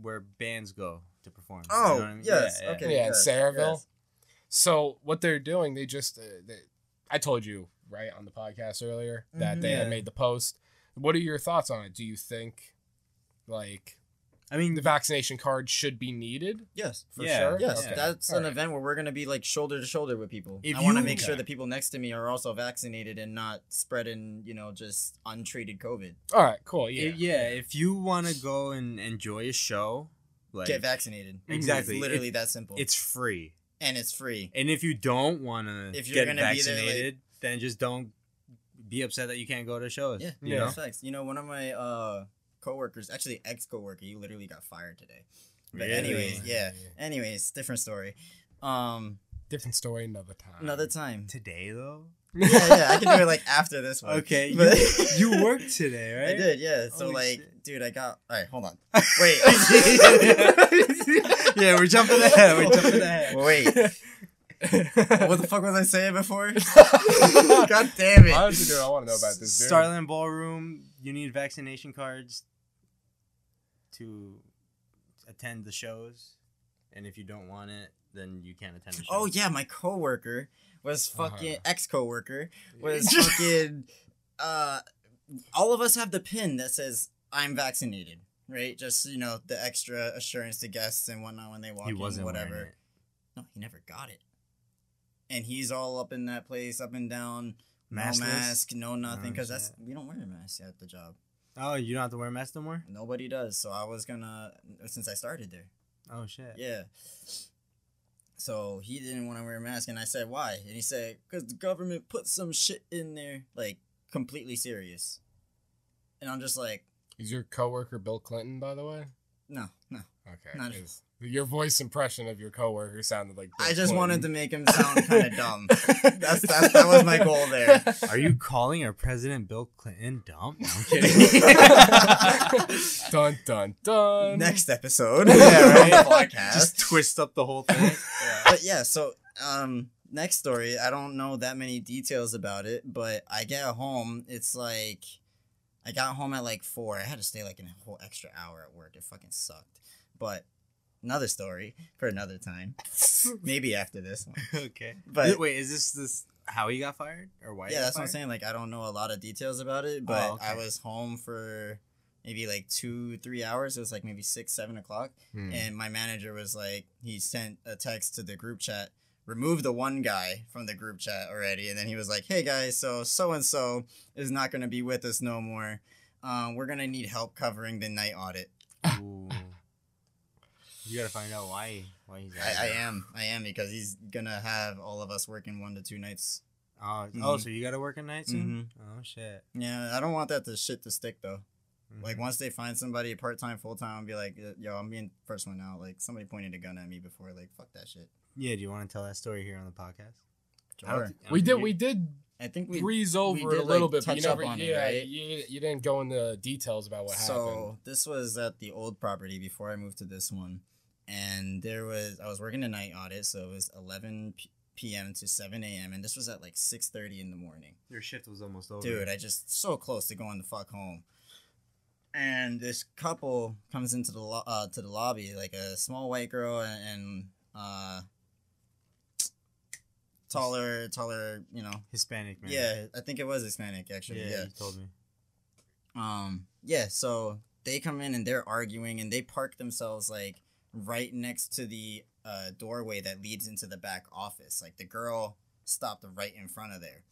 Speaker 2: where bands go to perform. You know
Speaker 3: Oh
Speaker 2: what I mean?
Speaker 3: yes.
Speaker 2: Yeah, yeah.
Speaker 3: Okay.
Speaker 4: Yeah, in
Speaker 3: yes,
Speaker 4: Saraville.
Speaker 3: yes.
Speaker 4: So what they're doing, they just uh, they, I told you right on the podcast earlier that
Speaker 3: Mhm.
Speaker 4: they had
Speaker 2: Yeah.
Speaker 4: made the post. What are your thoughts on it? Do you think like
Speaker 2: I mean,
Speaker 4: the vaccination card should be needed
Speaker 3: Yes.
Speaker 4: for
Speaker 2: Yeah,
Speaker 4: sure?
Speaker 3: Yes,
Speaker 2: Okay.
Speaker 3: that's an
Speaker 4: Alright.
Speaker 3: event where we're gonna be like shoulder to shoulder with people.
Speaker 2: If
Speaker 3: I want to
Speaker 2: you-
Speaker 3: make sure
Speaker 4: Okay.
Speaker 3: the people next to me are also vaccinated and not spreading, you know, just untreated COVID.
Speaker 4: All right, cool.
Speaker 2: yeah.
Speaker 4: Yeah.
Speaker 2: If, yeah, if you want to go and enjoy a show, like
Speaker 3: Get vaccinated.
Speaker 2: Exactly.
Speaker 3: It's literally
Speaker 2: It-
Speaker 3: that simple.
Speaker 2: It's free,
Speaker 3: and it's free.
Speaker 2: and if you don't want to
Speaker 3: If you're
Speaker 2: get
Speaker 3: gonna be there, like-
Speaker 2: vaccinated, then just don't be upset that you can't go to shows.
Speaker 3: Yeah,
Speaker 2: you
Speaker 4: Yeah.
Speaker 2: know?
Speaker 3: that's facts. You know, one of my uh coworkers, actually ex coworker, he literally got fired today. But
Speaker 2: Really?
Speaker 3: anyways, yeah. Anyways, different story. Um,
Speaker 4: Different story another time. <laughs>
Speaker 3: another time.
Speaker 2: Today though,
Speaker 3: <laughs> yeah, yeah, I can do it like after this one. <laughs>
Speaker 2: okay, you,
Speaker 3: But-
Speaker 2: <laughs> you worked today, right?
Speaker 3: I did, yeah. So
Speaker 2: Holy
Speaker 3: like,
Speaker 2: shit.
Speaker 3: dude, I got. All right, hold
Speaker 2: <laughs>
Speaker 3: on. Wait.
Speaker 2: yeah, we're jumping ahead.
Speaker 3: <laughs>
Speaker 2: We're jumping ahead. <laughs>
Speaker 3: Wait. What the fuck was I saying before? God damn
Speaker 4: <laughs> I
Speaker 3: it.
Speaker 4: honestly, dude, I want to know about this. Dude.
Speaker 2: Starland Ballroom. You need vaccination cards to attend the shows, and if you don't want it, then you can't attend the show.
Speaker 3: Oh yeah, my coworker was fucking
Speaker 4: Uh-huh.
Speaker 3: ex coworker
Speaker 2: <laughs>
Speaker 3: was fucking uh all of us have the pin that says I'm vaccinated, right? Just you know, the extra assurance to guests and whatnot when they walk
Speaker 2: he
Speaker 3: in,
Speaker 2: wasn't
Speaker 3: whatever.
Speaker 2: wearing it.
Speaker 3: No, he never got it. And he's all up in that place, up and down,
Speaker 2: Maskless?
Speaker 3: no mask, no nothing,
Speaker 2: Oh,
Speaker 3: because that's we don't wear a mask at the job.
Speaker 2: Oh, you don't have to wear a mask no more.
Speaker 3: Nobody does. So I was gonna since I started there.
Speaker 2: Oh shit.
Speaker 3: Yeah. So he didn't want to wear a mask, and I said, "Why?" And he said, "Cause the government put some shit in there, like completely serious." And I'm just like,
Speaker 4: Is your coworker Bill Clinton, by the way?
Speaker 3: "No, no."
Speaker 4: Okay.
Speaker 3: Not-
Speaker 4: 'cause Your voice impression of your coworker sounded like. Bill
Speaker 3: I just wanted to
Speaker 4: Clinton.
Speaker 3: make him sound kind
Speaker 2: <laughs>
Speaker 3: of dumb. <laughs> That's, that's that was my goal
Speaker 4: <laughs>
Speaker 3: there.
Speaker 2: Are
Speaker 3: <laughs>
Speaker 2: you calling our president Bill Clinton dumb? No, <laughs>
Speaker 3: <laughs>
Speaker 2: I'm kidding.
Speaker 4: dun dun dun.
Speaker 3: Next episode,
Speaker 2: Um, <laughs> yeah,
Speaker 3: <laughs>
Speaker 2: right.
Speaker 3: podcast.
Speaker 2: Just twist up the whole thing.
Speaker 3: but yeah, so um next story, I don't know that many details about it, but I get home, it's like I got home at like 4. I had to stay like an whole extra hour at work. It fucking sucked. But another story for another time. Maybe after this one.
Speaker 2: <laughs> okay.
Speaker 3: But-
Speaker 2: wait, is this this how he got fired or why? he
Speaker 3: yeah,
Speaker 2: got
Speaker 3: that's what I'm
Speaker 2: fired?
Speaker 3: saying. Like I don't know a lot of details about it, but
Speaker 2: Oh, okay.
Speaker 3: I was home for maybe like two, three hours. It was like maybe six, seven o'clock.
Speaker 2: Mm.
Speaker 4: Hmm.
Speaker 3: And my manager was like, he sent a text to the group chat, remove the one guy from the group chat already. And then he was like, hey guys, so so and so is not going to be with us no more. Um, we're going to need help covering the night audit.
Speaker 2: Ooh. You gotta find out why why he's out
Speaker 3: I, I
Speaker 2: there.
Speaker 3: am. I am because he's going to have all of us working one to two nights.
Speaker 2: Oh,
Speaker 3: Mhm.
Speaker 2: oh, so you gotta work at night soon?
Speaker 3: Mm-hmm.
Speaker 2: Oh shit.
Speaker 3: Yeah, I don't want that to shit to stick though. Like
Speaker 2: Mhm.
Speaker 3: once they find somebody part time, full time, be like, yo, I'm being first one out. Like somebody pointed a gun at me before. Like fuck that shit.
Speaker 2: yeah, do you want to tell that story here on the podcast? I don't
Speaker 3: Sure.
Speaker 2: thi- I don't
Speaker 4: we
Speaker 2: think
Speaker 4: did
Speaker 2: you-
Speaker 4: we did
Speaker 3: I think we.
Speaker 4: breeze over
Speaker 3: did,
Speaker 4: it a little
Speaker 3: like,
Speaker 4: bit, but you
Speaker 3: touch up
Speaker 4: never
Speaker 3: on it,
Speaker 4: yeah
Speaker 3: right?
Speaker 4: you, you didn't go into details about what happened.
Speaker 3: so this was at the old property before I moved to this one, and there was I was working a night audit, so it was 11 p- p.m. to 7 a.m. and this was at like 6:30 in the morning.
Speaker 2: Your shift was almost over.
Speaker 3: Dude, I just so close to going the fuck home. And this couple comes into the lo- uh, to the lobby, like a small white girl and, and uh, taller, taller, you know.
Speaker 2: Hispanic man.
Speaker 3: Yeah, I think it was Hispanic actually.
Speaker 2: yeah,
Speaker 3: Yeah.
Speaker 2: You told me.
Speaker 3: Um. Yeah. So they come in and they're arguing and they park themselves like right next to the uh, doorway that leads into the back office. Like the girl stopped right in front of there,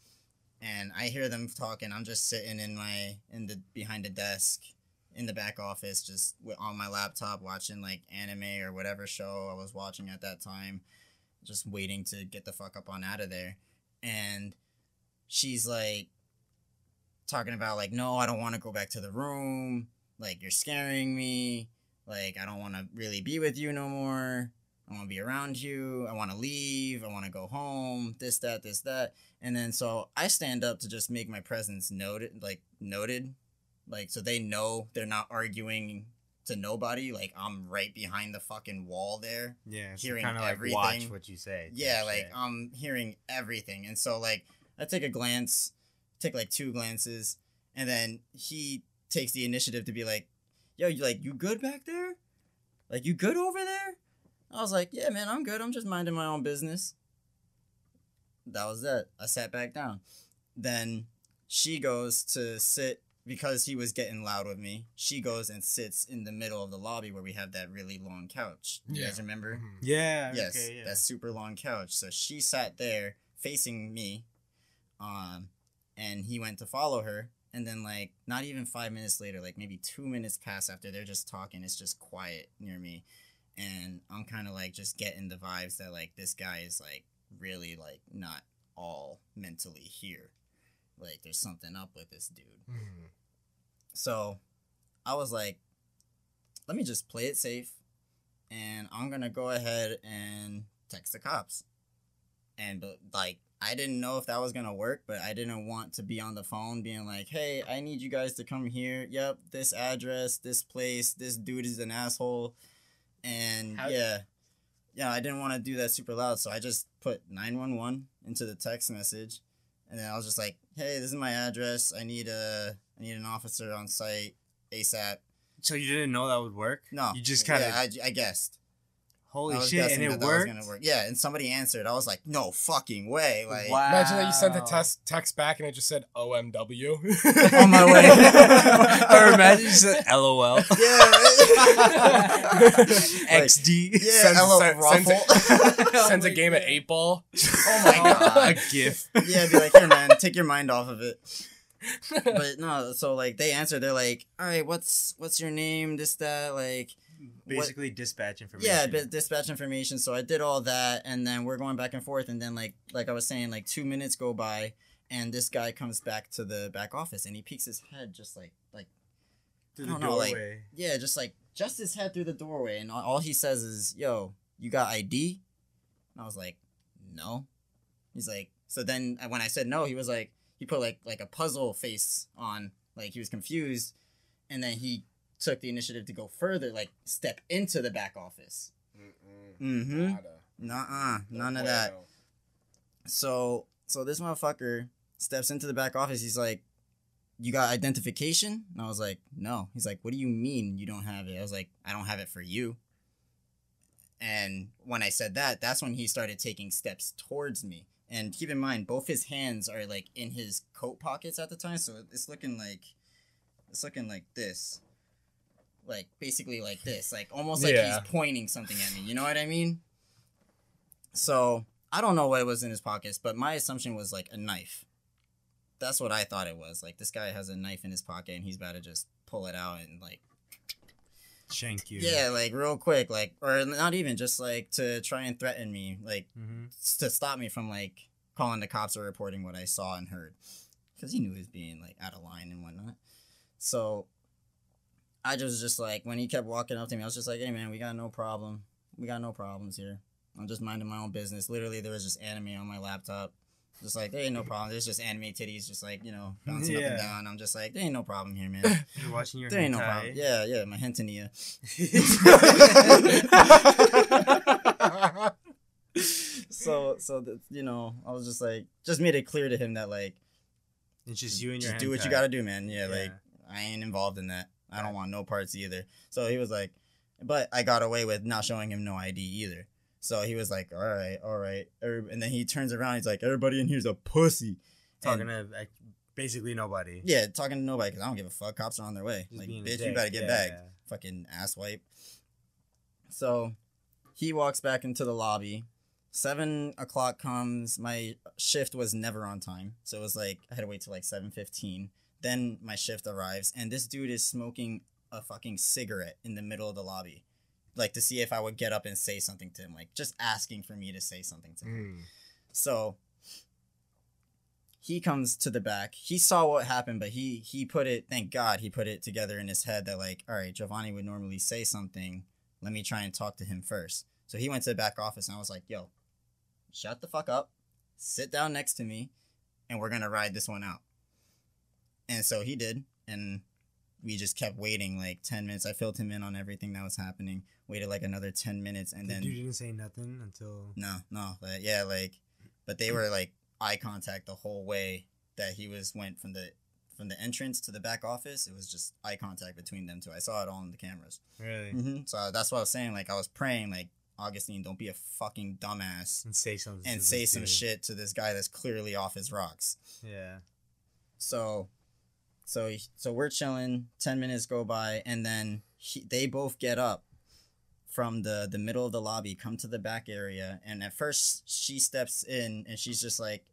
Speaker 3: and I hear them talking. I'm just sitting in my in the behind a desk in the back office, just wi- on my laptop watching like anime or whatever show I was watching at that time, just waiting to get the fuck up on out of there. And she's like talking about like, no, I don't want to go back to the room. Like you're scaring me. Like I don't want to really be with you no more. I want to be around you. I want to leave. I want to go home. This, that, this, that. And then so I stand up to just make my presence noted, like noted, like so they know they're not arguing to nobody. Like I'm right behind the fucking wall there.
Speaker 2: Yeah, so
Speaker 3: Hearing
Speaker 2: kind of like watch
Speaker 3: everything.
Speaker 2: what you say. type
Speaker 3: Yeah, like um, I'm
Speaker 2: shit.
Speaker 3: hearing everything, and so like I take a glance, take like two glances, and then he takes the initiative to be like, "Yo, you like you good back there? Like you good over there?" I was like, "Yeah, man, I'm good. I'm just minding my own business." That was it. I sat back down. Then she goes to sit because he was getting loud with me. She goes and sits in the middle of the lobby where we have that really long couch. You
Speaker 4: Yeah.
Speaker 3: guys remember?
Speaker 4: Mhm.
Speaker 2: yeah,
Speaker 3: yes,
Speaker 2: okay, yeah.
Speaker 3: that super long couch. So she sat there facing me, um, and he went to follow her. And then, like, not even five minutes later, like maybe two minutes pass after they're just talking. It's just quiet near me, and I'm kind of like just getting the vibes that like this guy is like really like not all mentally here. Like, there's something up with this dude.
Speaker 4: Mhm.
Speaker 3: So I was like, let me just play it safe and I'm going to go ahead and text the cops. And but, like, I didn't know if that was going to work, but I didn't want to be on the phone being like, hey, I need you guys to come here. Yep, this address, this place, this dude is an asshole. And
Speaker 4: How-
Speaker 3: yeah. Yeah, I didn't want to do that super loud, so I just put 911 into the text message and then I was just like, "Hey, this is my address. I need a I need an officer on site ASAP."
Speaker 2: So you didn't know that would work?
Speaker 3: No,
Speaker 2: You just kind of
Speaker 3: yeah, I, I guessed.
Speaker 2: holy
Speaker 3: I was
Speaker 2: shit, and
Speaker 3: guessing
Speaker 2: it
Speaker 3: that that was
Speaker 2: worked.
Speaker 3: gonna work. Yeah, and somebody answered. I was like, "No fucking way!" Like,
Speaker 2: wow.
Speaker 4: Imagine that you sent the
Speaker 2: <laughs>
Speaker 4: test text back and it just said OMW.
Speaker 3: <laughs> On
Speaker 4: <laughs>
Speaker 3: my way.
Speaker 2: or imagine you said <laughs> LOL.
Speaker 3: <laughs> yeah, <laughs> right?
Speaker 2: XD.
Speaker 3: yeah, <laughs>
Speaker 4: Sends-
Speaker 3: hello,
Speaker 4: sends-
Speaker 3: ruffle. <laughs>
Speaker 4: Sends a game at eight ball.
Speaker 3: oh my
Speaker 4: <laughs>
Speaker 3: god.
Speaker 2: a GIF.
Speaker 3: yeah, I'd be like, here, man, take your mind off of it. But no, so like they answered, they're like, all right, what's what's your name, this that, like, what-
Speaker 2: Basically, dispatch information.
Speaker 3: yeah but dispatch information so i did all that and then we're going back and forth and then like like i was saying like two minutes go by and this guy comes back to the back office and he peeks his head just like like
Speaker 2: through
Speaker 3: I
Speaker 2: the
Speaker 3: don't know, like-
Speaker 2: doorway.
Speaker 3: yeah just like just his head through the doorway and all- all he says is yo you got id and i was like no he's like so then I- when i said no he was like he put like like a puzzle face on like he was confused and then he took the initiative to go further like step into the back office mm-hmm Nuh-uh, none of that. So so this motherfucker steps into the back office. He's like, "You got identification?" And I was like, "No." He's like, "What do you mean you don't have it?" I was like, "I don't have it for you." And when I said that, that's when he started taking steps towards me. And keep in mind, both his hands are like in his coat pockets at the time, so it's looking like it's looking like this. like basically like this, like almost like he's
Speaker 4: Yeah.
Speaker 3: pointing something at me. You know what I mean? So I don't know what it was in his pockets, but my assumption was like a knife. That's what I thought it was. Like this guy has a knife in his pocket and he's about to just pull it out and like
Speaker 2: Shank you.
Speaker 3: yeah, like real quick, like or not even just like to try and threaten me, like
Speaker 2: Mm-hmm.
Speaker 3: s- to stop me from like calling the cops or reporting what I saw and heard, because he knew he was being like out of line and whatnot. So I just just like when he kept walking up to me, I was just like, "Hey man, we got no problem. We got no problems here. I'm just minding my own business. Literally, there was just anime on my laptop." Just like there ain't no problem. There's just anime titties, just like you know,
Speaker 2: <laughs>
Speaker 3: bouncing up and
Speaker 2: Yeah.
Speaker 3: down. I'm just like there ain't no problem here, man.
Speaker 2: <laughs> You're watching your
Speaker 3: There ain't no
Speaker 2: hentai.
Speaker 3: problem. Yeah, yeah, my <laughs> hentania. so, so that, you know, I was just like, just made it clear to him that like,
Speaker 2: <laughs> It's just you and your
Speaker 3: just do what you
Speaker 2: hentai.
Speaker 3: gotta do, man. Yeah,
Speaker 2: Yeah.
Speaker 3: like I ain't involved in that. I don't want no parts either. So he was like, but I got away with not showing him no ID either. So he was like, all right, all right. Every- And then he turns around. He's like, everybody in here's a pussy.
Speaker 2: talking
Speaker 3: And-
Speaker 2: to like, basically nobody.
Speaker 3: yeah, talking to nobody because I don't give a fuck. Cops are on their way.
Speaker 2: Just
Speaker 3: like,
Speaker 2: being a
Speaker 3: bitch, you
Speaker 2: dick.
Speaker 3: better get
Speaker 2: Yeah,
Speaker 3: back.
Speaker 2: yeah.
Speaker 3: Fucking ass wipe. So he walks back into the lobby. Seven o'clock comes. My shift was never on time, so it was like I had to wait till like seven fifteen. Then my shift arrives, and this dude is smoking a fucking cigarette in the middle of the lobby, like to see if I would get up and say something to him, like just asking for me to say something to him. <laughs>
Speaker 4: Mm.
Speaker 3: So he comes to the back. He saw what happened, but he he put it. Thank God he put it together in his head that like, all right, Giovanni would normally say something. Let me try and talk to him first. So he went to the back office, and I was like, yo, shut the fuck up, sit down next to me, and we're gonna ride this one out. And so he did, and we just kept waiting like ten minutes. I filled him in on everything that was happening. Waited like another ten minutes, and
Speaker 2: The
Speaker 3: then
Speaker 2: dude didn't say nothing until
Speaker 3: no, no, but yeah, like, but they were like eye contact the whole way that he was went from the from the entrance to the back office. It was just eye contact between them two. I saw it all in the cameras.
Speaker 2: really
Speaker 3: hmm So that's what I was saying. Like I was praying, like Augustine, don't be a fucking dumbass
Speaker 2: and say something
Speaker 3: Mm-hmm. and
Speaker 2: to
Speaker 3: say
Speaker 2: Mm, this
Speaker 3: some
Speaker 2: dude.
Speaker 3: shit to this guy that's clearly off his rocks.
Speaker 2: Yeah,
Speaker 3: So, so he- so we're chilling. Ten minutes go by, and then he, they both get up from the the middle of the lobby, come to the back area, and at first she steps in, and she's just like,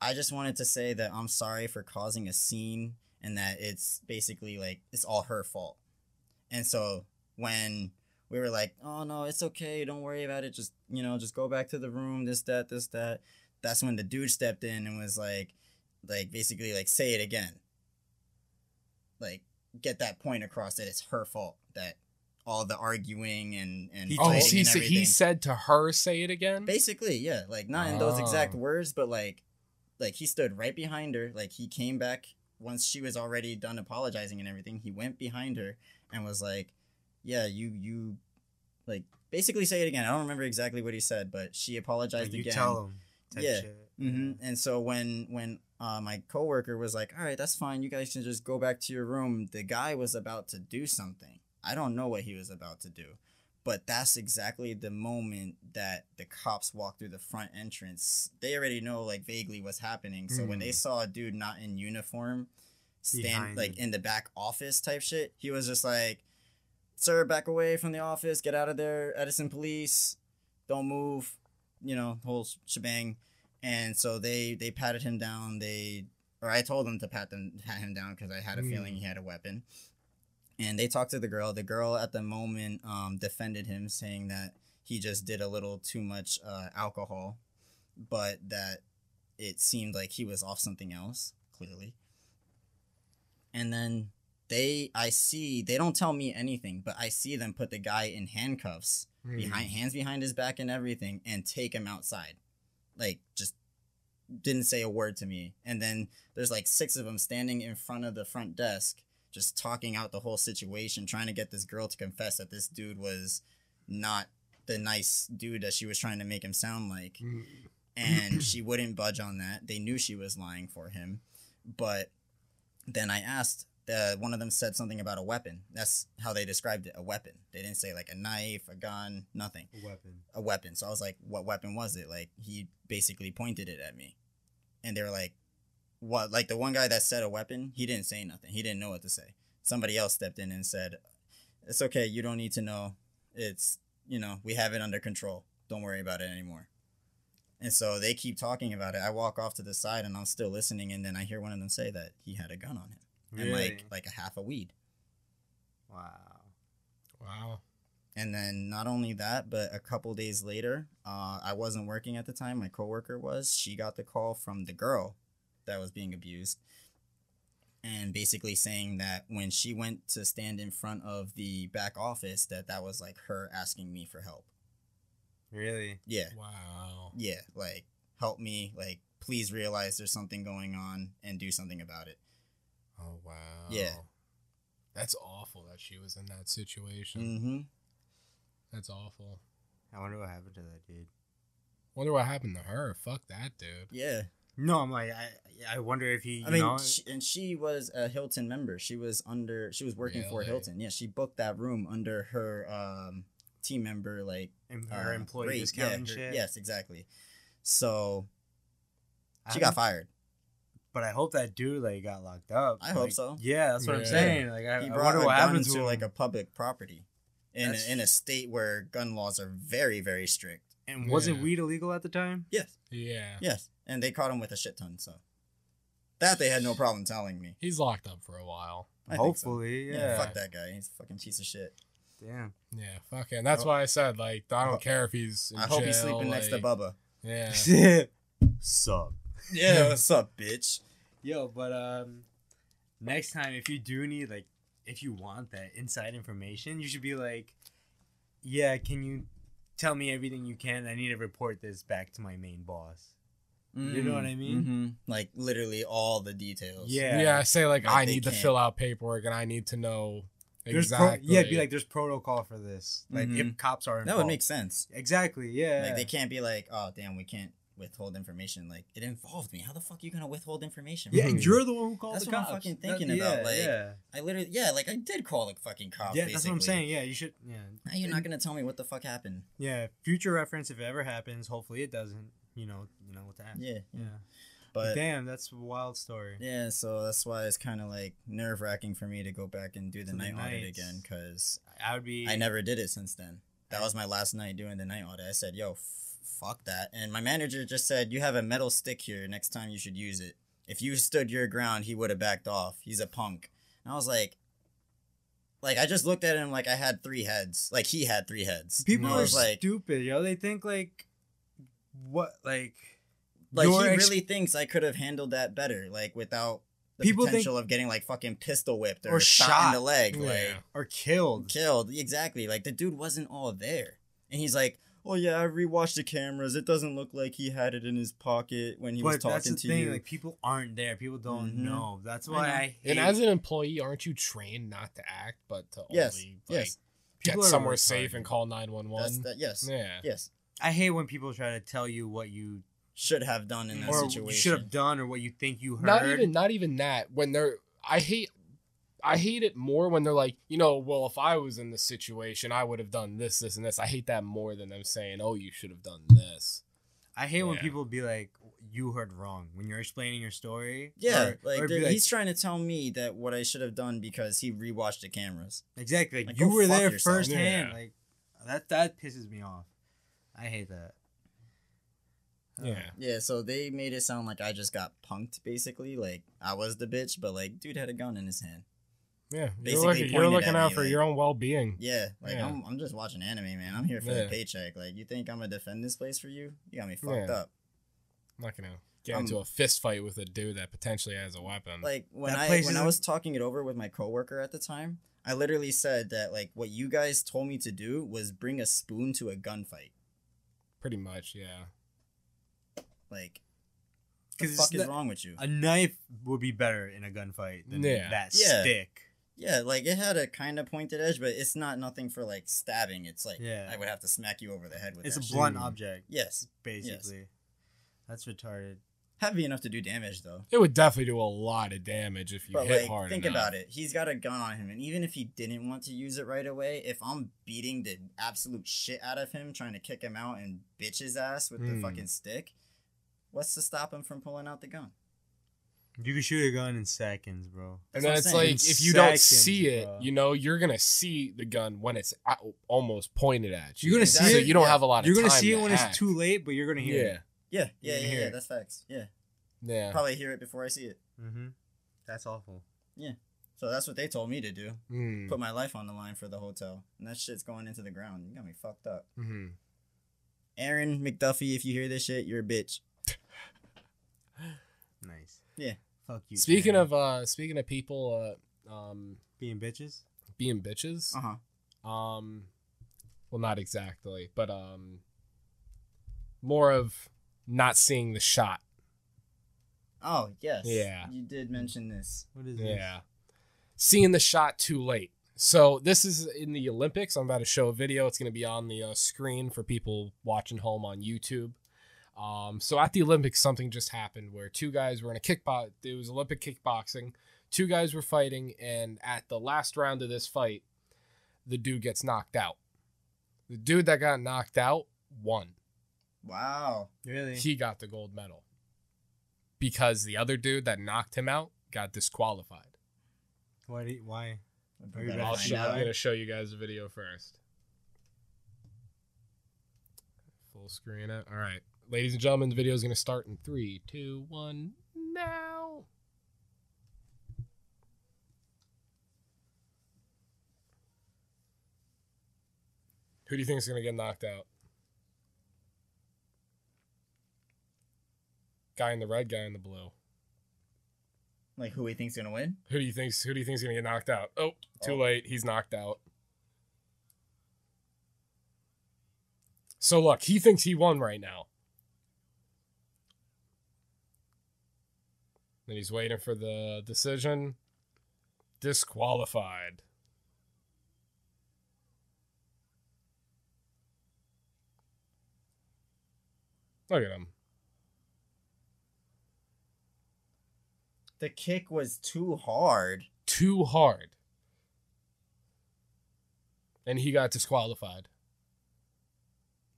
Speaker 3: "I just wanted to say that I'm sorry for causing a scene, and that it's basically like it's all her fault." And so when we were like, "Oh no, it's okay. Don't worry about it. Just you know, just go back to the room. This that this that." That's when the dude stepped in and was like, like basically like say it again like get that point across that it's her fault that all the arguing and and
Speaker 2: He
Speaker 4: Oh,
Speaker 3: fighting
Speaker 4: he,
Speaker 3: and
Speaker 4: sa- he
Speaker 3: everything.
Speaker 4: said to her, "Say it again."
Speaker 3: basically yeah like not in those
Speaker 4: Oh.
Speaker 3: exact words but like like he stood right behind her like he came back once she was already done apologizing and everything he went behind her and was like yeah you you like basically say it again i don't remember exactly what he said but she apologized
Speaker 2: like you
Speaker 3: again
Speaker 2: tell him. Type
Speaker 3: Yeah.
Speaker 2: Shit.
Speaker 3: hmm And so when when uh, my coworker was like, "All right, that's fine. You guys can just go back to your room," the guy was about to do something. I don't know what he was about to do, but that's exactly the moment that the cops walked through the front entrance. They already know like vaguely what's happening. So when they saw a dude not in uniform, stand
Speaker 2: Mm-hmm. Behind
Speaker 3: like
Speaker 2: him.
Speaker 3: in the back office type shit, he was just like, "Sir, back away from the office. Get out of there, Edison police. Don't move." You know, whole sh- shebang and so they they patted him down they or i told them to pat them pat him down because i had a
Speaker 4: Mm.
Speaker 3: feeling he had a weapon and they talked to the girl the girl at the moment um, defended him saying that he just did a little too much uh, alcohol but that it seemed like he was off something else clearly and then they i see they don't tell me anything but i see them put the guy in handcuffs
Speaker 4: Mm.
Speaker 3: behind hands behind his back and everything and take him outside like just didn't say a word to me and then there's like six of them standing in front of the front desk just talking out the whole situation trying to get this girl to confess that this dude was not the nice dude that she was trying to make him sound like
Speaker 4: Mm.
Speaker 3: and she wouldn't budge on that. They knew she was lying for him, but then I asked. Uh, one of them said something about a weapon. That's how they described it—a weapon. They didn't say like a knife, a gun, nothing.
Speaker 2: A weapon.
Speaker 3: A weapon. So I was like, "What weapon was it?" Like he basically pointed it at me, and they were like, "What?" Like the one guy that said a weapon, he didn't say nothing. He didn't know what to say. Somebody else stepped in and said, it's okay. You don't need to know. It's, you know, we have it under control. Don't worry about it anymore. And so they keep talking about it. I walk off to the side and I'm still listening. And then I hear one of them say that he had a gun on him and like like a half a weed.
Speaker 2: wow.
Speaker 4: Wow.
Speaker 3: And then not only that, but a couple days later, uh, I wasn't working at the time. My coworker was. She got the call from the girl that was being abused, and basically saying that when she went to stand in front of the back office, that that was like her asking me for help.
Speaker 2: Really?
Speaker 3: Yeah,
Speaker 4: Wow.
Speaker 3: yeah, like help me, like please realize there's something going on and do something about it.
Speaker 4: Oh wow.
Speaker 3: Yeah.
Speaker 4: That's awful that she was in that situation.
Speaker 3: Mm-hmm.
Speaker 4: That's awful.
Speaker 2: I wonder what happened to that dude.
Speaker 4: Wonder what happened to her. Fuck that dude.
Speaker 3: Yeah.
Speaker 2: No, I'm like, I, I wonder if he, you
Speaker 3: I mean,
Speaker 2: know,
Speaker 3: she, and she was a Hilton member. She was under. She was working for
Speaker 4: Really?
Speaker 3: Hilton. Yeah, she booked that room under her um, team member, like
Speaker 2: em- her
Speaker 3: uh,
Speaker 2: employee
Speaker 3: rate.
Speaker 2: discount
Speaker 3: Yeah,
Speaker 2: and
Speaker 3: her-
Speaker 2: shit.
Speaker 3: Yes, exactly. So
Speaker 2: I
Speaker 3: she got
Speaker 2: don't-
Speaker 3: fired.
Speaker 2: But I hope that dude like got locked up.
Speaker 3: I hope
Speaker 2: Like,
Speaker 3: so.
Speaker 2: Yeah, that's what I'm
Speaker 4: Yeah.
Speaker 2: saying. Like, I,
Speaker 3: He
Speaker 2: I
Speaker 3: brought
Speaker 2: wonder
Speaker 3: a
Speaker 2: what
Speaker 3: gun
Speaker 2: happened to
Speaker 3: to
Speaker 2: him.
Speaker 3: like a public property, in
Speaker 2: That's-
Speaker 3: a, in a state where gun laws are very very strict.
Speaker 2: and wasn't
Speaker 4: Yeah.
Speaker 2: weed illegal at the time?
Speaker 3: Yes,
Speaker 4: Yeah.
Speaker 3: yes, and they caught him with a shit ton. So that they had no problem telling me.
Speaker 4: He's locked up for a while.
Speaker 3: I think so.
Speaker 2: Hopefully, yeah.
Speaker 3: fuck that guy. He's a fucking piece of shit.
Speaker 2: Damn.
Speaker 4: Yeah, fucking. That's why I said like I don't care if he's. In
Speaker 3: I hope he's
Speaker 4: jail,
Speaker 3: sleeping next to
Speaker 4: like-
Speaker 3: Bubba.
Speaker 4: Yeah.
Speaker 3: <laughs>
Speaker 2: Sup.
Speaker 3: Yeah, <laughs> what's up, bitch?
Speaker 2: Yo, but um, next time if you do need like, if you want that inside information, you should be like, yeah, can you tell me everything you can? I need to report this back to my main boss. You know what I mean?
Speaker 3: hmm Like literally all the details.
Speaker 2: <laughs> Yeah.
Speaker 4: yeah. I say like
Speaker 3: Like,
Speaker 4: I
Speaker 3: they
Speaker 4: need to
Speaker 3: can't.
Speaker 4: fill out paperwork and I need to know
Speaker 2: There's
Speaker 4: exactly.
Speaker 2: Pro- yeah, be like, there's protocol for this. Like if
Speaker 3: Mhm.
Speaker 2: cops are
Speaker 3: that
Speaker 2: involved.
Speaker 3: would make sense.
Speaker 2: exactly. Yeah.
Speaker 3: Like they can't be like, oh damn, we can't withhold information. Like it involved me. How the fuck you gonna withhold information?
Speaker 2: yeah,
Speaker 3: from
Speaker 2: and
Speaker 3: me?
Speaker 2: you're the one who called
Speaker 3: That's
Speaker 2: the
Speaker 3: what I'm
Speaker 2: cops.
Speaker 3: fucking
Speaker 2: That-
Speaker 3: thinking about,
Speaker 2: yeah,
Speaker 3: like,
Speaker 2: yeah,
Speaker 3: I literally, yeah, like I did call the fucking cops.
Speaker 2: yeah that's what I'm
Speaker 3: basically.
Speaker 2: saying. Yeah, you should. Yeah,
Speaker 3: Now you're not gonna tell me what the fuck happened.
Speaker 2: yeah. Future reference, if it ever happens. Hopefully, it doesn't. You know, you know what that.
Speaker 3: Yeah,
Speaker 2: Yeah.
Speaker 3: but
Speaker 2: Damn, that's a wild story.
Speaker 3: yeah, so that's why it's kind of like nerve wracking for me to go back and do the
Speaker 2: To the
Speaker 3: night audit
Speaker 2: nights.
Speaker 3: again because
Speaker 2: I would be.
Speaker 3: I never did it since then. That was my last night doing the night audit. I said, "Yo, f- fuck that." And my manager just said, "You have a metal stick here. Next time you should use it. If you stood your ground, he would have backed off. He's a punk." And I was like, like I just looked at him like I had three heads. Like he had three heads.
Speaker 2: People
Speaker 3: And I
Speaker 2: are
Speaker 3: was like,
Speaker 2: stupid, yo. They think like, what like.
Speaker 3: like
Speaker 2: your
Speaker 3: he
Speaker 2: ex-
Speaker 3: really thinks I could have handled that better, like without the
Speaker 2: People think-
Speaker 3: potential of getting like fucking pistol whipped or,
Speaker 2: Or
Speaker 3: shot, in
Speaker 2: shot.
Speaker 3: the leg.
Speaker 4: Yeah.
Speaker 3: Like
Speaker 2: are killed.
Speaker 3: killed. Exactly. Like the dude wasn't all there. And he's like, Oh yeah, I rewatched the cameras. It doesn't look like he had it in his pocket when he was
Speaker 2: But that's
Speaker 3: talking
Speaker 2: the
Speaker 3: to
Speaker 2: thing.
Speaker 3: you.
Speaker 2: Like people aren't there. People don't
Speaker 3: Mhm.
Speaker 2: know. That's
Speaker 3: I
Speaker 2: why
Speaker 3: know.
Speaker 2: I, hate.
Speaker 4: And as an employee, aren't you trained not to act but to
Speaker 3: yes.
Speaker 4: only like,
Speaker 3: yes.
Speaker 4: get
Speaker 2: People are
Speaker 4: somewhere safe
Speaker 2: retarded.
Speaker 4: and call nine one
Speaker 3: That's
Speaker 4: one?
Speaker 3: that yes.
Speaker 4: Yeah.
Speaker 3: Yes.
Speaker 2: I hate when people try to tell you what you
Speaker 3: Should have done in that
Speaker 2: or you should
Speaker 3: situation.
Speaker 2: have done or what you think you heard.
Speaker 4: Not even not even that. When they're I hate I hate it more when they're like, you know, well, if I was in this situation, I would have done this, this, and this. I hate that more than them saying, "Oh, you should have done this."
Speaker 2: I hate when
Speaker 4: Yeah.
Speaker 2: people be like, "You heard wrong" when you're explaining your story.
Speaker 3: Yeah.
Speaker 2: Or-
Speaker 3: like,
Speaker 2: or be
Speaker 3: dude, he's trying to tell me that what I should have done because he rewatched the cameras.
Speaker 2: exactly. Like,
Speaker 3: like,
Speaker 2: you
Speaker 3: go
Speaker 2: were
Speaker 3: fuck
Speaker 2: there
Speaker 3: yourself.
Speaker 2: firsthand.
Speaker 4: Yeah.
Speaker 2: Like that. That pisses me off. I hate that. Uh,
Speaker 4: Yeah.
Speaker 3: Yeah, so they made it sound like I just got punked basically, like I was the bitch, but like dude had a gun in his hand.
Speaker 4: Yeah, you're
Speaker 3: Basically
Speaker 4: looking, you're
Speaker 3: pointed
Speaker 4: looking
Speaker 3: at
Speaker 4: out
Speaker 3: me,
Speaker 4: for
Speaker 3: like-
Speaker 4: your own well-being.
Speaker 3: Yeah, like
Speaker 4: Yeah.
Speaker 3: I'm, I'm just watching anime, man. I'm here for
Speaker 4: Yeah.
Speaker 3: the paycheck. Like you think I'm gonna defend this place for you? You got me fucked
Speaker 4: Yeah.
Speaker 3: up.
Speaker 4: I'm not gonna get
Speaker 3: Um,
Speaker 4: into a fist fight with a dude that potentially has a weapon.
Speaker 3: like when
Speaker 2: That
Speaker 3: I
Speaker 2: place
Speaker 3: when I
Speaker 2: isn't-
Speaker 3: was talking it over with my coworker at the time, I literally said that like what you guys told me to do was bring a spoon to a gunfight.
Speaker 4: Pretty much, yeah.
Speaker 3: Like, the
Speaker 2: 'Cause it's
Speaker 3: fuck is
Speaker 2: not-
Speaker 3: wrong with you?
Speaker 2: A knife would be better in a gunfight than
Speaker 4: Yeah.
Speaker 2: that
Speaker 3: Yeah.
Speaker 2: stick.
Speaker 3: yeah, like it had a kind of pointed edge, but it's not nothing for like stabbing. It's like
Speaker 2: Yeah.
Speaker 3: I would have to smack you over the head with.
Speaker 2: It's
Speaker 3: that
Speaker 2: a
Speaker 3: shit.
Speaker 2: blunt
Speaker 4: Mm.
Speaker 2: object,
Speaker 3: Yes,
Speaker 2: basically. That's retarded.
Speaker 3: heavy enough to do damage though.
Speaker 4: It would definitely do a lot of damage if you
Speaker 3: But
Speaker 4: hit
Speaker 3: like,
Speaker 4: hard
Speaker 3: think
Speaker 4: enough.
Speaker 3: about it. He's got a gun on him, and even if he didn't want to use it right away, if I'm beating the absolute shit out of him, trying to kick him out and bitch his ass with
Speaker 4: Hmm.
Speaker 3: the fucking stick, what's to stop him from pulling out the gun?
Speaker 2: You can shoot a gun in seconds, bro.
Speaker 3: That's
Speaker 4: and then
Speaker 3: what I'm
Speaker 4: it's
Speaker 3: saying.
Speaker 4: like if you don't
Speaker 2: Seconds,
Speaker 4: see it,
Speaker 2: bro.
Speaker 4: you know, you're gonna see the gun when it's a- almost pointed at you.
Speaker 2: You're gonna
Speaker 4: So
Speaker 2: see it-
Speaker 4: you don't
Speaker 3: yeah.
Speaker 4: have a lot of.
Speaker 2: You're gonna
Speaker 4: time
Speaker 2: see
Speaker 4: to
Speaker 2: it when
Speaker 4: act.
Speaker 2: it's too late, but you're gonna hear
Speaker 4: Yeah,
Speaker 2: it.
Speaker 3: yeah, yeah,
Speaker 2: You can
Speaker 3: yeah,
Speaker 2: hear
Speaker 3: yeah.
Speaker 2: it.
Speaker 3: That's facts. Yeah,
Speaker 4: yeah.
Speaker 3: probably hear it before I see it.
Speaker 2: Mm-hmm. That's awful.
Speaker 3: So that's what they told me to do.
Speaker 4: Mm,
Speaker 3: Put my life on the line for the hotel, and that shit's going into the ground. You got me fucked up.
Speaker 4: mhm.
Speaker 3: Aaron McDuffie, if you hear this shit, you're a bitch.
Speaker 2: Nice.
Speaker 3: Yeah.
Speaker 2: Fuck you.
Speaker 4: Speaking
Speaker 2: Karen.
Speaker 4: of uh, speaking of people, uh, um,
Speaker 2: being bitches,
Speaker 4: being bitches.
Speaker 3: Uh huh.
Speaker 4: um well not exactly but um more of not seeing the shot
Speaker 3: Oh yes.
Speaker 4: Yeah.
Speaker 3: You did mention this.
Speaker 2: what is this?
Speaker 4: yeah seeing the shot too late so this is in the olympics i'm about to show a video it's going to be on the uh, screen for people watching home on youtube um, so at the olympics something just happened where two guys were in a kickbox it was olympic kickboxing two guys were fighting and at the last round of this fight the dude gets knocked out the dude that got knocked out won
Speaker 3: Wow.
Speaker 2: Really?
Speaker 4: he got the gold medal because the other dude that knocked him out got disqualified.
Speaker 2: Why? do you- why?
Speaker 3: We're gonna
Speaker 2: you gotta
Speaker 4: I'll
Speaker 3: find
Speaker 4: show,
Speaker 3: out.
Speaker 4: I'm gonna show you guys the video first. Full screen it. All right, ladies and gentlemen, the video is gonna start in three, two, one, now. Who do you think is gonna get knocked out? Guy in the red, guy in the blue.
Speaker 3: Like who he thinks gonna win?
Speaker 4: Who do you think's Who do you think's gonna get knocked out? Oh, too
Speaker 3: Oh.
Speaker 4: late. He's knocked out. So look, he thinks he won right now. Then he's waiting for the decision. Disqualified. Look at him.
Speaker 3: The kick was too hard.
Speaker 4: Too hard. And he got disqualified.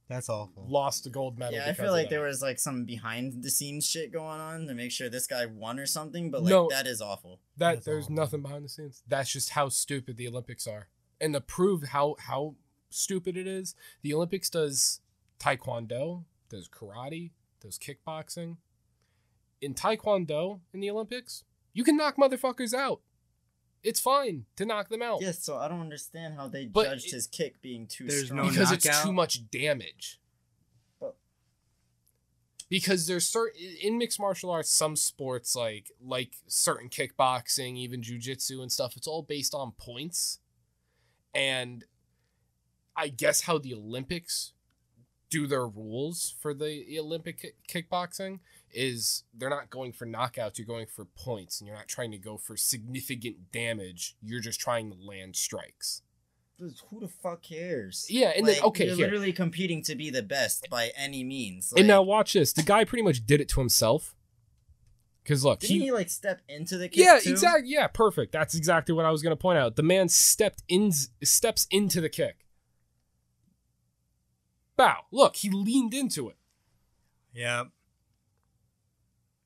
Speaker 2: That's awful.
Speaker 4: lost the gold medal.
Speaker 3: Yeah, I
Speaker 4: because
Speaker 3: feel
Speaker 4: of
Speaker 3: like
Speaker 4: that.
Speaker 3: there was like some behind the scenes shit going on to make sure this guy won or something, but like
Speaker 4: No.
Speaker 3: that is awful.
Speaker 4: that
Speaker 2: That's
Speaker 4: there's
Speaker 2: awful.
Speaker 4: nothing behind the scenes. That's just how stupid the Olympics are, and to prove how how stupid it is, the Olympics does taekwondo, does karate, does kickboxing. In taekwondo in the Olympics, you can knock motherfuckers out. It's fine to knock them out
Speaker 3: Yes, so I don't understand how they
Speaker 4: But
Speaker 3: judged
Speaker 4: it-
Speaker 3: his kick being too
Speaker 2: There's
Speaker 3: strong.
Speaker 2: no
Speaker 4: because it's
Speaker 2: knockout?
Speaker 4: too much damage.
Speaker 3: But-
Speaker 4: because there's certain in mixed martial arts some sports like like certain kickboxing even jujitsu and stuff it's all based on points and i guess how the olympics do their rules for the olympic ki- kickboxing is they're not going for knockouts you're going for points and you're not trying to go for significant damage you're just trying to land strikes
Speaker 3: Who the fuck cares?
Speaker 4: yeah and
Speaker 3: Like,
Speaker 4: then okay
Speaker 3: you're
Speaker 4: here.
Speaker 3: literally competing to be the best by any means.
Speaker 4: and
Speaker 3: Like,
Speaker 4: now watch this the guy pretty much did it to himself because look
Speaker 3: didn't
Speaker 4: he
Speaker 3: he like step into the kick?
Speaker 4: Yeah,
Speaker 3: too?
Speaker 4: exactly. Yeah, perfect. That's exactly what I was going to point out. The man stepped in, steps into the kick. Bow. Look, he leaned into it.
Speaker 2: Yeah.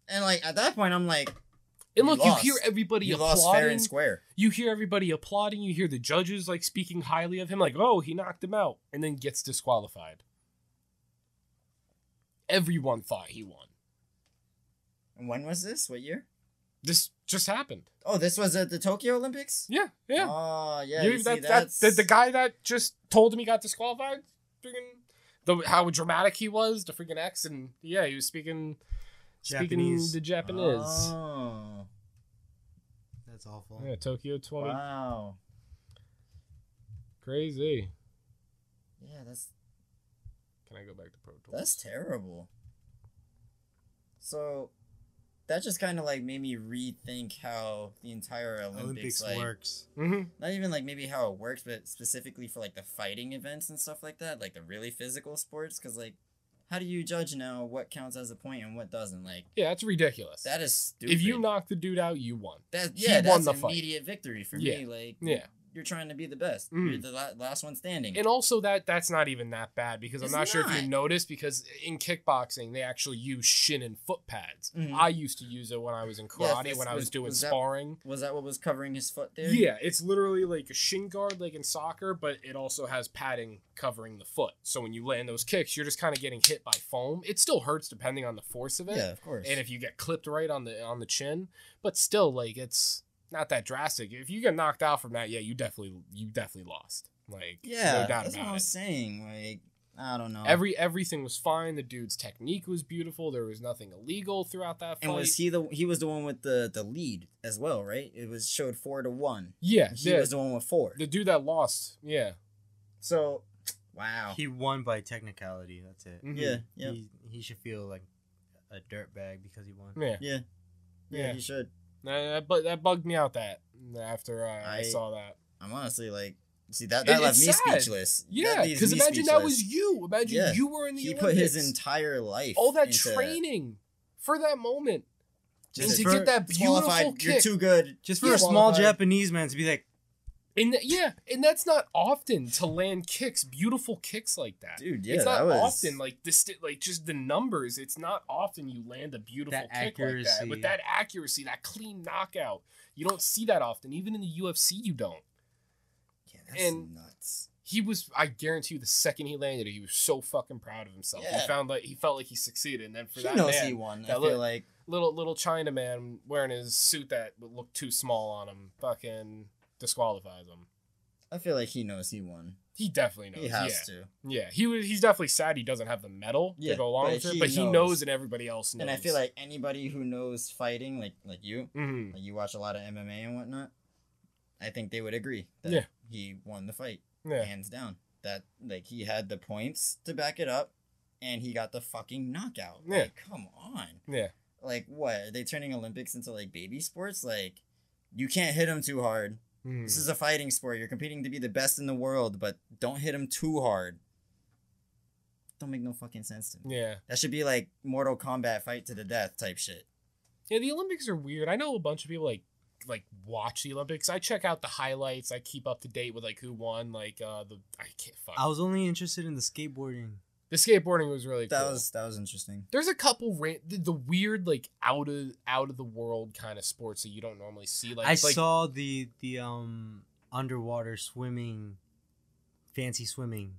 Speaker 3: And like at that point, I'm like, You
Speaker 4: And look,
Speaker 3: lost.
Speaker 4: you hear everybody
Speaker 3: you
Speaker 4: applauding.
Speaker 3: lost fair and square.
Speaker 4: You hear everybody applauding. You hear the judges like speaking highly of him, like, "Oh, he knocked him out," and then gets disqualified. Everyone thought he won.
Speaker 3: And when was this? What year?
Speaker 4: This just happened.
Speaker 3: Oh, this was at the Tokyo Olympics.
Speaker 4: Yeah, yeah.
Speaker 3: Oh yeah.
Speaker 4: You-
Speaker 3: You, see,
Speaker 4: that, that,
Speaker 3: that's
Speaker 4: the, the guy that just told him he got disqualified, freaking, the, how dramatic he was, the freaking X, and yeah, he was speaking
Speaker 2: Japanese.
Speaker 4: speaking the Japanese.
Speaker 3: Oh,
Speaker 2: That's awful.
Speaker 4: Yeah, Tokyo 20.
Speaker 3: wow.
Speaker 4: Crazy.
Speaker 3: Yeah, that's
Speaker 4: Can I go back to Pro Tools?
Speaker 3: that's terrible. So that just kind of like made me rethink how the entire Olympics,
Speaker 2: Olympics
Speaker 3: like
Speaker 2: works.
Speaker 4: hmm
Speaker 3: not even like maybe how it works, but specifically for like the fighting events and stuff like that, like the really physical sports. Because like, how do you judge now what counts as a point and what doesn't? Like
Speaker 4: Yeah, that's ridiculous.
Speaker 3: that is stupid.
Speaker 4: if you knock the dude out, you won.
Speaker 3: that
Speaker 4: he
Speaker 3: yeah,
Speaker 4: won
Speaker 3: that's
Speaker 4: the
Speaker 3: an
Speaker 4: fight.
Speaker 3: immediate victory for
Speaker 4: Yeah.
Speaker 3: me. Like
Speaker 4: Yeah.
Speaker 3: you're trying to be the best.
Speaker 4: Mm.
Speaker 3: You're the la- last one standing.
Speaker 4: And also that that's not even that bad because I'm
Speaker 3: It's
Speaker 4: not, sure if
Speaker 3: not.
Speaker 4: you noticed because in kickboxing they actually use shin and foot pads.
Speaker 3: Mhm.
Speaker 4: I used to use it when I was in karate
Speaker 3: that's-
Speaker 4: when I
Speaker 3: was-
Speaker 4: was doing
Speaker 3: was that-
Speaker 4: sparring.
Speaker 3: was that what was covering his foot there?
Speaker 4: Yeah, it's literally like a shin guard like in soccer, but it also has padding covering the foot. So when you land those kicks, you're just kind of getting hit by foam. It still hurts depending on the force of it.
Speaker 3: Yeah, of course.
Speaker 4: And if you get clipped right on the on the chin, but still like it's not that drastic. If you get knocked out from that, yeah, you definitely you definitely lost. Like
Speaker 3: yeah,
Speaker 4: no doubt
Speaker 3: that's what
Speaker 4: about
Speaker 3: I'm
Speaker 4: it.
Speaker 3: saying. Like, I don't know.
Speaker 4: Every everything was fine. The dude's technique was beautiful. There was nothing illegal throughout that fight.
Speaker 3: and was he the he was the one with the the lead as well, right? It was showed four to one.
Speaker 4: yeah,
Speaker 3: He
Speaker 4: yeah.
Speaker 3: was the one with four.
Speaker 4: the dude that lost. Yeah,
Speaker 3: So, wow.
Speaker 2: He won by technicality. That's it.
Speaker 4: Mhm.
Speaker 3: yeah, yeah,
Speaker 2: He, he should feel like a dirt bag because he won.
Speaker 4: yeah.
Speaker 3: yeah, yeah.
Speaker 4: Yeah.
Speaker 3: He should.
Speaker 4: That, that, bu- that bugged me out. That after uh, I,
Speaker 3: I-
Speaker 4: saw that.
Speaker 3: I'm honestly like, see that
Speaker 4: It-
Speaker 3: that left
Speaker 4: it's
Speaker 3: me
Speaker 4: sad.
Speaker 3: speechless. That
Speaker 4: Yeah,
Speaker 3: leaves
Speaker 4: because
Speaker 3: me
Speaker 4: imagine that was
Speaker 3: speechless.
Speaker 4: you. Imagine
Speaker 3: Yeah.
Speaker 4: you were in the
Speaker 3: He
Speaker 4: Olympics.
Speaker 3: put his entire life.
Speaker 4: all that
Speaker 3: into
Speaker 4: training for that moment,
Speaker 3: Just
Speaker 4: and to
Speaker 3: for-
Speaker 4: get that beautiful
Speaker 3: Disqualified. You're
Speaker 4: kick.
Speaker 3: too good.
Speaker 2: Just for
Speaker 4: Yeah.
Speaker 2: a small
Speaker 4: Qualified.
Speaker 2: Japanese man to be like,
Speaker 4: and th- yeah, and that's not often to land kicks, beautiful kicks like that.
Speaker 3: Dude, yeah,
Speaker 4: it's not
Speaker 3: that was
Speaker 4: often like this, like just the numbers. It's not often you land a beautiful
Speaker 2: That
Speaker 4: kick like that
Speaker 2: accuracy.
Speaker 4: with that accuracy, that clean knockout. You don't see that often, even in the UFC. You don't.
Speaker 3: Yeah, that's
Speaker 4: and-
Speaker 3: nuts.
Speaker 4: He was, I guarantee you, the second he landed it, he was so fucking proud of himself.
Speaker 3: Yeah.
Speaker 4: He found like he felt like he succeeded, and then for
Speaker 3: He
Speaker 4: that
Speaker 3: knows
Speaker 4: man,
Speaker 3: he won. I
Speaker 4: that
Speaker 3: feel
Speaker 4: look-
Speaker 3: like
Speaker 4: little little China man wearing his suit that looked too small on him, fucking disqualifies him.
Speaker 3: I feel like he knows he won.
Speaker 4: He definitely knows.
Speaker 3: He has
Speaker 4: yeah.
Speaker 3: to.
Speaker 4: Yeah, he was. He's definitely sad he doesn't have the medal
Speaker 3: Yeah,
Speaker 4: to go along
Speaker 3: but
Speaker 4: with it,
Speaker 3: he
Speaker 4: but he
Speaker 3: knows.
Speaker 4: knows and everybody else knows.
Speaker 3: And I feel like anybody who knows fighting, like like you,
Speaker 4: Mhm.
Speaker 3: like you watch a lot of MMA and whatnot, I think they would agree that
Speaker 4: Yeah.
Speaker 3: he won the fight
Speaker 4: yeah,
Speaker 3: hands down. That like he had the points to back it up, and he got the fucking knockout.
Speaker 4: Yeah.
Speaker 3: Like, come on.
Speaker 4: yeah,
Speaker 3: Like what? Are they turning Olympics into like baby sports? Like you can't hit him too hard.
Speaker 4: Mhm.
Speaker 3: This is a fighting sport. You're competing to be the best in the world, but don't hit him too hard. Don't make no fucking sense to me.
Speaker 4: yeah.
Speaker 3: That should be like Mortal Kombat fight to the death type shit.
Speaker 4: Yeah, the Olympics are weird. I know a bunch of people like like watch the Olympics. I check out the highlights. I keep up to date with like who won. Like uh the I can't fuck.
Speaker 2: I was only interested in the skateboarding.
Speaker 4: the skateboarding was really
Speaker 3: That
Speaker 4: cool.
Speaker 3: was that was interesting.
Speaker 4: There's a couple ra- the, the weird like out of out of the world kind of sports that you don't normally see. Like
Speaker 2: I
Speaker 4: like,
Speaker 2: saw the the um underwater swimming, fancy swimming.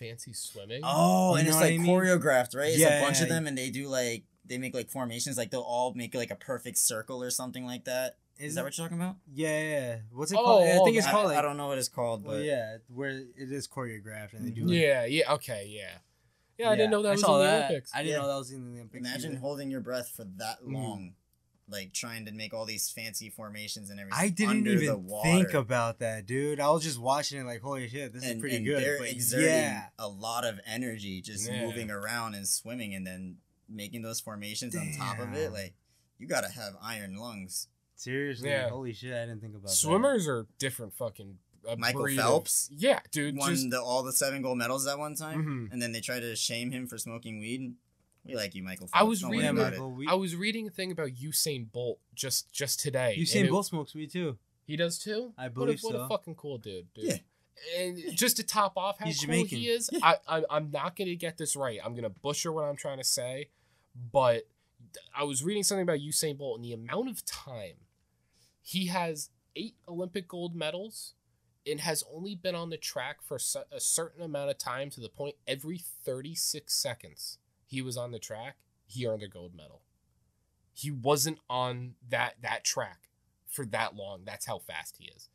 Speaker 4: fancy swimming.
Speaker 3: Oh,
Speaker 2: You
Speaker 3: and it's
Speaker 2: know what
Speaker 3: like
Speaker 2: I mean?
Speaker 3: choreographed, right? It's a
Speaker 2: Yeah,
Speaker 3: bunch of
Speaker 2: yeah.
Speaker 3: them, and they do like they make like formations, like they'll all make like a perfect circle or something like that. Is, that
Speaker 2: Isn't-
Speaker 3: what you're talking about?
Speaker 2: Yeah, yeah, yeah. What's it
Speaker 4: Oh,
Speaker 2: called? I
Speaker 4: oh,
Speaker 2: think it's
Speaker 3: I,
Speaker 2: called. Like,
Speaker 3: I don't know what it's called, but
Speaker 2: Well, yeah, where it is choreographed and they do. Like,
Speaker 4: yeah, yeah, okay, yeah, yeah. I didn't know that was in the Olympics.
Speaker 2: I didn't
Speaker 3: Yeah.
Speaker 2: know that was in the Olympics.
Speaker 3: imagine
Speaker 2: either.
Speaker 3: holding your breath for that
Speaker 4: Mhm.
Speaker 3: long, like trying to make all these fancy formations and everything.
Speaker 2: I didn't
Speaker 3: under the
Speaker 2: even
Speaker 3: water.
Speaker 2: think about that, dude. I was just watching it like, holy shit, this
Speaker 3: and,
Speaker 2: is pretty
Speaker 3: and
Speaker 2: good.
Speaker 3: They're
Speaker 2: but
Speaker 3: exerting
Speaker 2: yeah,
Speaker 3: a lot of energy just
Speaker 4: Yeah.
Speaker 3: moving around and swimming, and then making those formations on top of it.
Speaker 2: Damn.
Speaker 3: Like you gotta have iron lungs.
Speaker 2: seriously,
Speaker 4: Yeah.
Speaker 2: holy shit, I didn't think about that.
Speaker 4: Swimmers are different fucking. a
Speaker 3: Michael
Speaker 4: breed of-
Speaker 3: Phelps?
Speaker 4: yeah, dude.
Speaker 3: won
Speaker 4: Just,
Speaker 3: the, all the seven gold medals that one time,
Speaker 4: Mhm.
Speaker 3: and then they tried to shame him for smoking weed. We like you, Michael.
Speaker 4: I
Speaker 3: Phelps.
Speaker 4: was
Speaker 3: Don't worry
Speaker 2: Yeah,
Speaker 4: reading
Speaker 3: about
Speaker 2: Michael, we,
Speaker 4: I was reading a thing about Usain Bolt just just today. and
Speaker 2: Usain
Speaker 4: it-
Speaker 2: Bolt smokes weed too.
Speaker 4: He does too.
Speaker 2: I
Speaker 4: what
Speaker 2: believe
Speaker 4: a, What a
Speaker 2: so.
Speaker 4: fucking cool dude, dude.
Speaker 3: Yeah.
Speaker 4: And just to top off how
Speaker 2: He's
Speaker 4: cool
Speaker 2: Jamaican.
Speaker 4: he is, I, I I'm not gonna get this right. I'm gonna butcher what I'm trying to say, but I was reading something about Usain Bolt and the amount of time he has eight Olympic gold medals and has only been on the track for su- a certain amount of time to the point every 36 seconds he was on the track, he earned a gold medal. He wasn't on that that track for that long. That's how fast he is.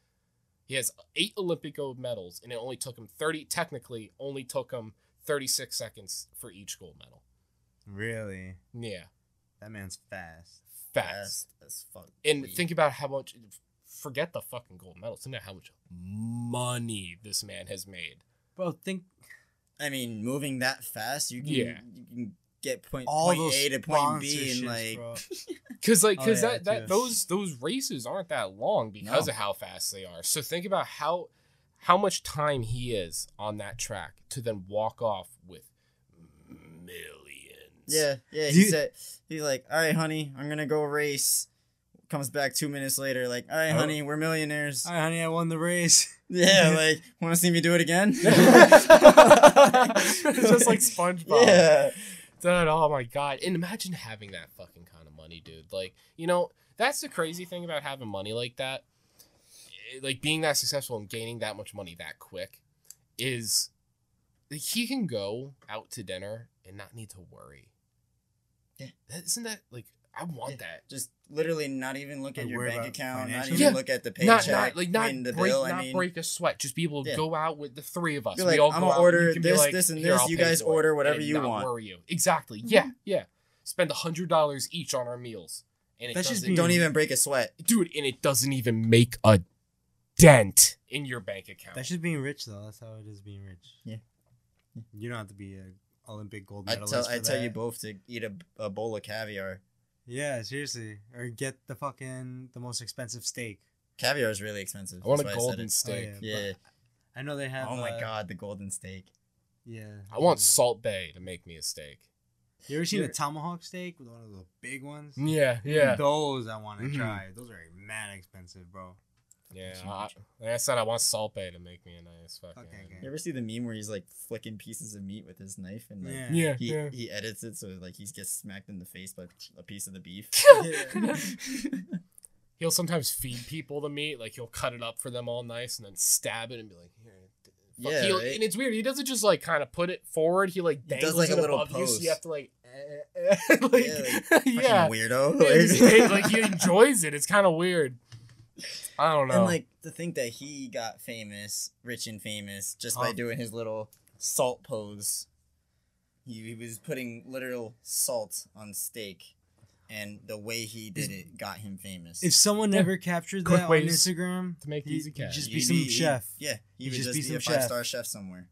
Speaker 4: He has eight Olympic gold medals, and it only took him 30, technically, only took him 36 seconds for each gold medal.
Speaker 2: Really,
Speaker 4: Yeah,
Speaker 2: that man's fast.
Speaker 3: it.
Speaker 4: fast.
Speaker 3: Fast as fuck.
Speaker 4: And
Speaker 3: weed.
Speaker 4: think about how much, forget the fucking gold medals, think about how much money this man has made.
Speaker 2: Bro, think
Speaker 3: I mean, moving that fast, you can
Speaker 4: Yeah.
Speaker 3: you can get point
Speaker 2: all
Speaker 3: point
Speaker 2: those
Speaker 3: A to point B
Speaker 2: sponsorships,
Speaker 3: in like
Speaker 2: bro.
Speaker 4: Cause like,
Speaker 2: Oh,
Speaker 4: cause
Speaker 2: yeah,
Speaker 4: that, that
Speaker 2: too.
Speaker 4: those those races aren't that long because
Speaker 3: No.
Speaker 4: of how fast they are. So think about how how much time he is on that track to then walk off with millions.
Speaker 3: yeah yeah.
Speaker 2: Do
Speaker 3: He
Speaker 2: you-
Speaker 3: said he's like, all right, honey, I'm gonna go race. comes back two minutes later, like, all right,
Speaker 2: Oh.
Speaker 3: honey, we're millionaires.
Speaker 2: All right, honey, I won the race.
Speaker 4: <laughs>
Speaker 3: Yeah, like, want to see me do it again?
Speaker 4: Just like
Speaker 3: <laughs>
Speaker 4: SpongeBob.
Speaker 3: yeah.
Speaker 4: Dude, oh my god. And imagine having that fucking kind of money, dude. Like, you know, that's the crazy thing about having money like that. Eh, Like being that successful and gaining that much money that quick is like, he can go out to dinner and not need to worry.
Speaker 3: Yeah.
Speaker 4: That, isn't that like I want that.
Speaker 3: Just literally not even look at
Speaker 2: Don't
Speaker 3: your
Speaker 2: worry
Speaker 3: bank
Speaker 2: about
Speaker 3: account, not
Speaker 2: financials.
Speaker 3: even
Speaker 4: Yeah.
Speaker 3: look at the paycheck.
Speaker 4: Not, not like not
Speaker 3: and the
Speaker 4: break
Speaker 3: bill,
Speaker 4: not
Speaker 3: I mean.
Speaker 4: break a sweat. Just be able to
Speaker 3: Yeah.
Speaker 4: go out with the three of us.
Speaker 3: Be
Speaker 4: we
Speaker 3: like,
Speaker 4: all
Speaker 3: "I'm
Speaker 4: go
Speaker 3: gonna
Speaker 4: out and
Speaker 3: order
Speaker 4: you can be
Speaker 3: this,
Speaker 4: like,
Speaker 3: this, and
Speaker 4: "Here,
Speaker 3: this.
Speaker 4: I'll
Speaker 3: You
Speaker 4: pay
Speaker 3: guys
Speaker 4: for it,"
Speaker 3: order
Speaker 4: and
Speaker 3: whatever
Speaker 4: it
Speaker 3: you
Speaker 4: not
Speaker 3: want. Mm-hmm.
Speaker 4: Worry you exactly? Yeah, yeah. Spend a hundred dollars each on our meals, and it
Speaker 3: That's just
Speaker 4: doesn't-
Speaker 3: don't even break a sweat.
Speaker 4: dude, and it doesn't even make a dent in your bank account.
Speaker 2: That's just being rich, though. That's how it is being rich.
Speaker 3: Yeah.
Speaker 2: You don't have to be an Olympic gold
Speaker 3: I
Speaker 2: medalist.
Speaker 3: tell
Speaker 2: for
Speaker 3: I tell you
Speaker 2: that.
Speaker 3: both to eat a, a bowl of caviar.
Speaker 2: Yeah, seriously. Or get the fucking the most expensive steak.
Speaker 3: Caviar is really expensive.
Speaker 4: I want a
Speaker 3: that's why said
Speaker 4: golden
Speaker 3: it.
Speaker 4: steak.
Speaker 2: Oh,
Speaker 3: Yeah.
Speaker 2: I know they have.
Speaker 3: Oh my
Speaker 2: uh,
Speaker 3: god, the golden steak.
Speaker 2: Yeah.
Speaker 4: I want
Speaker 2: yeah.
Speaker 4: Salt Bay to make me a steak.
Speaker 2: You ever seen
Speaker 3: You're-
Speaker 2: a tomahawk steak with one of the big ones?
Speaker 4: Yeah,
Speaker 3: Mm-hmm.
Speaker 4: yeah,
Speaker 2: Those I want to
Speaker 4: Mhm.
Speaker 2: try. Those are mad expensive, bro.
Speaker 4: yeah.
Speaker 3: Too
Speaker 4: I,
Speaker 3: much.
Speaker 4: like I said, I want Salt Bay to make me a nice fucking.
Speaker 2: Okay, okay.
Speaker 3: You ever see the meme where he's like flicking pieces of meat with his knife and like
Speaker 2: Yeah.
Speaker 4: Yeah,
Speaker 3: he,
Speaker 4: yeah.
Speaker 3: he edits it so like he gets smacked in the face by a piece of the beef.
Speaker 2: <laughs>
Speaker 4: He'll sometimes feed people the meat, like he'll cut it up for them all nice, and then stab it and be like, "Here." fuck
Speaker 3: Yeah,
Speaker 4: you."
Speaker 3: right?
Speaker 4: and it's weird. He doesn't just like kind of put it forward. He like
Speaker 3: does,
Speaker 4: dangles
Speaker 3: like, a
Speaker 4: it
Speaker 3: little
Speaker 4: above you, so
Speaker 3: pose.
Speaker 4: you have to like, <laughs> eh, eh, <laughs> like,
Speaker 3: Yeah,
Speaker 4: yeah. <laughs>
Speaker 3: Fucking weirdo.
Speaker 2: <laughs>
Speaker 4: Yeah,
Speaker 3: Like, <laughs>
Speaker 4: he's- he- like he enjoys it. It's kind of weird. I don't know.
Speaker 3: And like to think that he got famous, rich and famous, just by
Speaker 2: Huh.
Speaker 3: doing his little salt pose. He, he was putting literal salt on steak, and the way he did it got him famous.
Speaker 2: If someone
Speaker 4: Yeah.
Speaker 2: ever captured
Speaker 4: Quick
Speaker 2: that on
Speaker 4: ways
Speaker 2: Instagram,
Speaker 4: to make
Speaker 2: he-
Speaker 4: easy cash.
Speaker 2: he'd just
Speaker 3: He'd
Speaker 2: be some
Speaker 3: he'd-
Speaker 2: chef.
Speaker 3: Yeah, he
Speaker 2: He'd
Speaker 3: would
Speaker 2: just
Speaker 3: just
Speaker 2: be
Speaker 3: be,
Speaker 2: some
Speaker 3: a
Speaker 2: chef.
Speaker 3: five star chef somewhere.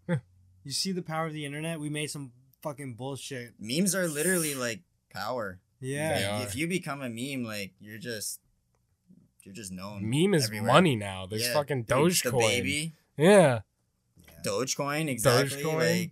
Speaker 2: You see the power of the internet? We made some fucking bullshit.
Speaker 3: Memes are literally like power.
Speaker 2: Yeah.
Speaker 4: They
Speaker 3: Like,
Speaker 4: are.
Speaker 3: if you become a meme, like you're just you're just known.
Speaker 4: meme is
Speaker 3: everywhere.
Speaker 4: money now. There's
Speaker 3: Yeah,
Speaker 4: fucking
Speaker 3: Dude, the
Speaker 4: Dogecoin.
Speaker 3: baby,
Speaker 4: Yeah.
Speaker 3: Dogecoin, exactly.
Speaker 4: Dogecoin.
Speaker 3: Like,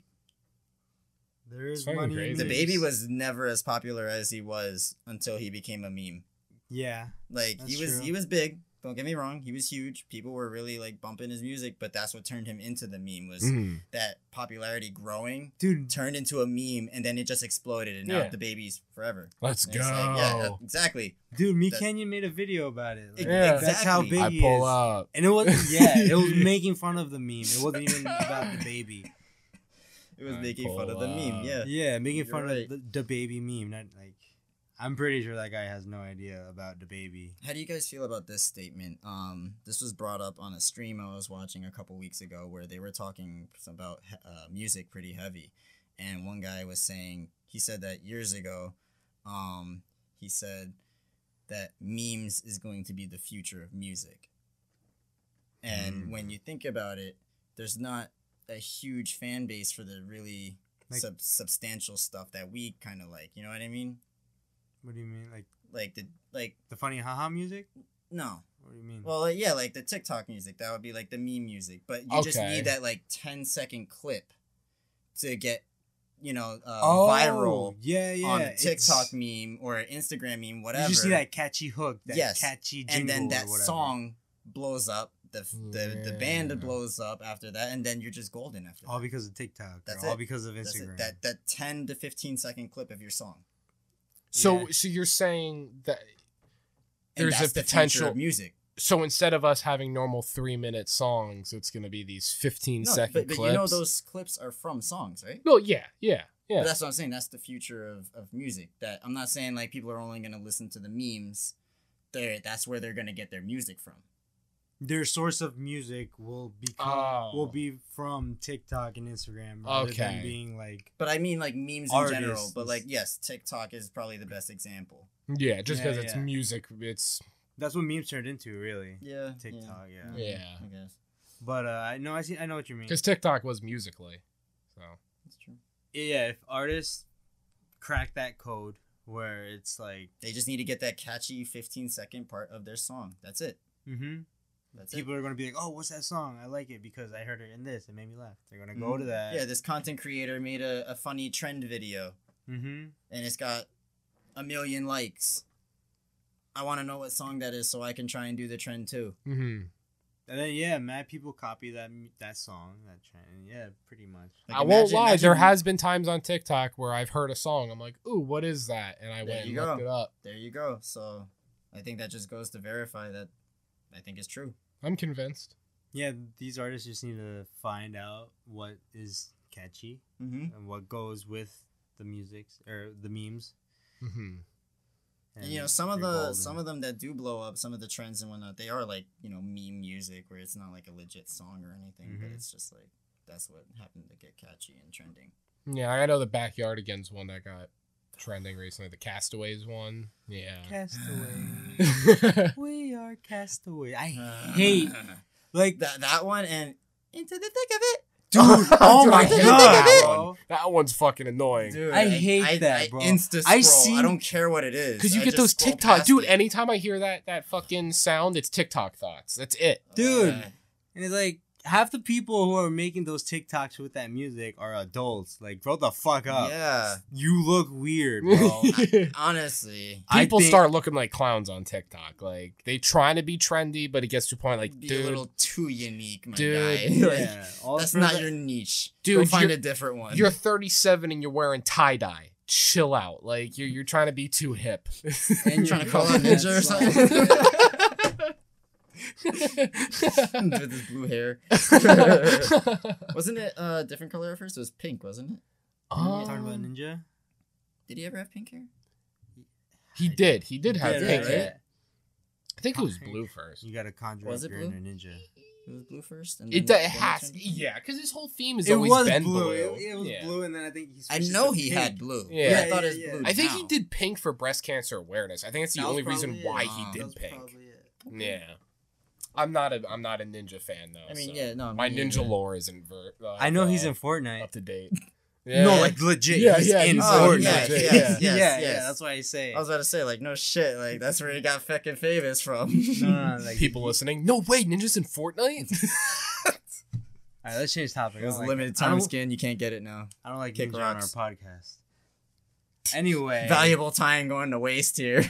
Speaker 2: There is
Speaker 4: fucking
Speaker 2: money. in
Speaker 4: crazy.
Speaker 3: the
Speaker 2: this.
Speaker 3: baby was never as popular as he was until he became a meme.
Speaker 2: Yeah.
Speaker 3: Like he
Speaker 2: That's
Speaker 3: was
Speaker 2: true.
Speaker 3: he was big. Don't get me wrong, he was huge. People were really like bumping his music, but that's what turned him into the meme was
Speaker 4: Mm.
Speaker 3: that popularity growing
Speaker 2: Dude,
Speaker 3: turned into a meme and then it just exploded and now
Speaker 4: Yeah.
Speaker 3: the baby's forever.
Speaker 4: Let's
Speaker 3: And
Speaker 4: go.
Speaker 3: it's like, yeah, exactly.
Speaker 2: dude, me
Speaker 3: That-
Speaker 2: Kenyon made a video about it. Like,
Speaker 4: Yeah.
Speaker 2: That's how
Speaker 3: Exactly.
Speaker 2: big
Speaker 4: I
Speaker 2: he
Speaker 4: pull
Speaker 2: is.
Speaker 4: up.
Speaker 2: And it was yeah,
Speaker 4: <laughs>
Speaker 2: it was making fun of the meme. It wasn't even about the baby.
Speaker 3: It was
Speaker 4: I
Speaker 3: making fun of
Speaker 4: pull
Speaker 3: the meme,
Speaker 4: up.
Speaker 3: yeah.
Speaker 2: Yeah, making
Speaker 3: You're
Speaker 2: fun
Speaker 3: right.
Speaker 2: of the, the baby meme. Not like I'm pretty sure that guy has no idea about the baby.
Speaker 3: How do you guys feel about this statement? Um, this was brought up on a stream I was watching a couple weeks ago where they were talking about uh, music pretty heavy, and one guy was saying he said that years ago, um, he said that memes is going to be the future of music. And
Speaker 2: Mm.
Speaker 3: when you think about it, there's not a huge fan base for the really
Speaker 2: Like-
Speaker 3: sub- substantial stuff that we kind of like. You know what I mean?
Speaker 2: What do you mean? Like
Speaker 3: Like the like
Speaker 2: the funny haha music?
Speaker 3: no.
Speaker 2: What do you mean?
Speaker 3: Well, like, yeah, like the TikTok music, that would be like the meme music, but you just
Speaker 4: Okay.
Speaker 3: need that like 10 second clip to get, you know, uh,
Speaker 2: Oh,
Speaker 3: viral
Speaker 2: Yeah, yeah.
Speaker 3: on a TikTok
Speaker 2: it's-
Speaker 3: meme or an Instagram meme, whatever.
Speaker 2: You just see that catchy hook, that
Speaker 3: Yes.
Speaker 2: catchy jingle,
Speaker 3: and then
Speaker 2: or
Speaker 3: that
Speaker 2: whatever.
Speaker 3: song blows up, the f- the, the band
Speaker 4: Yeah.
Speaker 3: blows up after that, and then you're just golden after that.
Speaker 2: all because of TikTok,
Speaker 3: That's
Speaker 2: or all
Speaker 3: it.
Speaker 2: because of
Speaker 3: That's
Speaker 2: Instagram.
Speaker 3: it. That that 10 to 15 second clip of your song.
Speaker 4: So,
Speaker 2: Yeah.
Speaker 4: so you're saying that
Speaker 3: And
Speaker 4: There's a
Speaker 3: that's the future
Speaker 4: potential-
Speaker 3: of music.
Speaker 4: so instead of us having normal three minute songs, it's gonna be these fifteen
Speaker 3: No,
Speaker 4: second
Speaker 3: but, but
Speaker 4: clips.
Speaker 3: you know those clips are from songs, right?
Speaker 4: No, yeah, yeah, yeah.
Speaker 3: But that's what I'm saying. That's the future of, of music. That I'm not saying like people are only gonna listen to the memes. There, that's where they're gonna get their music from.
Speaker 2: Their source of music will become
Speaker 4: Oh.
Speaker 2: will be from TikTok and Instagram, rather than
Speaker 4: Okay.
Speaker 2: being like
Speaker 3: But I mean like memes in general.
Speaker 2: Artists.
Speaker 3: But like yes, TikTok is probably the best example.
Speaker 4: yeah, just
Speaker 2: Yeah,
Speaker 4: because it's
Speaker 2: yeah.
Speaker 4: music, it's
Speaker 2: that's what memes turned into, really.
Speaker 3: Yeah.
Speaker 2: TikTok, yeah.
Speaker 4: Yeah. Yeah.
Speaker 3: I guess
Speaker 2: But uh, I know I see I know what you mean.
Speaker 4: because TikTok was musically. So
Speaker 3: that's true.
Speaker 2: Yeah, if artists crack that code where it's like
Speaker 3: They just need to get that catchy 15 second part of their song. That's it.
Speaker 2: mhm,
Speaker 3: That's
Speaker 2: people are gonna be like, oh, what's that song? I like it because I heard it in this. It made me laugh. They're gonna
Speaker 3: it.
Speaker 2: go to
Speaker 3: Mhm.
Speaker 2: that.
Speaker 3: Yeah, this content creator made a, a funny trend video
Speaker 2: Mm-hmm.
Speaker 3: and it's got a million likes. I want to know what song that is so I can try and do the trend too.
Speaker 4: Mm-hmm.
Speaker 2: And then yeah, mad people copy that m- that song, that trend. Yeah, pretty much.
Speaker 3: Like,
Speaker 4: I won't
Speaker 3: imagine-
Speaker 4: lie. There
Speaker 3: imagine-
Speaker 4: has been times on TikTok where I've heard a song. I'm like, ooh, what is that? And I
Speaker 3: There
Speaker 4: went and
Speaker 3: you
Speaker 4: looked
Speaker 3: go.
Speaker 4: it up.
Speaker 3: There you go. So I think that just goes to verify that I think it's true.
Speaker 4: I'm convinced.
Speaker 2: Yeah, these artists just need to find out what is catchy
Speaker 3: Mm-hmm.
Speaker 2: and what goes with the music or the memes.
Speaker 4: Mm-hmm.
Speaker 3: And you know, some of the some of them that do blow up, some of the trends and whatnot, they are like you know meme music where it's not like a legit song or anything, but
Speaker 2: Mhm.
Speaker 3: it's just like that's what happened to get catchy and
Speaker 2: <sighs>
Speaker 3: trending.
Speaker 4: Yeah, I know the backyard again's one that got trending recently. The Castaways one. Yeah.
Speaker 2: castaway. <sighs> we are castaway. I
Speaker 3: Uh.
Speaker 2: hate
Speaker 3: <laughs>
Speaker 2: like
Speaker 3: <sighs> that that one and into the thick of it.
Speaker 2: <laughs> dude. oh
Speaker 4: Dude, I
Speaker 2: my
Speaker 4: hate
Speaker 2: god,
Speaker 4: that
Speaker 2: bro.
Speaker 4: one. <laughs> That one's fucking annoying.
Speaker 3: Dude,
Speaker 2: I hate that, bro.
Speaker 3: Insta
Speaker 2: I
Speaker 3: scroll. I
Speaker 2: seen-
Speaker 3: don't care what it is.
Speaker 4: Because you
Speaker 3: I
Speaker 4: get
Speaker 3: just
Speaker 4: those
Speaker 3: scroll
Speaker 4: TikTok,
Speaker 3: past
Speaker 4: dude.
Speaker 3: it.
Speaker 4: Anytime I hear that that fucking sound, it's TikTok thoughts.
Speaker 3: <laughs>
Speaker 4: That's it.
Speaker 2: Dude.
Speaker 3: Uh,
Speaker 2: And it's like half the people who are making those TikToks with that music are adults. Like, grow the fuck up.
Speaker 3: yeah.
Speaker 2: You look
Speaker 3: <laughs>
Speaker 2: weird, bro.
Speaker 4: <laughs>
Speaker 3: Honestly.
Speaker 2: I
Speaker 4: People
Speaker 2: think-
Speaker 4: start looking like clowns on TikTok. Like they trying to be trendy, but it gets to a point like,
Speaker 3: be
Speaker 4: dude,
Speaker 3: a little too unique, my
Speaker 4: dude,
Speaker 3: guy. <laughs> Like,
Speaker 2: <laughs> yeah. All
Speaker 3: that's
Speaker 2: for
Speaker 3: not
Speaker 2: the-
Speaker 3: your niche.
Speaker 4: Dude,
Speaker 3: Dude, Go find
Speaker 4: you're-
Speaker 3: a different one.
Speaker 4: you're 37 and you're wearing tie dye. Chill out. Like you're you're trying to be
Speaker 3: <laughs>
Speaker 4: too hip. <laughs>
Speaker 3: <laughs>
Speaker 2: And
Speaker 3: trying to
Speaker 2: you're
Speaker 3: call out
Speaker 2: going
Speaker 3: ninja or
Speaker 2: at
Speaker 3: something
Speaker 2: slow.
Speaker 4: Um,
Speaker 3: <laughs> with his blue
Speaker 4: <laughs>
Speaker 3: hair. Wasn't it a uh, different color at first? It was pink, wasn't it?
Speaker 2: Talking
Speaker 3: Oh.
Speaker 2: about ninja.
Speaker 3: Did he ever have pink hair?
Speaker 4: he did. He did have
Speaker 2: Yeah,
Speaker 4: pink
Speaker 3: right?
Speaker 4: hair. I think it was blue first.
Speaker 2: You gotta conjure
Speaker 3: Was
Speaker 2: up
Speaker 3: it
Speaker 2: your
Speaker 3: blue?
Speaker 2: inner ninja.
Speaker 3: It was blue first. And
Speaker 4: It, d-
Speaker 3: then-
Speaker 4: it
Speaker 3: then
Speaker 4: has.
Speaker 3: turned-
Speaker 4: Yeah, because his whole theme has
Speaker 2: it
Speaker 4: always
Speaker 2: was
Speaker 4: been
Speaker 2: blue.
Speaker 4: blue.
Speaker 2: It, it was
Speaker 4: Yeah.
Speaker 2: blue, and then I think he.
Speaker 3: I
Speaker 2: switches
Speaker 3: know
Speaker 2: to
Speaker 3: he
Speaker 2: pink.
Speaker 3: had blue.
Speaker 4: Yeah.
Speaker 3: I
Speaker 2: Yeah,
Speaker 3: thought
Speaker 2: yeah,
Speaker 3: it was
Speaker 2: yeah.
Speaker 3: blue.
Speaker 4: I think
Speaker 3: now.
Speaker 4: he did pink for breast cancer awareness. I think it's the
Speaker 2: That was
Speaker 4: only reason
Speaker 2: probably it. Uh,
Speaker 4: why
Speaker 3: Wow.
Speaker 4: he
Speaker 2: That
Speaker 4: did
Speaker 2: was
Speaker 4: pink.
Speaker 2: probably it.
Speaker 4: Yeah. I'm not a I'm not a ninja fan though.
Speaker 3: I mean,
Speaker 4: so.
Speaker 3: yeah, no.
Speaker 4: My
Speaker 3: me
Speaker 4: ninja
Speaker 3: neither.
Speaker 4: lore is invert. Uh,
Speaker 2: I know he's
Speaker 4: uh,
Speaker 2: in Fortnite.
Speaker 4: up to date. <laughs>
Speaker 2: No,
Speaker 4: Yeah.
Speaker 2: like legit.
Speaker 4: Yeah,
Speaker 2: he's
Speaker 4: yeah,
Speaker 2: in
Speaker 4: he's
Speaker 3: Oh,
Speaker 2: Fortnite.
Speaker 4: in
Speaker 3: yeah,
Speaker 4: Fortnite.
Speaker 3: yeah,
Speaker 4: Yeah.
Speaker 3: yes, yes,
Speaker 2: <laughs> yeah, yeah,
Speaker 3: yes.
Speaker 2: that's why I say.
Speaker 3: I was about to say, like, no shit, like that's where he got fucking famous from. <laughs>
Speaker 2: no, no, no,
Speaker 4: <laughs>
Speaker 2: like,
Speaker 4: people listening. No way, ninjas in Fortnite.
Speaker 2: All right, let's change topic.
Speaker 3: It was
Speaker 2: I
Speaker 3: a
Speaker 2: don't like
Speaker 3: limited
Speaker 2: that. I
Speaker 3: time
Speaker 2: don't-
Speaker 3: skin. You can't get it now.
Speaker 2: I don't like
Speaker 3: Kick
Speaker 2: ninja on our
Speaker 3: rocks.
Speaker 2: podcast. Anyway,
Speaker 3: Valuable time going to waste here.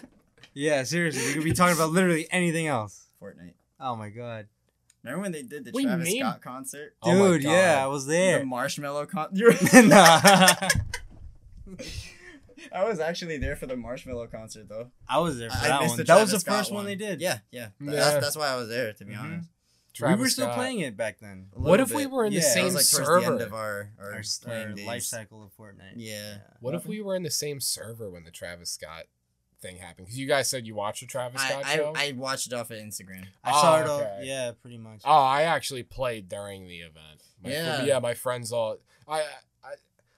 Speaker 3: <laughs>
Speaker 2: Yeah, seriously, we could be talking about literally anything else.
Speaker 3: Fortnite.
Speaker 2: Oh my god,
Speaker 3: Remember when they did the
Speaker 4: We
Speaker 3: Travis
Speaker 4: named-
Speaker 3: Scott concert?
Speaker 4: Oh my
Speaker 2: dude. yeah, I
Speaker 4: God.
Speaker 2: was
Speaker 3: The
Speaker 2: there.
Speaker 3: marshmallow <laughs> concert.
Speaker 2: <laughs> nah,
Speaker 3: I was actually there for the marshmallow concert though.
Speaker 2: I was there for
Speaker 3: I, I
Speaker 2: that
Speaker 3: missed
Speaker 2: one.
Speaker 3: the
Speaker 2: That was
Speaker 3: Travis
Speaker 2: the
Speaker 3: Scott
Speaker 2: first one. they did.
Speaker 3: Yeah, yeah.
Speaker 4: Yeah.
Speaker 3: That's, that's why I was there, to be
Speaker 2: Mhm.
Speaker 3: honest.
Speaker 4: Travis
Speaker 2: we were still
Speaker 4: Scott.
Speaker 2: playing it back then.
Speaker 3: A
Speaker 4: What
Speaker 3: little
Speaker 4: if we
Speaker 3: bit.
Speaker 4: were in
Speaker 2: Yeah,
Speaker 4: the
Speaker 2: it
Speaker 3: That
Speaker 4: same
Speaker 3: was like towards the end
Speaker 4: server?
Speaker 3: of our, our,
Speaker 2: Our,
Speaker 3: playing
Speaker 2: our
Speaker 3: days.
Speaker 2: life cycle of Fortnite.
Speaker 3: Yeah.
Speaker 4: what if we were in the same server when the Travis Scott thing happened? Because you guys said you watched the Travis
Speaker 3: I,
Speaker 4: Scott show.
Speaker 3: I, I watched it off of Instagram.
Speaker 2: I saw
Speaker 4: Oh,
Speaker 2: it all.
Speaker 4: okay.
Speaker 2: Yeah, pretty much.
Speaker 4: Oh, I actually played during the event. My,
Speaker 3: Yeah.
Speaker 4: yeah, my friends all. I, I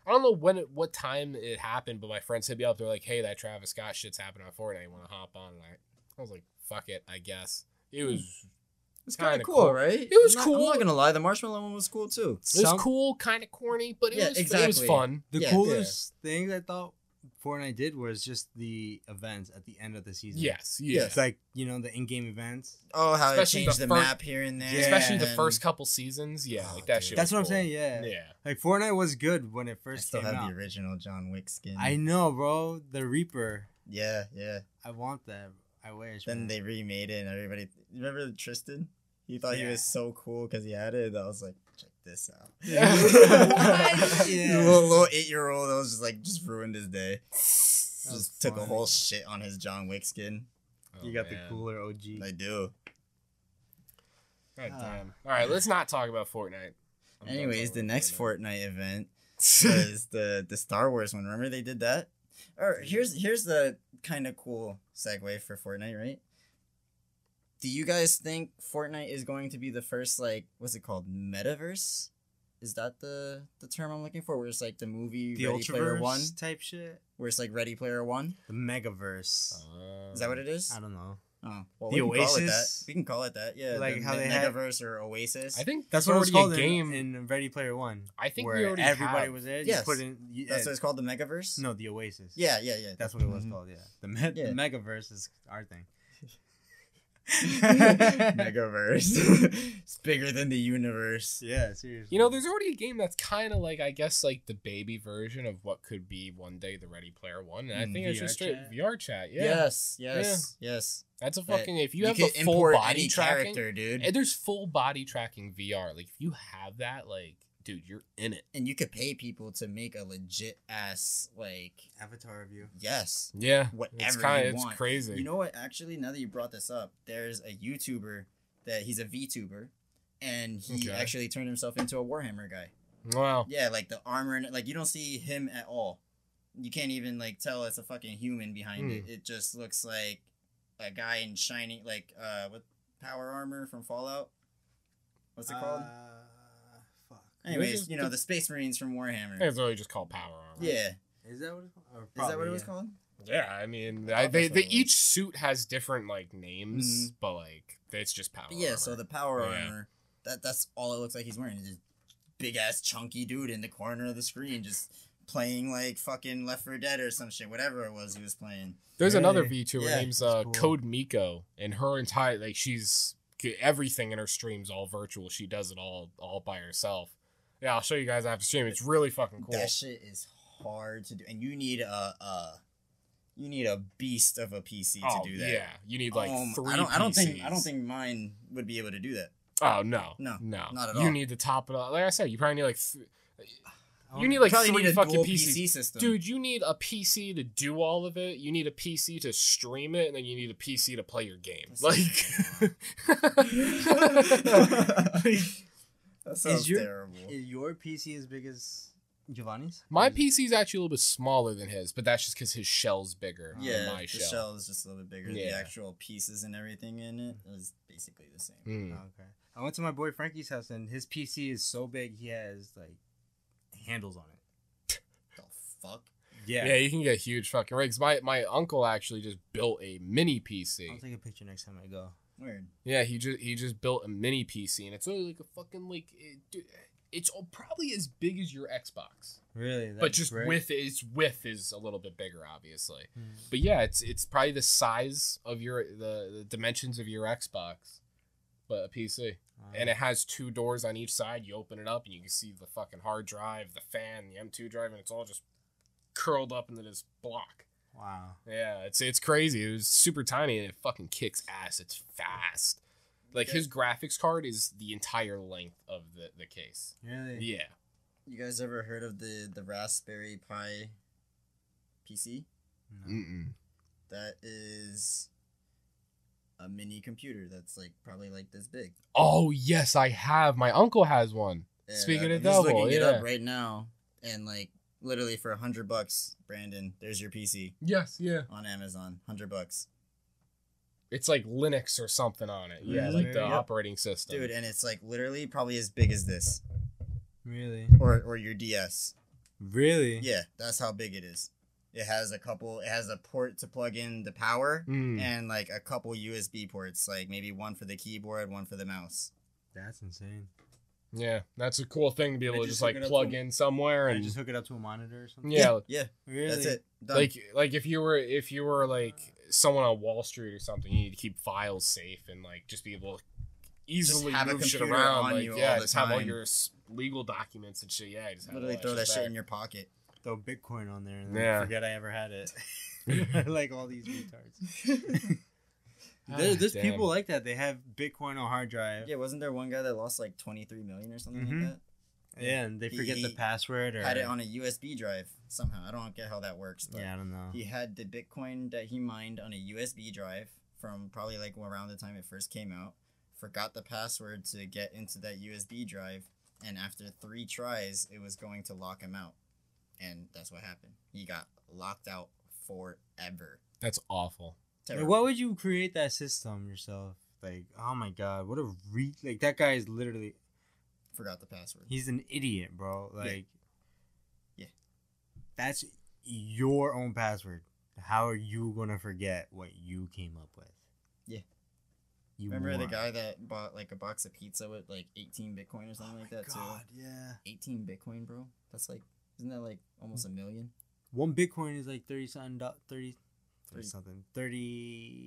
Speaker 4: I don't know when it, what time it happened, but my friends hit me up. They're like, "Hey, that Travis Scott shit's happening on Fortnite. You want to hop on?" And I, I was like, "Fuck it, I guess." It was
Speaker 3: It's
Speaker 4: Kinda
Speaker 3: kind of cool,
Speaker 4: cool.
Speaker 3: right? It
Speaker 4: was
Speaker 3: I'm
Speaker 4: cool.
Speaker 3: not gonna lie, the marshmallow one was cool too.
Speaker 4: it was
Speaker 2: Some-
Speaker 4: cool, kind of corny, but it
Speaker 3: Yeah,
Speaker 4: was it was
Speaker 3: exactly.
Speaker 4: fun.
Speaker 2: The
Speaker 3: Yeah.
Speaker 2: coolest thing I thought Fortnite did was just the events at the end of the season.
Speaker 4: Yes, yeah.
Speaker 3: Yes.
Speaker 2: It's like, you know, the in game events.
Speaker 3: Oh, how
Speaker 4: Especially
Speaker 3: it changed
Speaker 4: the
Speaker 3: the,
Speaker 4: fir-
Speaker 3: map here and there.
Speaker 2: Yeah.
Speaker 4: Especially the
Speaker 3: and-
Speaker 4: first couple seasons. Yeah,
Speaker 3: Oh,
Speaker 4: like that
Speaker 3: dude.
Speaker 4: shit.
Speaker 2: That's
Speaker 4: was
Speaker 2: what I'm
Speaker 4: cool.
Speaker 2: saying, yeah.
Speaker 4: Yeah.
Speaker 2: Like Fortnite was good when it
Speaker 3: I
Speaker 2: first
Speaker 3: still
Speaker 2: came
Speaker 3: have
Speaker 2: out.
Speaker 3: the original John Wick skin.
Speaker 2: I know, bro. The Reaper.
Speaker 3: Yeah, yeah.
Speaker 2: I want that. I wish.
Speaker 3: Then
Speaker 2: man.
Speaker 3: they remade it, and everybody remember Tristan. He thought he
Speaker 2: Yeah.
Speaker 3: was so cool because he had it. and I was like, check this out.
Speaker 4: <laughs>
Speaker 2: Yeah.
Speaker 3: <laughs>
Speaker 4: What?
Speaker 2: <laughs> Yeah.
Speaker 3: Little, little eight year old, I was just like, just ruined his day.
Speaker 2: was
Speaker 3: Just took a
Speaker 2: funny.
Speaker 3: whole shit on his John Wick skin. <laughs>
Speaker 2: You
Speaker 4: Oh,
Speaker 2: got the
Speaker 4: cool.
Speaker 2: cooler OG.
Speaker 3: I do.
Speaker 4: God
Speaker 2: Ah.
Speaker 4: damn. All right, let's not talk about Fortnite. I'm done
Speaker 3: Anyways, the
Speaker 4: talking about
Speaker 3: next
Speaker 4: Fortnite.
Speaker 3: Fortnite
Speaker 2: <laughs>
Speaker 3: event was the the Star Wars one. Remember they did that? Or here's here's the kind of cool segue for Fortnite, right? Do you guys think Fortnite is going to be the first like what's it called metaverse? Is that the the term I'm looking for? Where it's like the movie
Speaker 2: the
Speaker 3: Ready Player
Speaker 2: Ultraverse
Speaker 3: One,
Speaker 2: type shit.
Speaker 3: where it's like Ready Player One.
Speaker 2: The Megaverse.
Speaker 4: Um,
Speaker 3: Is that what it is?
Speaker 2: I don't know.
Speaker 3: Oh, well,
Speaker 2: The
Speaker 3: we can call it that.
Speaker 2: Oasis?
Speaker 3: We can call it that. Yeah,
Speaker 2: Like
Speaker 3: the
Speaker 2: how
Speaker 3: me-
Speaker 2: they had-
Speaker 3: Megaverse or Oasis.
Speaker 4: I think
Speaker 2: That's what it was
Speaker 4: already
Speaker 2: called
Speaker 4: a
Speaker 2: game
Speaker 4: game.
Speaker 2: in, Ready Player One.
Speaker 4: I think
Speaker 2: where
Speaker 4: we already
Speaker 2: everybody
Speaker 4: have-
Speaker 2: was there.
Speaker 3: Yes.
Speaker 2: You put in. You,
Speaker 3: that's
Speaker 2: uh,
Speaker 3: what it's called, the Megaverse.
Speaker 2: No, the Oasis.
Speaker 3: Yeah, Mm-hmm. yeah, yeah.
Speaker 4: Mm-hmm.
Speaker 2: That's what it was
Speaker 3: Mhm.
Speaker 2: called. Yeah. The, me- <laughs>
Speaker 3: Yeah.
Speaker 2: the Megaverse is our thing.
Speaker 3: <laughs>
Speaker 4: <laughs>
Speaker 3: Megaverse. <laughs> it's bigger than the universe.
Speaker 2: Yeah, seriously.
Speaker 4: You know, there's already a game that's kind of like, I guess, like the baby version of what could be one day the Ready Player One. And I
Speaker 3: Mm,
Speaker 4: think it's
Speaker 2: VR
Speaker 4: just straight
Speaker 2: chat.
Speaker 4: VR chat. Yeah.
Speaker 3: Yes, yes, yes.
Speaker 4: That's a
Speaker 3: That
Speaker 4: fucking. If you, have the full body tracking,
Speaker 3: character, dude.
Speaker 4: and there's full body tracking VR. Like, if you have that, like, dude, you're in it.
Speaker 3: and you could pay people to make a legit ass like
Speaker 2: Avatar of you.
Speaker 3: yes.
Speaker 4: Yeah. it's
Speaker 3: Whatever you
Speaker 4: kinda, It's
Speaker 3: want.
Speaker 4: crazy.
Speaker 3: You know what? Actually, now that you brought this up, there's a YouTuber that he's a VTuber, and he
Speaker 4: Okay.
Speaker 3: actually turned himself into a Warhammer guy.
Speaker 4: wow.
Speaker 3: Yeah, like the armor and like you don't see him at all. You can't even like tell it's a fucking human behind
Speaker 2: Hmm.
Speaker 3: it. It just looks like a guy in shiny like uh with power armor from Fallout. What's it called?
Speaker 2: Uh, fuck.
Speaker 3: Anyways,
Speaker 4: just-
Speaker 3: you know the Space Marines from Warhammer.
Speaker 4: I think it's really just called Power Armor.
Speaker 3: Yeah, is
Speaker 2: Is that what it's called? Or
Speaker 3: that what
Speaker 2: probably,
Speaker 3: it was
Speaker 2: yeah.
Speaker 3: called?
Speaker 4: Yeah, I mean,
Speaker 3: I
Speaker 4: I,
Speaker 3: thought
Speaker 4: they,
Speaker 3: that's what
Speaker 4: they
Speaker 3: it
Speaker 4: each suit has different like names, but like it's just power.
Speaker 3: But yeah, so
Speaker 4: armor.
Speaker 3: the power
Speaker 4: Yeah.
Speaker 3: armor. That that's all it looks like he's wearing. Is this big ass chunky dude in the corner of the screen just playing like fucking Left 4 Dead or some shit, whatever it was he was playing.
Speaker 4: there's another
Speaker 2: Really?
Speaker 4: VTuber
Speaker 3: Yeah,
Speaker 4: name's
Speaker 2: that's
Speaker 4: uh,
Speaker 2: cool.
Speaker 4: Code Miko, and her entire like she's everything in her streams all virtual. She does it all all by herself. Yeah, I'll show you guys after stream. It's really fucking cool.
Speaker 3: That shit is hard to do, and you need a a you need a beast of a PC
Speaker 4: oh
Speaker 3: to do that.
Speaker 4: yeah, you need like
Speaker 3: Um,
Speaker 4: three.
Speaker 3: I don't. I don't think. I
Speaker 4: PCs.
Speaker 3: don't think mine would be able to do that.
Speaker 4: Oh no,
Speaker 3: No,
Speaker 4: no,
Speaker 3: not at
Speaker 4: You
Speaker 3: all.
Speaker 4: need to top it up. Like I said, you probably need like th-
Speaker 2: I
Speaker 4: you
Speaker 2: wanna-
Speaker 4: need like
Speaker 3: Probably
Speaker 4: three
Speaker 3: need a
Speaker 4: fucking
Speaker 3: dual
Speaker 4: PCs.
Speaker 3: PC system, <laughs>
Speaker 4: Dude, <laughs> you need a PC to do all of it. You need a PC to stream it, and then you need a PC to play your game.
Speaker 3: That's
Speaker 4: <laughs> like,
Speaker 3: that sounds
Speaker 2: your-
Speaker 3: terrible.
Speaker 2: Is your PC as big as Giovanni's?
Speaker 4: my
Speaker 3: Mm.
Speaker 2: Is it-
Speaker 4: PC is actually a little bit smaller than his, but that's just because his shell's bigger than
Speaker 3: Yeah,
Speaker 4: my
Speaker 3: the
Speaker 4: shell.
Speaker 3: shell is just a little bit bigger.
Speaker 4: Yeah.
Speaker 3: The actual pieces and everything in it is basically the same.
Speaker 4: Mm.
Speaker 2: Oh, Okay. I went to my boy Frankie's house and his PC is so big he has like handles on it.
Speaker 3: The fuck?
Speaker 4: Yeah. you can get huge fucking rigs. My my uncle actually just built a mini PC.
Speaker 2: I'll take a picture next time I go.
Speaker 3: Weird.
Speaker 4: Yeah, he just he just built a mini PC, and it's really like a fucking like it, dude, it's all probably as big as your Xbox,
Speaker 2: Really?
Speaker 4: but just with its width is a little bit bigger, obviously.
Speaker 2: Hmm.
Speaker 4: But yeah, it's it's probably the size of your the, the dimensions of your Xbox, but a PC, and it has two doors on each side. You open it up, and you can see the fucking hard drive, the fan, the M2 drive, and it's all just curled up into this block.
Speaker 2: wow.
Speaker 4: Yeah, it's it's crazy. It was super tiny and it fucking kicks ass. It's fast. Like
Speaker 3: Okay.
Speaker 4: his graphics card is the entire length of the, the case.
Speaker 2: Really?
Speaker 4: Yeah.
Speaker 3: You guys ever heard of the the Raspberry Pi PC?
Speaker 2: No.
Speaker 4: Mm-mm.
Speaker 3: That is a mini computer that's like probably like this big.
Speaker 4: Oh yes, I have. My uncle has one.
Speaker 3: And
Speaker 4: Speaking
Speaker 3: I'm
Speaker 4: of
Speaker 3: just
Speaker 4: double,
Speaker 3: looking it
Speaker 4: yeah.
Speaker 3: up right now, and like literally for a hundred bucks, Brandon, there's your PC
Speaker 4: Yes, yeah.
Speaker 3: on Amazon, hundred bucks,
Speaker 4: It's like Linux or something on it. Yeah,
Speaker 2: Mhm.
Speaker 4: like the
Speaker 2: Yep.
Speaker 4: operating system.
Speaker 3: dude, and it's like literally probably as big as this,
Speaker 2: Really?
Speaker 3: or or your DS.
Speaker 2: Really?
Speaker 3: Yeah, that's how big it is. It has a couple. It has a port to plug in the power,
Speaker 4: Mm.
Speaker 3: and like a couple USB ports, like maybe one for the keyboard, one for the mouse.
Speaker 2: That's insane.
Speaker 4: Yeah, that's a cool thing to be
Speaker 3: I
Speaker 4: able to
Speaker 3: just
Speaker 4: just
Speaker 3: hook
Speaker 4: like
Speaker 3: it up
Speaker 4: plug
Speaker 3: to-
Speaker 4: in somewhere
Speaker 2: Can I
Speaker 4: and
Speaker 2: just hook it up to a monitor or something?
Speaker 4: yeah,
Speaker 3: Yeah,
Speaker 2: Really?
Speaker 3: that's it. Done.
Speaker 4: like like if you were if you were like someone on Wall Street or something, you need to keep files safe and like just be able to easily
Speaker 3: have a
Speaker 4: move shit
Speaker 3: computer
Speaker 4: around.
Speaker 3: on
Speaker 4: like,
Speaker 3: you
Speaker 4: yeah,
Speaker 3: all the
Speaker 4: just have all
Speaker 3: time.
Speaker 4: your s- legal documents and shit. Yeah, just have
Speaker 3: literally
Speaker 4: all
Speaker 3: throw that shit in
Speaker 4: back.
Speaker 3: your pocket.
Speaker 2: Throw Bitcoin on there and then
Speaker 4: Yeah.
Speaker 2: forget I ever had <laughs> it. like all these retards. there,
Speaker 4: Ah,
Speaker 2: there's
Speaker 4: damn.
Speaker 2: people like that. They have Bitcoin on hard drive.
Speaker 3: Yeah, wasn't there one guy that lost like twenty three million or something
Speaker 2: Mhm.
Speaker 3: like
Speaker 2: Yeah, and they
Speaker 3: He-
Speaker 2: forget the
Speaker 3: he
Speaker 2: password or
Speaker 3: that? Had it on a USB drive somehow. I don't get how that works, but
Speaker 2: Yeah, I don't know.
Speaker 3: he had the Bitcoin that he mined on a USB drive from probably like around the time it first came out. Forgot the password to get into that USB drive, and after three tries, it was going to lock him out, and that's what happened. He got locked out forever.
Speaker 4: That's awful.
Speaker 2: Like, why would you create that system yourself? Like, oh my god, what a re like that guy is literally
Speaker 3: Forgot the password.
Speaker 2: he's an idiot, bro. Like
Speaker 3: Yeah.
Speaker 2: That's your own password. How are you gonna forget what you came up with?
Speaker 3: Yeah.
Speaker 2: You
Speaker 3: Remember the
Speaker 2: moron.
Speaker 3: guy that bought like a box of pizza with like 18 Bitcoin or something like that
Speaker 2: Oh God,
Speaker 3: too?
Speaker 2: yeah.
Speaker 3: 18 Bitcoin, bro. That's like, isn't that like almost a million?
Speaker 2: One Bitcoin is like thirty something do- thirty or
Speaker 3: Thirty-
Speaker 2: something.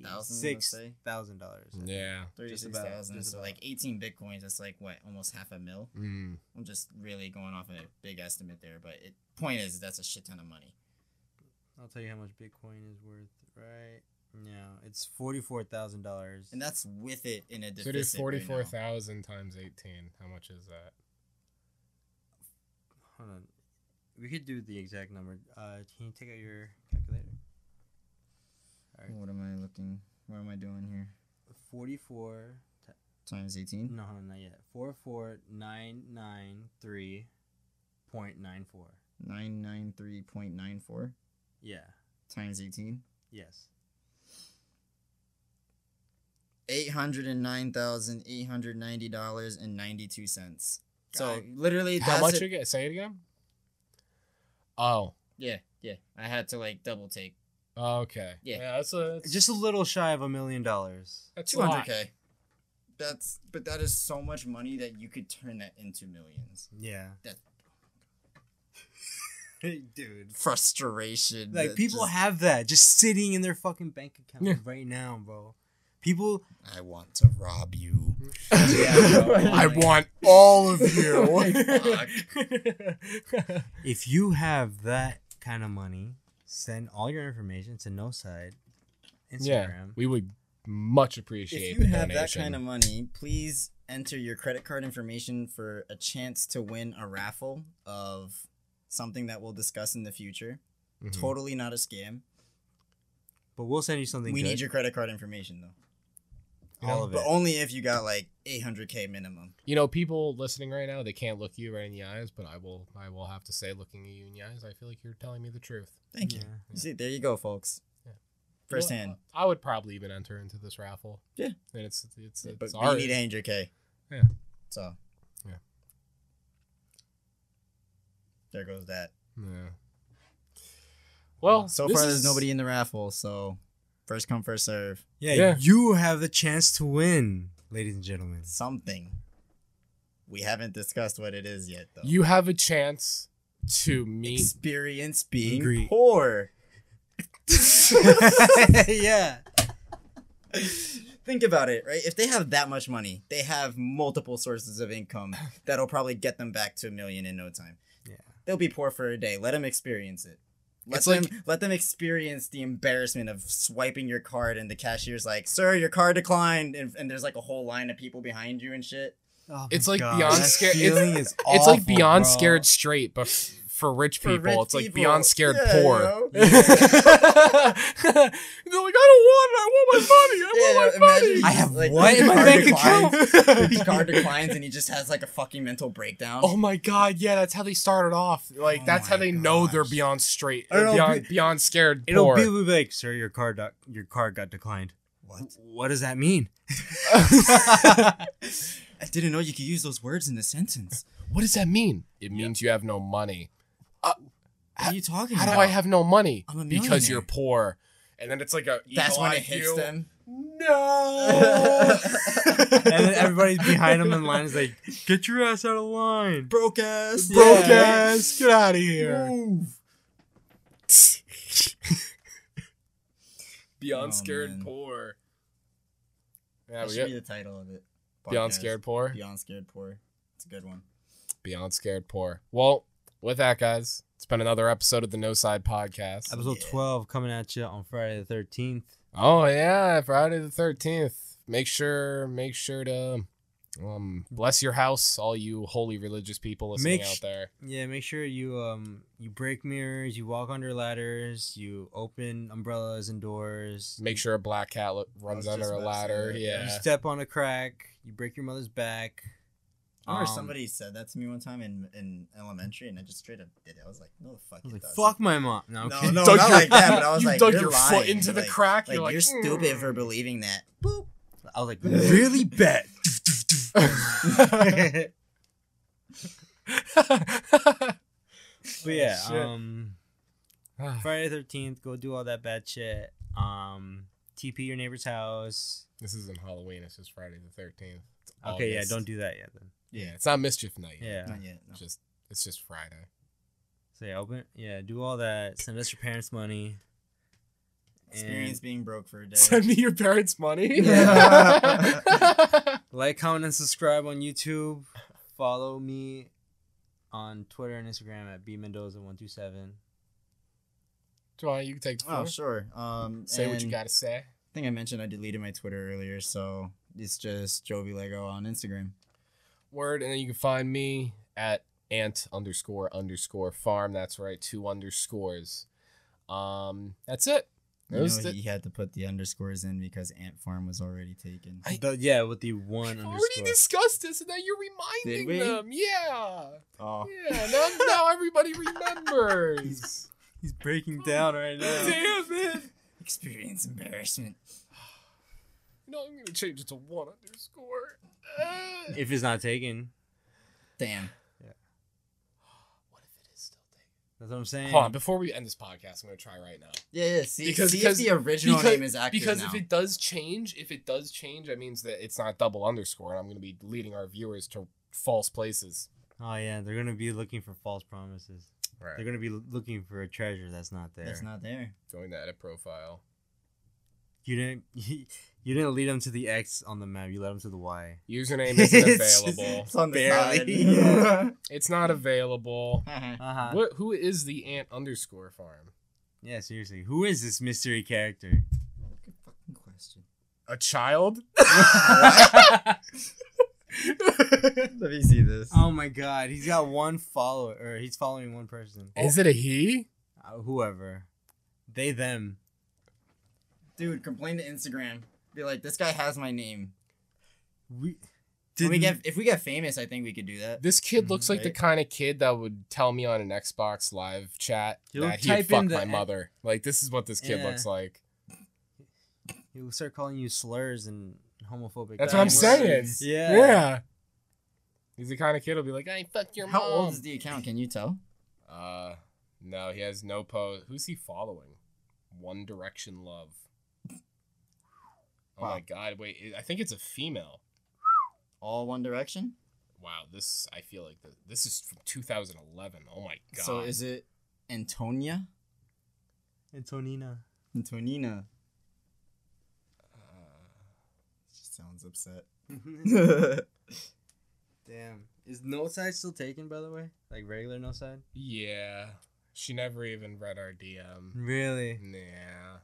Speaker 2: Thirty-six thousand dollars.
Speaker 4: Yeah.
Speaker 2: Just
Speaker 3: Thirty-six
Speaker 2: about,
Speaker 3: thousand.
Speaker 2: just
Speaker 3: So
Speaker 2: about.
Speaker 3: like eighteen bitcoins. That's like what, almost half a mil.
Speaker 4: Mm.
Speaker 3: I'm just really going off a big estimate there, but it point is that's a shit ton of money.
Speaker 2: I'll tell you how much Bitcoin is worth right now. It's forty-four thousand dollars.
Speaker 3: And that's with it in a
Speaker 4: So do
Speaker 3: deficit. right now.
Speaker 4: forty-four thousand times eighteen. How much is that?
Speaker 2: Hold on. We could do the exact number. Uh, can you take out your calculator?
Speaker 3: What am I looking? What am I doing here?
Speaker 2: Forty-four. T-
Speaker 3: Times eighteen.
Speaker 2: no, hold on, not yet. Four-four nine nine three point nine four.
Speaker 3: Nine nine three point nine four
Speaker 2: Yeah.
Speaker 3: times eighteen.
Speaker 2: Yes.
Speaker 3: Eight hundred and nine thousand eight hundred ninety dollars and ninety two cents. So
Speaker 2: God.
Speaker 3: literally,
Speaker 4: How
Speaker 3: that's
Speaker 4: much
Speaker 3: it-
Speaker 4: you get? Say it again. Oh.
Speaker 3: Yeah, yeah. I had to like double take.
Speaker 4: Okay.
Speaker 3: Yeah.
Speaker 4: that's a that's,
Speaker 2: Just a little shy of a million dollars.
Speaker 4: that's a
Speaker 3: Two hundred
Speaker 4: lot. <laughs>
Speaker 3: k. That's but that is so much money that you could turn that into millions.
Speaker 2: Yeah. <laughs>
Speaker 3: That-
Speaker 2: Dude.
Speaker 3: Frustration.
Speaker 2: Like
Speaker 3: that
Speaker 2: people
Speaker 3: just-
Speaker 2: have that just sitting in their fucking bank account
Speaker 4: Yeah.
Speaker 2: right now, bro. People
Speaker 3: I want to rob you.
Speaker 4: I want all
Speaker 3: <laughs>
Speaker 4: of you. <laughs>
Speaker 2: if you have that kind of money, send all your information to No Side Instagram.
Speaker 4: yeah, we would much appreciate.
Speaker 3: If you
Speaker 4: the
Speaker 3: have that
Speaker 4: donation.
Speaker 3: kind of money, please enter your credit card information for a chance to win a raffle of something that we'll discuss in the future.
Speaker 4: Mhm.
Speaker 3: Totally not a scam.
Speaker 2: but we'll send you something.
Speaker 3: we
Speaker 2: good.
Speaker 3: need your credit card information though.
Speaker 2: all of it.
Speaker 3: But only if you got like 800k minimum.
Speaker 4: You know, people listening right now, they can't look you right in the eyes, but I will. I will have to say, looking you in the eyes, I feel like you're telling me the truth.
Speaker 3: Thank you.
Speaker 2: Yeah.
Speaker 3: See, there you go, folks.
Speaker 4: Yeah.
Speaker 3: First
Speaker 4: You know,
Speaker 3: hand.
Speaker 4: I would probably even enter into this raffle.
Speaker 3: Yeah.
Speaker 4: and it's it's it's
Speaker 3: But
Speaker 4: our.
Speaker 3: we need 800k.
Speaker 4: Yeah.
Speaker 3: So.
Speaker 4: Yeah.
Speaker 3: There goes that.
Speaker 4: Yeah. Well,
Speaker 3: So
Speaker 4: this
Speaker 3: far, there's
Speaker 4: is-
Speaker 3: nobody in the raffle, so first come, first serve.
Speaker 2: Yeah,
Speaker 4: Yeah.
Speaker 2: you have the chance to win, ladies and <laughs> gentlemen.
Speaker 3: Something. We haven't discussed what it is yet, though.
Speaker 4: You have a chance to meet.
Speaker 3: experience being
Speaker 2: Agree.
Speaker 3: poor.
Speaker 2: yeah.
Speaker 3: Think about it, right? If they have that much money, they have multiple sources of income that'll probably get them back to a million in no time.
Speaker 2: Yeah.
Speaker 3: They'll be poor for a day. Let them experience it. Let
Speaker 4: It's
Speaker 3: them
Speaker 4: like-
Speaker 3: let them experience the embarrassment of swiping your card and the cashier's like, "Sir, your card declined," and, and there's like a whole line of people behind you and shit.
Speaker 2: Oh
Speaker 4: It's
Speaker 2: my
Speaker 4: like
Speaker 2: God,
Speaker 4: beyond
Speaker 2: that
Speaker 4: scared- it's-
Speaker 2: feeling is
Speaker 4: it's like
Speaker 2: awful,
Speaker 4: beyond
Speaker 2: bro.
Speaker 4: scared straight, but f- for rich
Speaker 3: For
Speaker 4: people,
Speaker 3: rich
Speaker 4: it's like
Speaker 3: people.
Speaker 4: beyond scared
Speaker 3: Yeah,
Speaker 4: <laughs> poor.
Speaker 3: you know?
Speaker 4: They're like, I don't want it. I want my money. I want my money.
Speaker 3: imagine
Speaker 2: I
Speaker 3: he's
Speaker 2: have
Speaker 3: like,
Speaker 2: what in
Speaker 3: his
Speaker 2: my
Speaker 3: card
Speaker 2: bank
Speaker 3: declines- <laughs>
Speaker 2: account?
Speaker 3: His card declines and he just has like a fucking mental breakdown. <laughs>
Speaker 4: <laughs> Oh my god, yeah, that's how they started off. Like
Speaker 3: Oh
Speaker 4: that's how
Speaker 3: my
Speaker 4: they know they're
Speaker 3: gosh.
Speaker 4: beyond straight,
Speaker 2: I don't know,
Speaker 4: beyond,
Speaker 2: be-
Speaker 4: beyond scared
Speaker 2: It'll
Speaker 4: poor.
Speaker 2: be, it'll be like, sir, your card doc- your card got declined.
Speaker 3: What?
Speaker 2: What does
Speaker 4: <laughs>
Speaker 2: that mean?
Speaker 3: I didn't know you could use those words in a sentence.
Speaker 4: what does that mean? It means you have no money.
Speaker 3: What are you talking
Speaker 4: How do
Speaker 3: about?
Speaker 4: I have no money?
Speaker 3: I'm a
Speaker 4: because you're
Speaker 3: millionaire.
Speaker 4: poor. And then it's like a
Speaker 3: That's when it
Speaker 4: eagle-eyed
Speaker 3: hits
Speaker 4: you.
Speaker 3: them. <laughs>
Speaker 4: No.
Speaker 2: and then everybody behind him in line is like, "Get your ass out of line,
Speaker 3: Broke ass.
Speaker 4: Broke
Speaker 3: Yeah.
Speaker 4: ass, get out of here. <laughs>
Speaker 3: Move.
Speaker 4: Beyond
Speaker 3: Oh,
Speaker 4: scared
Speaker 3: man.
Speaker 4: poor. Yeah,
Speaker 3: That
Speaker 4: we
Speaker 3: should
Speaker 4: got
Speaker 3: be the title of it.
Speaker 4: Beyond
Speaker 3: Podcast.
Speaker 4: scared poor.
Speaker 3: Beyond Scared Poor. It's a good one.
Speaker 4: Beyond scared poor. Well, with that, guys, it's been another episode of the No Side Podcast.
Speaker 2: Episode
Speaker 3: Yeah.
Speaker 2: 12 coming at you on Friday the 13th.
Speaker 4: Oh yeah, Friday the thirteenth. Make sure, make sure to um bless your house, all you holy religious people listening
Speaker 2: Make
Speaker 4: out
Speaker 2: sh-
Speaker 4: there.
Speaker 2: Yeah, make sure you um you break mirrors, you walk under ladders, you open umbrellas and doors,
Speaker 4: Make sure a black cat lo- runs
Speaker 3: was just
Speaker 4: under a
Speaker 3: about to say
Speaker 4: ladder.
Speaker 3: that,
Speaker 2: you
Speaker 4: Yeah,
Speaker 2: step on a crack, you break your mother's back.
Speaker 3: I remember
Speaker 2: Um,
Speaker 3: somebody said that to me one time in, in elementary, and I just straight up did it. I was like, no, the fuck
Speaker 2: I was
Speaker 3: it
Speaker 2: like,
Speaker 3: doesn't.
Speaker 2: "Fuck my mom." No, I'm
Speaker 3: No,
Speaker 2: kidding.
Speaker 3: no, not like that, but I <laughs> was
Speaker 4: you
Speaker 3: like,
Speaker 4: dug
Speaker 3: you're
Speaker 4: your foot
Speaker 3: lying.
Speaker 4: into the
Speaker 3: Like-
Speaker 4: crack.
Speaker 3: Like,
Speaker 4: you're
Speaker 3: you're,
Speaker 4: like, "Hmm."
Speaker 3: stupid for believing that. Boop.
Speaker 2: <laughs> I
Speaker 3: <laughs>
Speaker 2: was like,
Speaker 3: Really <laughs>
Speaker 2: bet."
Speaker 4: "Mm."
Speaker 2: But yeah,
Speaker 4: shit.
Speaker 2: um Friday the 13th, go do all that bad shit. Um TP your neighbor's house. <laughs>
Speaker 4: this isn't Halloween. It's just Friday the thirteenth.
Speaker 2: Okay, yeah, don't do that yet then.
Speaker 4: Yeah, it's not mischief night. yet.
Speaker 2: Yeah.
Speaker 3: Not yet. No.
Speaker 4: just it's just Friday.
Speaker 2: So yeah, open yeah, do all that. Send us your parents' money.
Speaker 3: Experience being broke for a day.
Speaker 4: Send me your parents' money. <laughs>
Speaker 2: Yeah. like, comment, and subscribe on YouTube. Follow me on Twitter and Instagram at bmendoza127.
Speaker 4: Joanne, you can take the floor.
Speaker 3: Oh sure. Um,
Speaker 4: Say what you
Speaker 3: and
Speaker 4: gotta say.
Speaker 3: I think I mentioned I deleted my Twitter earlier, so it's just Jovi Lego on Instagram.
Speaker 4: Word, and then you can find me at ant underscore underscore farm. That's right, two underscores. Um, that's it.
Speaker 3: You
Speaker 4: Those
Speaker 3: know,
Speaker 4: th-
Speaker 3: he had to put the underscores in because Ant Farm was already taken.
Speaker 4: I-
Speaker 2: The- yeah, with the one
Speaker 4: We've already
Speaker 2: underscore.
Speaker 4: discussed this, and now you're
Speaker 3: Did
Speaker 4: reminding
Speaker 3: we?
Speaker 4: them. Yeah,
Speaker 3: Oh,
Speaker 4: yeah. Now, now
Speaker 3: <laughs>
Speaker 4: everybody remembers.
Speaker 2: He's breaking down right now.
Speaker 4: <laughs> Damn it!
Speaker 3: experience embarrassment.
Speaker 4: No, I'm gonna change it to one underscore. Uh,
Speaker 2: If it's not taken,
Speaker 3: Damn.
Speaker 4: what if it is still taken?
Speaker 2: that's what I'm saying.
Speaker 4: Hold on, before we end this podcast, I'm gonna try right now.
Speaker 3: Yeah, yeah. See,
Speaker 4: Because-
Speaker 3: see
Speaker 4: because-
Speaker 3: if the original
Speaker 4: because-
Speaker 3: name is active
Speaker 4: because
Speaker 3: now.
Speaker 4: if it does change, if it does change, that means that it's not double underscore, and I'm gonna be leading our viewers to false places.
Speaker 2: Oh yeah, they're gonna be looking for false promises.
Speaker 4: Right.
Speaker 2: They're gonna be l- looking for a treasure that's not there.
Speaker 3: That's not there.
Speaker 4: Going to edit profile.
Speaker 2: You didn't. <laughs> You didn't lead them to the X on the map. You led them to the Y.
Speaker 4: Username isn't available.
Speaker 3: <laughs> It's on the <laughs>
Speaker 2: Barely.
Speaker 3: side.
Speaker 4: It's not available.
Speaker 2: Uh huh.
Speaker 4: What? Who is the ant underscore farm?
Speaker 2: Yeah, seriously. Who is this mystery character?
Speaker 3: Good fucking question.
Speaker 4: A child?
Speaker 3: <laughs> Let me see this.
Speaker 2: Oh my god, he's got one follower, or he's following one person.
Speaker 4: Is it a he?
Speaker 2: Uh, whoever. They, them.
Speaker 3: Dude, complain to Instagram. Be like, this guy has my name.
Speaker 2: We,
Speaker 3: When we
Speaker 2: didn't-
Speaker 3: get if we get famous, I think we could do that.
Speaker 4: This kid looks like the
Speaker 3: Right.
Speaker 4: kind of kid that would tell me on an Xbox Live chat
Speaker 2: He'll
Speaker 4: that he'd
Speaker 2: type
Speaker 4: fuck
Speaker 2: in the
Speaker 4: my
Speaker 2: an-
Speaker 4: mother. Like this is what this kid
Speaker 2: Yeah.
Speaker 4: looks like.
Speaker 2: he will start calling you slurs and homophobic.
Speaker 4: That's what I'm
Speaker 2: language.
Speaker 4: saying.
Speaker 3: Backwards.
Speaker 2: <laughs> Yeah.
Speaker 4: Yeah. He's the kind of kid who'll be like, "I fucked your
Speaker 3: How
Speaker 4: mom."
Speaker 3: old is the account? Can you tell?
Speaker 4: Uh, no, he has no post. Who's he following? One Direction Love. Oh
Speaker 3: Wow.
Speaker 4: my god! Wait, it- I think it's a female.
Speaker 3: All One Direction.
Speaker 4: Wow, this I feel like the, this is from 2011. Oh my god!
Speaker 3: So is it Antonia?
Speaker 2: Antonina.
Speaker 3: Antonina.
Speaker 4: Uh,
Speaker 3: She sounds <laughs> upset. Damn.
Speaker 2: Damn. Is no side still taken, by the way? Like regular no side?
Speaker 4: yeah, she never even read our DM.
Speaker 2: Really?
Speaker 4: Nah.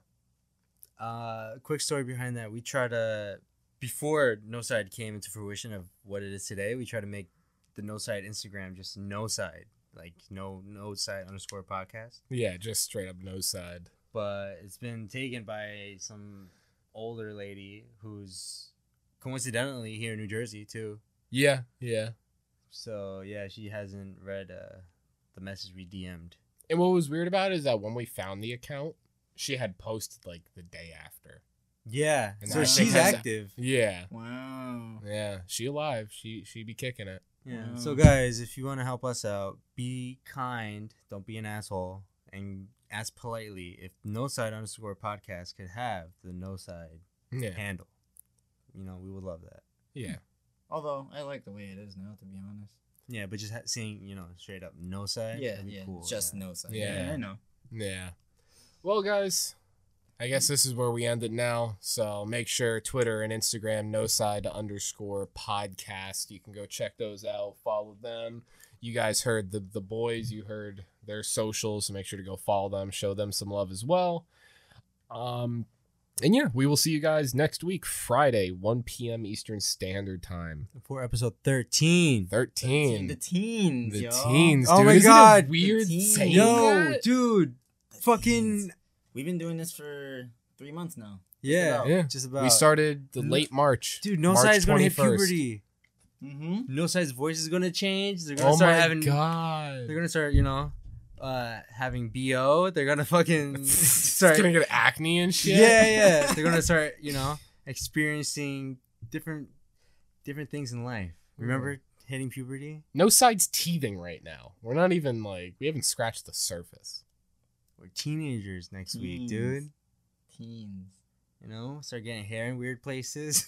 Speaker 2: Uh, quick story behind that. We try to, before no side came into fruition of what it is today, we try to make the no side Instagram just no side. Like no no side underscore podcast.
Speaker 4: Yeah, just straight up no side.
Speaker 2: but it's been taken by some older lady who's coincidentally here in New Jersey too.
Speaker 4: Yeah, yeah.
Speaker 2: So yeah, she hasn't read uh, the message we DM'd.
Speaker 4: And what was weird about it is that when we found the account, she had posted like the day after.
Speaker 2: Yeah,
Speaker 4: And
Speaker 2: so
Speaker 3: that
Speaker 2: she's
Speaker 3: has-
Speaker 2: active.
Speaker 4: Yeah.
Speaker 3: Wow.
Speaker 4: Yeah, she alive. She she be kicking it.
Speaker 2: Yeah.
Speaker 3: Wow.
Speaker 2: So guys, if you want to help us out, be kind. Don't be an asshole, and ask politely if No Side underscore podcast could have the No Side
Speaker 4: Yeah.
Speaker 2: handle. You know, we would love that.
Speaker 4: Yeah.
Speaker 3: Although I like the way it is now, to be honest.
Speaker 2: Yeah, but just ha- seeing you know straight up No Side.
Speaker 3: Yeah,
Speaker 2: that'd be
Speaker 3: yeah.
Speaker 2: cool,
Speaker 3: just
Speaker 2: yeah.
Speaker 3: no side.
Speaker 4: Yeah.
Speaker 3: I know.
Speaker 4: Yeah. Well, guys, I guess this is where we end it now. So make sure Twitter and Instagram, no side underscore podcast. You can go check those out, follow them. You guys heard the, the boys, you heard their socials. So make sure to go follow them, show them some love as well. Um, and yeah, we will see you guys next week, Friday, 1 p.m. Eastern Standard Time.
Speaker 2: for episode thirteen.
Speaker 4: 13.
Speaker 3: The teens.
Speaker 4: The
Speaker 3: y'all.
Speaker 4: teens,
Speaker 2: Oh
Speaker 4: dude.
Speaker 2: my
Speaker 4: Isn't it
Speaker 2: God, the
Speaker 4: weird
Speaker 3: teens.
Speaker 4: saying
Speaker 2: Yo,
Speaker 4: that?
Speaker 2: dude,
Speaker 3: The
Speaker 2: fucking
Speaker 3: teens. We've been doing this for three months now.
Speaker 2: yeah,
Speaker 3: about-
Speaker 4: Yeah.
Speaker 2: just about.
Speaker 4: we started the
Speaker 2: N-
Speaker 4: late March.
Speaker 2: dude. No
Speaker 4: March
Speaker 2: side's gonna hit
Speaker 4: 21st.
Speaker 2: puberty.
Speaker 3: Mm-hmm.
Speaker 2: No side's voice is gonna change. They're gonna
Speaker 4: Oh
Speaker 2: start
Speaker 4: my
Speaker 2: having.
Speaker 4: god!
Speaker 2: They're gonna start, you know, uh, having bo. They're
Speaker 4: <laughs>
Speaker 2: gonna <laughs> fucking
Speaker 4: It's
Speaker 2: start.
Speaker 4: gonna get acne and shit.
Speaker 2: Yeah, yeah. They're gonna start, you know, experiencing different, different things in life. Remember hitting puberty?
Speaker 4: No side's teething right now. We're not even like we haven't scratched the surface.
Speaker 2: We're teenagers next week,
Speaker 3: Teens.
Speaker 2: dude.
Speaker 3: Teens.
Speaker 2: You know, start getting hair in weird places.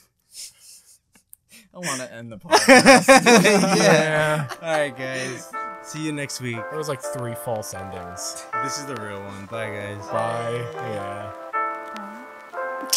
Speaker 2: <laughs>
Speaker 3: I want to end the <laughs> podcast.
Speaker 2: yeah. All right, guys. See you next week.
Speaker 4: There was like three false endings.
Speaker 2: This is the real one. Bye, guys.
Speaker 4: Bye. Yeah.